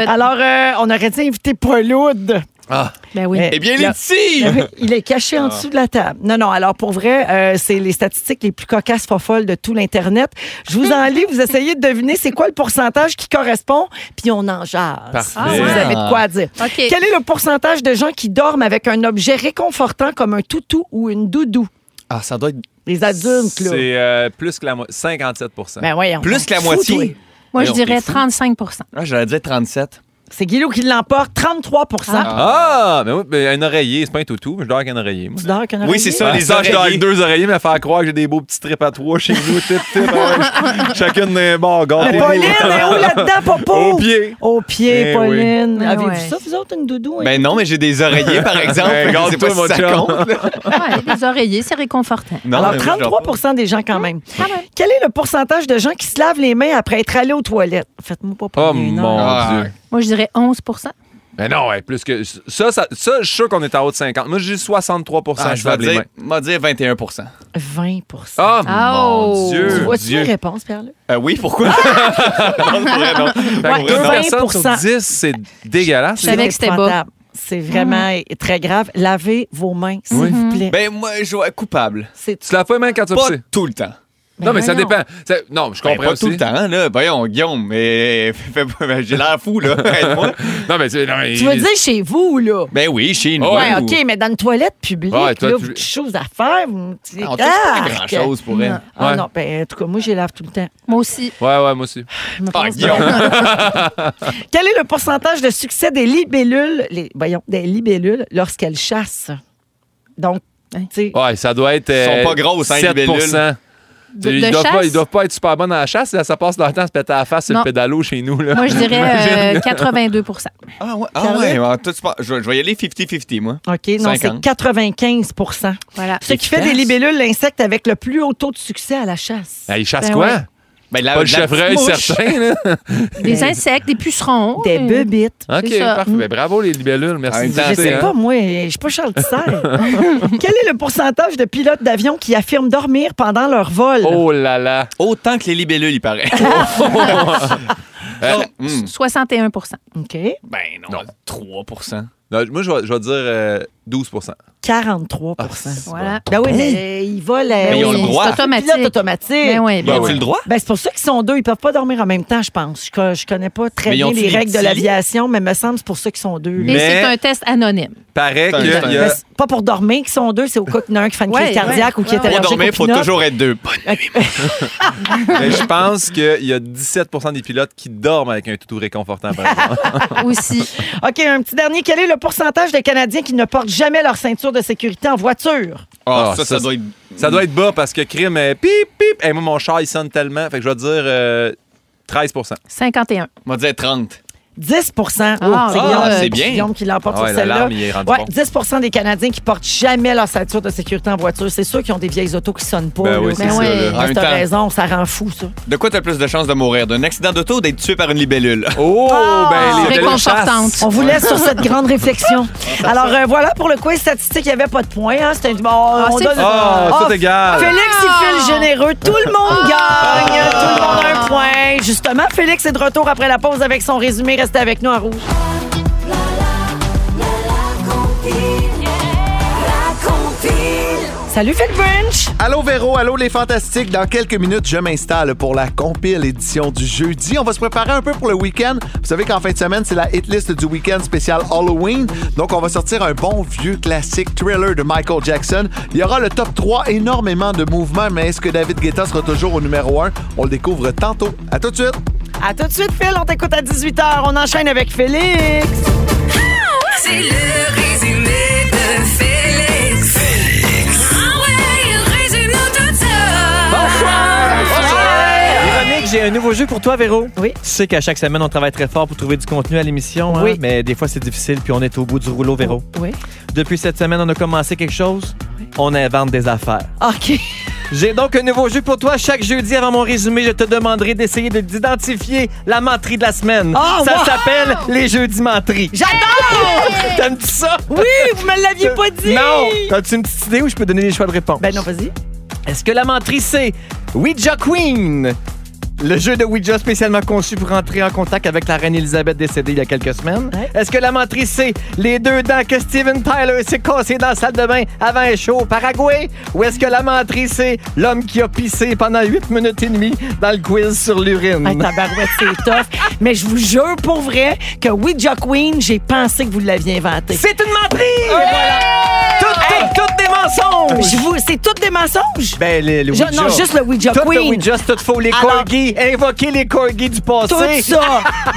S1: Alors, euh, on aurait dû inviter Pauloud.
S4: Ah.
S2: Ben oui.
S1: Eh,
S5: Eh bien,
S1: la-
S5: Letty!
S1: Oui, Il est caché en
S5: Ah.
S1: dessous de la table. Non, non, alors pour vrai, euh, c'est les statistiques les plus cocasses folles de tout l'Internet. Je vous en lis, vous essayez de deviner c'est quoi le pourcentage qui correspond, puis on en jase.
S5: Parfait.
S1: Si vous avez de quoi à dire.
S2: Ah. OK.
S1: Quel est le pourcentage de gens qui dorment avec un objet réconfortant comme un toutou ou une doudou?
S5: Ah, ça doit être.
S1: Les adultes, là.
S4: C'est euh, plus que la moitié. 57
S1: Ben voyons.
S5: Plus que la
S1: Fou, toi.
S5: moitié.
S1: eh,
S2: Moi, je
S5: Voyons,
S2: dirais
S5: t'es fou.
S2: 35
S1: [laughs]
S5: Ah, J'allais dire 37.
S1: C'est Guillaume qui l'emporte, 33
S4: Ah, mais oui, ben, un oreiller, c'est pas un toutou, mais je dors avec un oreiller. moi.
S1: Tu dors avec un
S5: Oui, c'est
S1: oreiller?
S5: ça, les
S4: Ah, ça, je dors avec
S5: oreillers.
S4: deux oreillers, mais faire croire que j'ai des beaux petits trips à trois chez nous, tip, tip.
S1: [laughs]
S4: ah ouais, chacune d'un bord,
S1: Ah, Mais
S4: gâtez-vous.
S1: Pauline, hein? est où là-dedans, Popo?
S4: Au pied.
S1: Au pied,
S4: Eh oui.
S1: Pauline.
S2: Ah
S1: Avez-vous
S2: ouais.
S1: ça, vous autres, une doudou? hein?
S5: Ben non, mais j'ai des oreillers, par exemple.
S4: Ben,
S5: fait que je sais
S4: garde-toi, mon
S5: pas si ça
S4: chum.
S5: compte. là.
S2: Ouais, des oreillers, c'est réconfortant.
S5: Non,
S1: Alors,
S5: mais moi, je dors
S1: 33
S5: pas.
S1: des gens quand même.
S2: Quand même.
S1: Quel est le pourcentage de gens qui se lavent les mains après être allés aux toilettes? Faites-moi pas
S4: Oh
S1: pogner, non.
S4: mon
S5: Ah.
S4: Dieu.
S2: Moi, je dirais 11
S4: Mais non, ouais, plus que. Ça, ça, ça, je suis sûr qu'on est en haut de 50. Moi, j'ai 63
S5: Ah,
S4: je
S5: je
S4: lave
S5: vais
S4: les
S5: dire,
S4: mains.
S5: m'a dire 21
S1: 20
S4: Oh,
S2: Oh.
S4: mon
S1: Tu
S4: Dieu.
S1: vois-tu
S4: Dieu.
S1: une réponse, pierre luc
S5: Euh, oui, pourquoi? [laughs] non, pour vrai, non.
S4: Fait que
S1: Ah! Ouais, 20%.
S4: personne sur 10, c'est dégueulasse.
S2: Je savais que c'était Hum. bas.
S1: épouvantable. C'est vraiment très grave. Lavez vos mains, s'il
S4: Oui.
S1: vous plaît.
S5: Ben moi, je vois coupable.
S1: C'est
S4: Tu laves pas les mains quand tu as
S5: Pas
S4: pissé.
S5: tout le temps.
S4: Non,
S2: Ben
S4: mais ça
S1: voyons.
S4: dépend. Ça- Non, je
S5: Ben,
S4: comprends
S5: pas
S4: aussi.
S5: tout le temps, là. Voyons, Guillaume, mais [laughs] fais pas- ben, j'ai l'air fou, là. Aide-moi.
S4: Non, mais c'est. non, mais-
S1: Tu veux dire chez vous, là?
S5: Ben oui, chez nous.
S1: Ouais,
S4: Ouais,
S5: ou-
S1: OK, mais dans une toilette publique,
S4: Ouais, toi,
S1: là,
S4: tu-
S1: vous avez des choses à faire. Vous...
S5: Ah, On touche pas
S1: Ah,
S5: grand-chose pour elle.
S1: Ah
S4: Ouais.
S1: non, ben, en tout cas, moi, je les lave tout le temps.
S2: Moi aussi.
S4: Ouais, ouais, moi aussi.
S1: Je me
S5: Ah,
S1: pense-
S5: Guillaume.
S1: Quel est le pourcentage de succès des libellules, les, voyons, des libellules lorsqu'elles chassent? Donc, tu
S2: Hein?
S1: sais,
S4: Ouais, ça doit être. euh,
S5: Ils sont pas grosses, hein, les
S4: 7
S5: libellules.
S2: De-
S4: ils,
S2: de
S4: doivent pas,
S2: chasse?
S4: ils doivent pas être super bonnes à la chasse. Ça, ça passe leur temps à se péter à la face sur
S2: Non.
S4: le pédalo chez nous. Là. [laughs]
S2: Moi, je dirais euh, 82
S5: Ah ouais, ah ouais. ah, toi, tu pars- je, je vais y aller 50-50, moi.
S1: OK, non, c'est
S5: 50.
S1: 95
S2: Voilà.
S1: Ce qui fait des libellules l'insecte avec le plus haut taux de succès à la chasse.
S4: Ah, ils chassent
S2: Ben
S4: quoi?
S2: ouais.
S5: Ben, la-
S4: Pas le
S5: la
S4: chevreuil
S5: petite mouche.
S4: certain. Là.
S2: Des insectes, des pucerons.
S1: Des
S2: euh,
S1: bubites.
S4: OK,
S2: [laughs] C'est ça. Mm.
S4: parfait. Ben, bravo, les libellules. Merci.
S5: En même
S4: de
S5: temps,
S4: nous
S1: Je
S5: Je
S4: aider,
S1: sais
S4: hein.
S1: pas, moi, je suis pas Charles Tissère.
S5: [laughs]
S1: Quel est le pourcentage de pilotes d'avion qui affirment dormir pendant leur vol?
S4: Oh là là.
S5: Autant que les libellules, il [laughs] paraît.
S4: Hein?
S5: Euh, hmm,
S2: 61
S1: OK.
S5: ben non, 3
S4: Non, moi, je vais, je vais dire euh, 12
S1: 43
S5: Ah,
S2: Voilà.
S1: Ben oui, mais euh, ils volent.
S5: Mais ils ont
S2: oui,
S5: le droit.
S2: C'est
S1: Pilote
S2: automatique.
S1: automatique.
S2: Ben oui, ben
S5: Ils ont-tu
S2: oui.
S5: le droit?
S1: Ben, c'est pour ça qu'ils sont deux. Ils peuvent pas dormir en même temps, je pense. Je, co- je connais pas très
S5: Mais ils
S1: bien
S5: ont-tu
S1: les
S5: des
S1: règles de
S5: petits lits?
S1: l'aviation, mais me semble que c'est pour ça qu'ils sont deux.
S2: Et
S4: Mais-
S2: c'est un test anonyme.
S4: Paraît
S5: C'est un-
S4: qu'il
S5: c'est un-
S4: y
S1: Mais
S4: a.
S1: c'est pas pour dormir qu'ils sont deux, c'est au cas qu'il y en a un qui fait une
S2: Ouais,
S1: crise cardiaque ou qui est
S2: ouais, ouais.
S5: Pour
S1: allergique
S5: dormir,
S1: au
S5: il faut
S1: pinot.
S5: toujours être deux.
S4: Mais je pense qu'il y a 17 des pilotes qui dorment avec un toutou réconfortant, par
S1: [laughs]
S4: exemple.
S2: Aussi.
S1: OK, un petit dernier. Quel est le pourcentage de Canadiens qui ne portent jamais leur ceinture de sécurité en voiture?
S5: Ah, ça,
S4: ça,
S5: ça doit être.
S4: Ça doit être bas parce que crime est pip, pip. Et moi, mon char, il sonne tellement. Fait que je vais dire euh, 13
S2: 51.
S5: On va dire 30.
S1: 10
S2: Ah,
S1: c'est
S2: ah,
S1: Guillaume,
S5: c'est
S1: euh,
S5: bien.
S1: Guillaume qui l'emporte
S4: Ah ouais,
S1: sur celle-là.
S4: l'alarme, il est rendu
S1: Ouais,
S4: bon.
S1: 10 des Canadiens qui portent jamais leur ceinture de sécurité en voiture. C'est sûr qu'ils ont des vieilles autos qui sonnent pas.
S4: Ben
S1: là.
S4: oui, c'est
S2: Ben
S4: ça.
S2: ouais.
S4: là.
S5: En
S1: Mais
S5: même
S1: t'as
S5: temps.
S1: raison, ça rend fou, ça.
S5: De quoi t'as le plus de chances de mourir? D'un accident d'auto ou d'être tué par une libellule?
S4: Oh, ben les belles
S2: Ah, Réconfortante.
S1: On vous laisse sur cette grande réflexion. Alors euh, voilà pour le quiz statistique, il n'y avait pas de points. Hein. C'était bon, on
S2: c'est
S1: donne.
S4: Ah,
S1: Oh,
S4: tout égal.
S1: Félix, il file généreux. Tout le monde gagne. Tout le monde a un point. Justement, Félix est de retour après la pause avec son résumé. Restez avec nous en rouge. Salut, Phil Brunch.
S21: Allô Véro, allô les fantastiques. Dans quelques minutes, je m'installe pour la compile édition du jeudi. On va se préparer un peu pour le week-end. Vous savez qu'en fin de semaine, c'est la hit list du week-end spécial Halloween. Donc, on va sortir un bon vieux classique thriller de Michael Jackson. Il y aura le top 3, énormément de mouvements, mais est-ce que David Guetta sera toujours au numéro 1? On le découvre tantôt. À tout de suite!
S1: À tout de suite, Phil. On t'écoute à 18h. On enchaîne avec Félix.
S7: C'est le résumé de Félix. Félix. Ah ouais, il résume nous tout ça.
S21: Bonsoir! Véronique,
S9: j'ai un nouveau jeu pour toi, Véro.
S1: Oui.
S9: Tu sais qu'à chaque semaine, on travaille très fort pour trouver du contenu à l'émission, hein,
S1: Oui. Oh,
S9: mais des fois, c'est difficile, puis on est au bout du rouleau, Véro.
S1: Oui.
S9: Depuis cette semaine, on a commencé quelque chose. On invente des affaires.
S1: OK.
S9: J'ai donc un nouveau jeu pour toi. Chaque jeudi, avant mon résumé, je te demanderai d'essayer de- d'identifier la menterie de la semaine.
S1: Oh,
S9: ça
S1: wow!
S9: s'appelle les jeudis menteries.
S1: J'adore!
S9: [laughs] T'aimes-tu ça?
S1: Oui, vous me l'aviez pas dit!
S9: Non! T'as-tu une petite idée où je peux donner des choix de réponse?
S1: Ben non, vas-y.
S9: Est-ce que la menterie, c'est Ouija Queen? Le jeu de Ouija spécialement conçu pour entrer en contact avec la reine Elisabeth décédée il y a quelques semaines. Est-ce que la menterie, c'est les deux dents que Steven Tyler s'est cassé dans la salle de bain avant un show au Paraguay? Ou est-ce que la menterie, c'est l'homme qui a pissé pendant 8 minutes et demie dans le quiz sur l'urine?
S1: Hey, tabarouette, c'est tough. Mais je vous jure pour vrai que Ouija Queen, j'ai pensé que vous l'aviez inventé.
S9: C'est une menterie! Tout- tout- Toutes des mensonges!
S1: Je vous- c'est toutes des mensonges?
S9: Ben, le, le
S1: Je-
S9: Ouija.
S1: non, juste le Ouija
S9: Tout
S1: Queen.
S9: le Ouija, c'est tout faux. Les
S1: Alors-
S9: corgis, invoquer les corgis du passé.
S1: Tout
S9: [laughs]
S1: ça!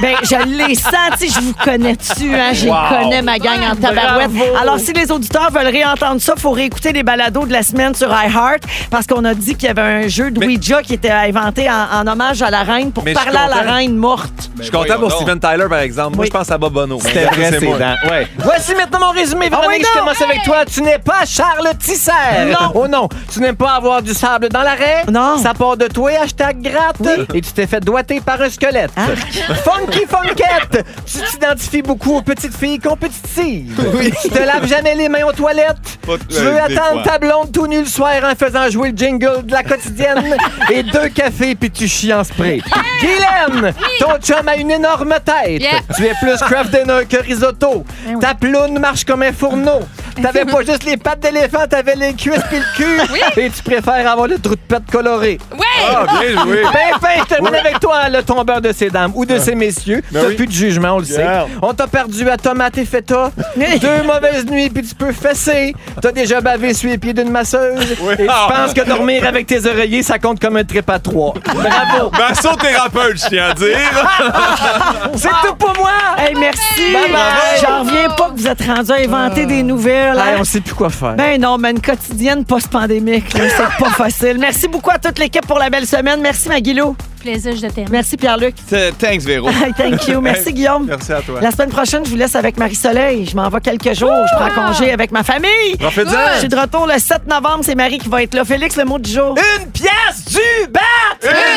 S1: Ben, je l'ai senti, je vous connais dessus, hein? Je les
S9: Wow.
S1: connais ma gang en tabarouette.
S9: Bravo.
S1: Alors, si les auditeurs veulent réentendre ça, il faut réécouter les balados de la semaine sur iHeart parce qu'on a dit qu'il y avait un jeu de Ouija qui était inventé en, en hommage à la reine pour
S4: Mais je suis
S1: parler à la
S4: content.
S1: reine morte.
S4: je suis content pour
S9: voyons
S4: Steven Tyler, par exemple. Moi, je pense à Bob Bono.
S9: C'était
S4: Ben,
S9: vrai,
S4: c'est
S9: c'est
S4: moi.
S9: dents. Ouais. Voici maintenant mon résumé,
S4: Ah
S9: Véronique.
S4: oui,
S9: je
S4: non.
S9: commence avec toi. Tu n'es pas Charles Tisser.
S4: Non.
S9: Oh non. Tu n'aimes pas avoir du sable dans l'arrêt. Non. Ça part de toi, hashtag gratte. Et tu t'es fait doiter par un squelette. Funky Funkette. Tu t'identifies beaucoup aux petites filles compétitives.
S17: Oui.
S9: Tu te laves jamais les mains aux toilettes.
S17: Pas-
S9: Tu veux
S17: euh, des
S9: attendre
S17: fois.
S9: ta blonde tout nu le soir en faisant jouer le jingle de
S17: [laughs]
S9: la quotidienne et deux cafés puis tu chies en spray. Guylaine, ton chum a une énorme tête.
S17: Yeah. Eh
S9: Tu es plus craft dinner que risotto. Ta ploune marche comme un fourneau.
S17: [laughs]
S9: T'avais pas juste les pattes d'éléphant, t'avais les cuisses puis le cul. Et tu préfères avoir le trou de pâte coloré.
S17: Oui. Ah, bien
S4: [laughs]
S17: joué.
S9: Ben, ben, je termine
S17: Oui.
S9: avec toi, hein, le tombeur de ces dames ou de ces messieurs.
S17: Ben
S9: T'as
S17: oui.
S9: plus de jugement, on le sait.
S17: Yeah.
S9: On t'a perdu à tomate et feta. Deux mauvaises nuits, puis tu peux fesser. T'as déjà bavé sur les pieds d'une masseuse. Et tu penses que dormir avec tes oreillers, ça compte comme un trip à trois. Bravo.
S4: Massothérapeute, je tiens à dire.
S9: C'est tout pour moi!
S1: Hey, merci!
S9: Bye bye.
S1: J'en reviens pas que vous êtes rendu à inventer des nouvelles. hein.
S9: Euh. Hey, on sait plus quoi faire.
S1: Ben non, mais une quotidienne post-pandémique, là, c'est
S9: [laughs]
S1: pas facile. Merci beaucoup à toute l'équipe pour la belle semaine. Merci Maguilo.
S2: Plaisir, je t'aime.
S1: Merci
S9: [laughs]
S1: Pierre-Luc.
S5: Thanks, Véro.
S1: Hey, Thank you. Merci, Guillaume.
S4: Merci à toi.
S1: La semaine prochaine, je vous laisse avec Marie-Soleil. Je m'en vais quelques jours. Je prends
S9: Ah!
S1: congé avec ma famille.
S4: Profite-en.
S1: Je suis de retour le 7 novembre. C'est Marie qui va être là. Félix, le mot du jour.
S9: Une pièce du bat!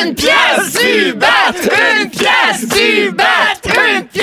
S17: Une pièce du bat! Une pièce du bat! Une pièce!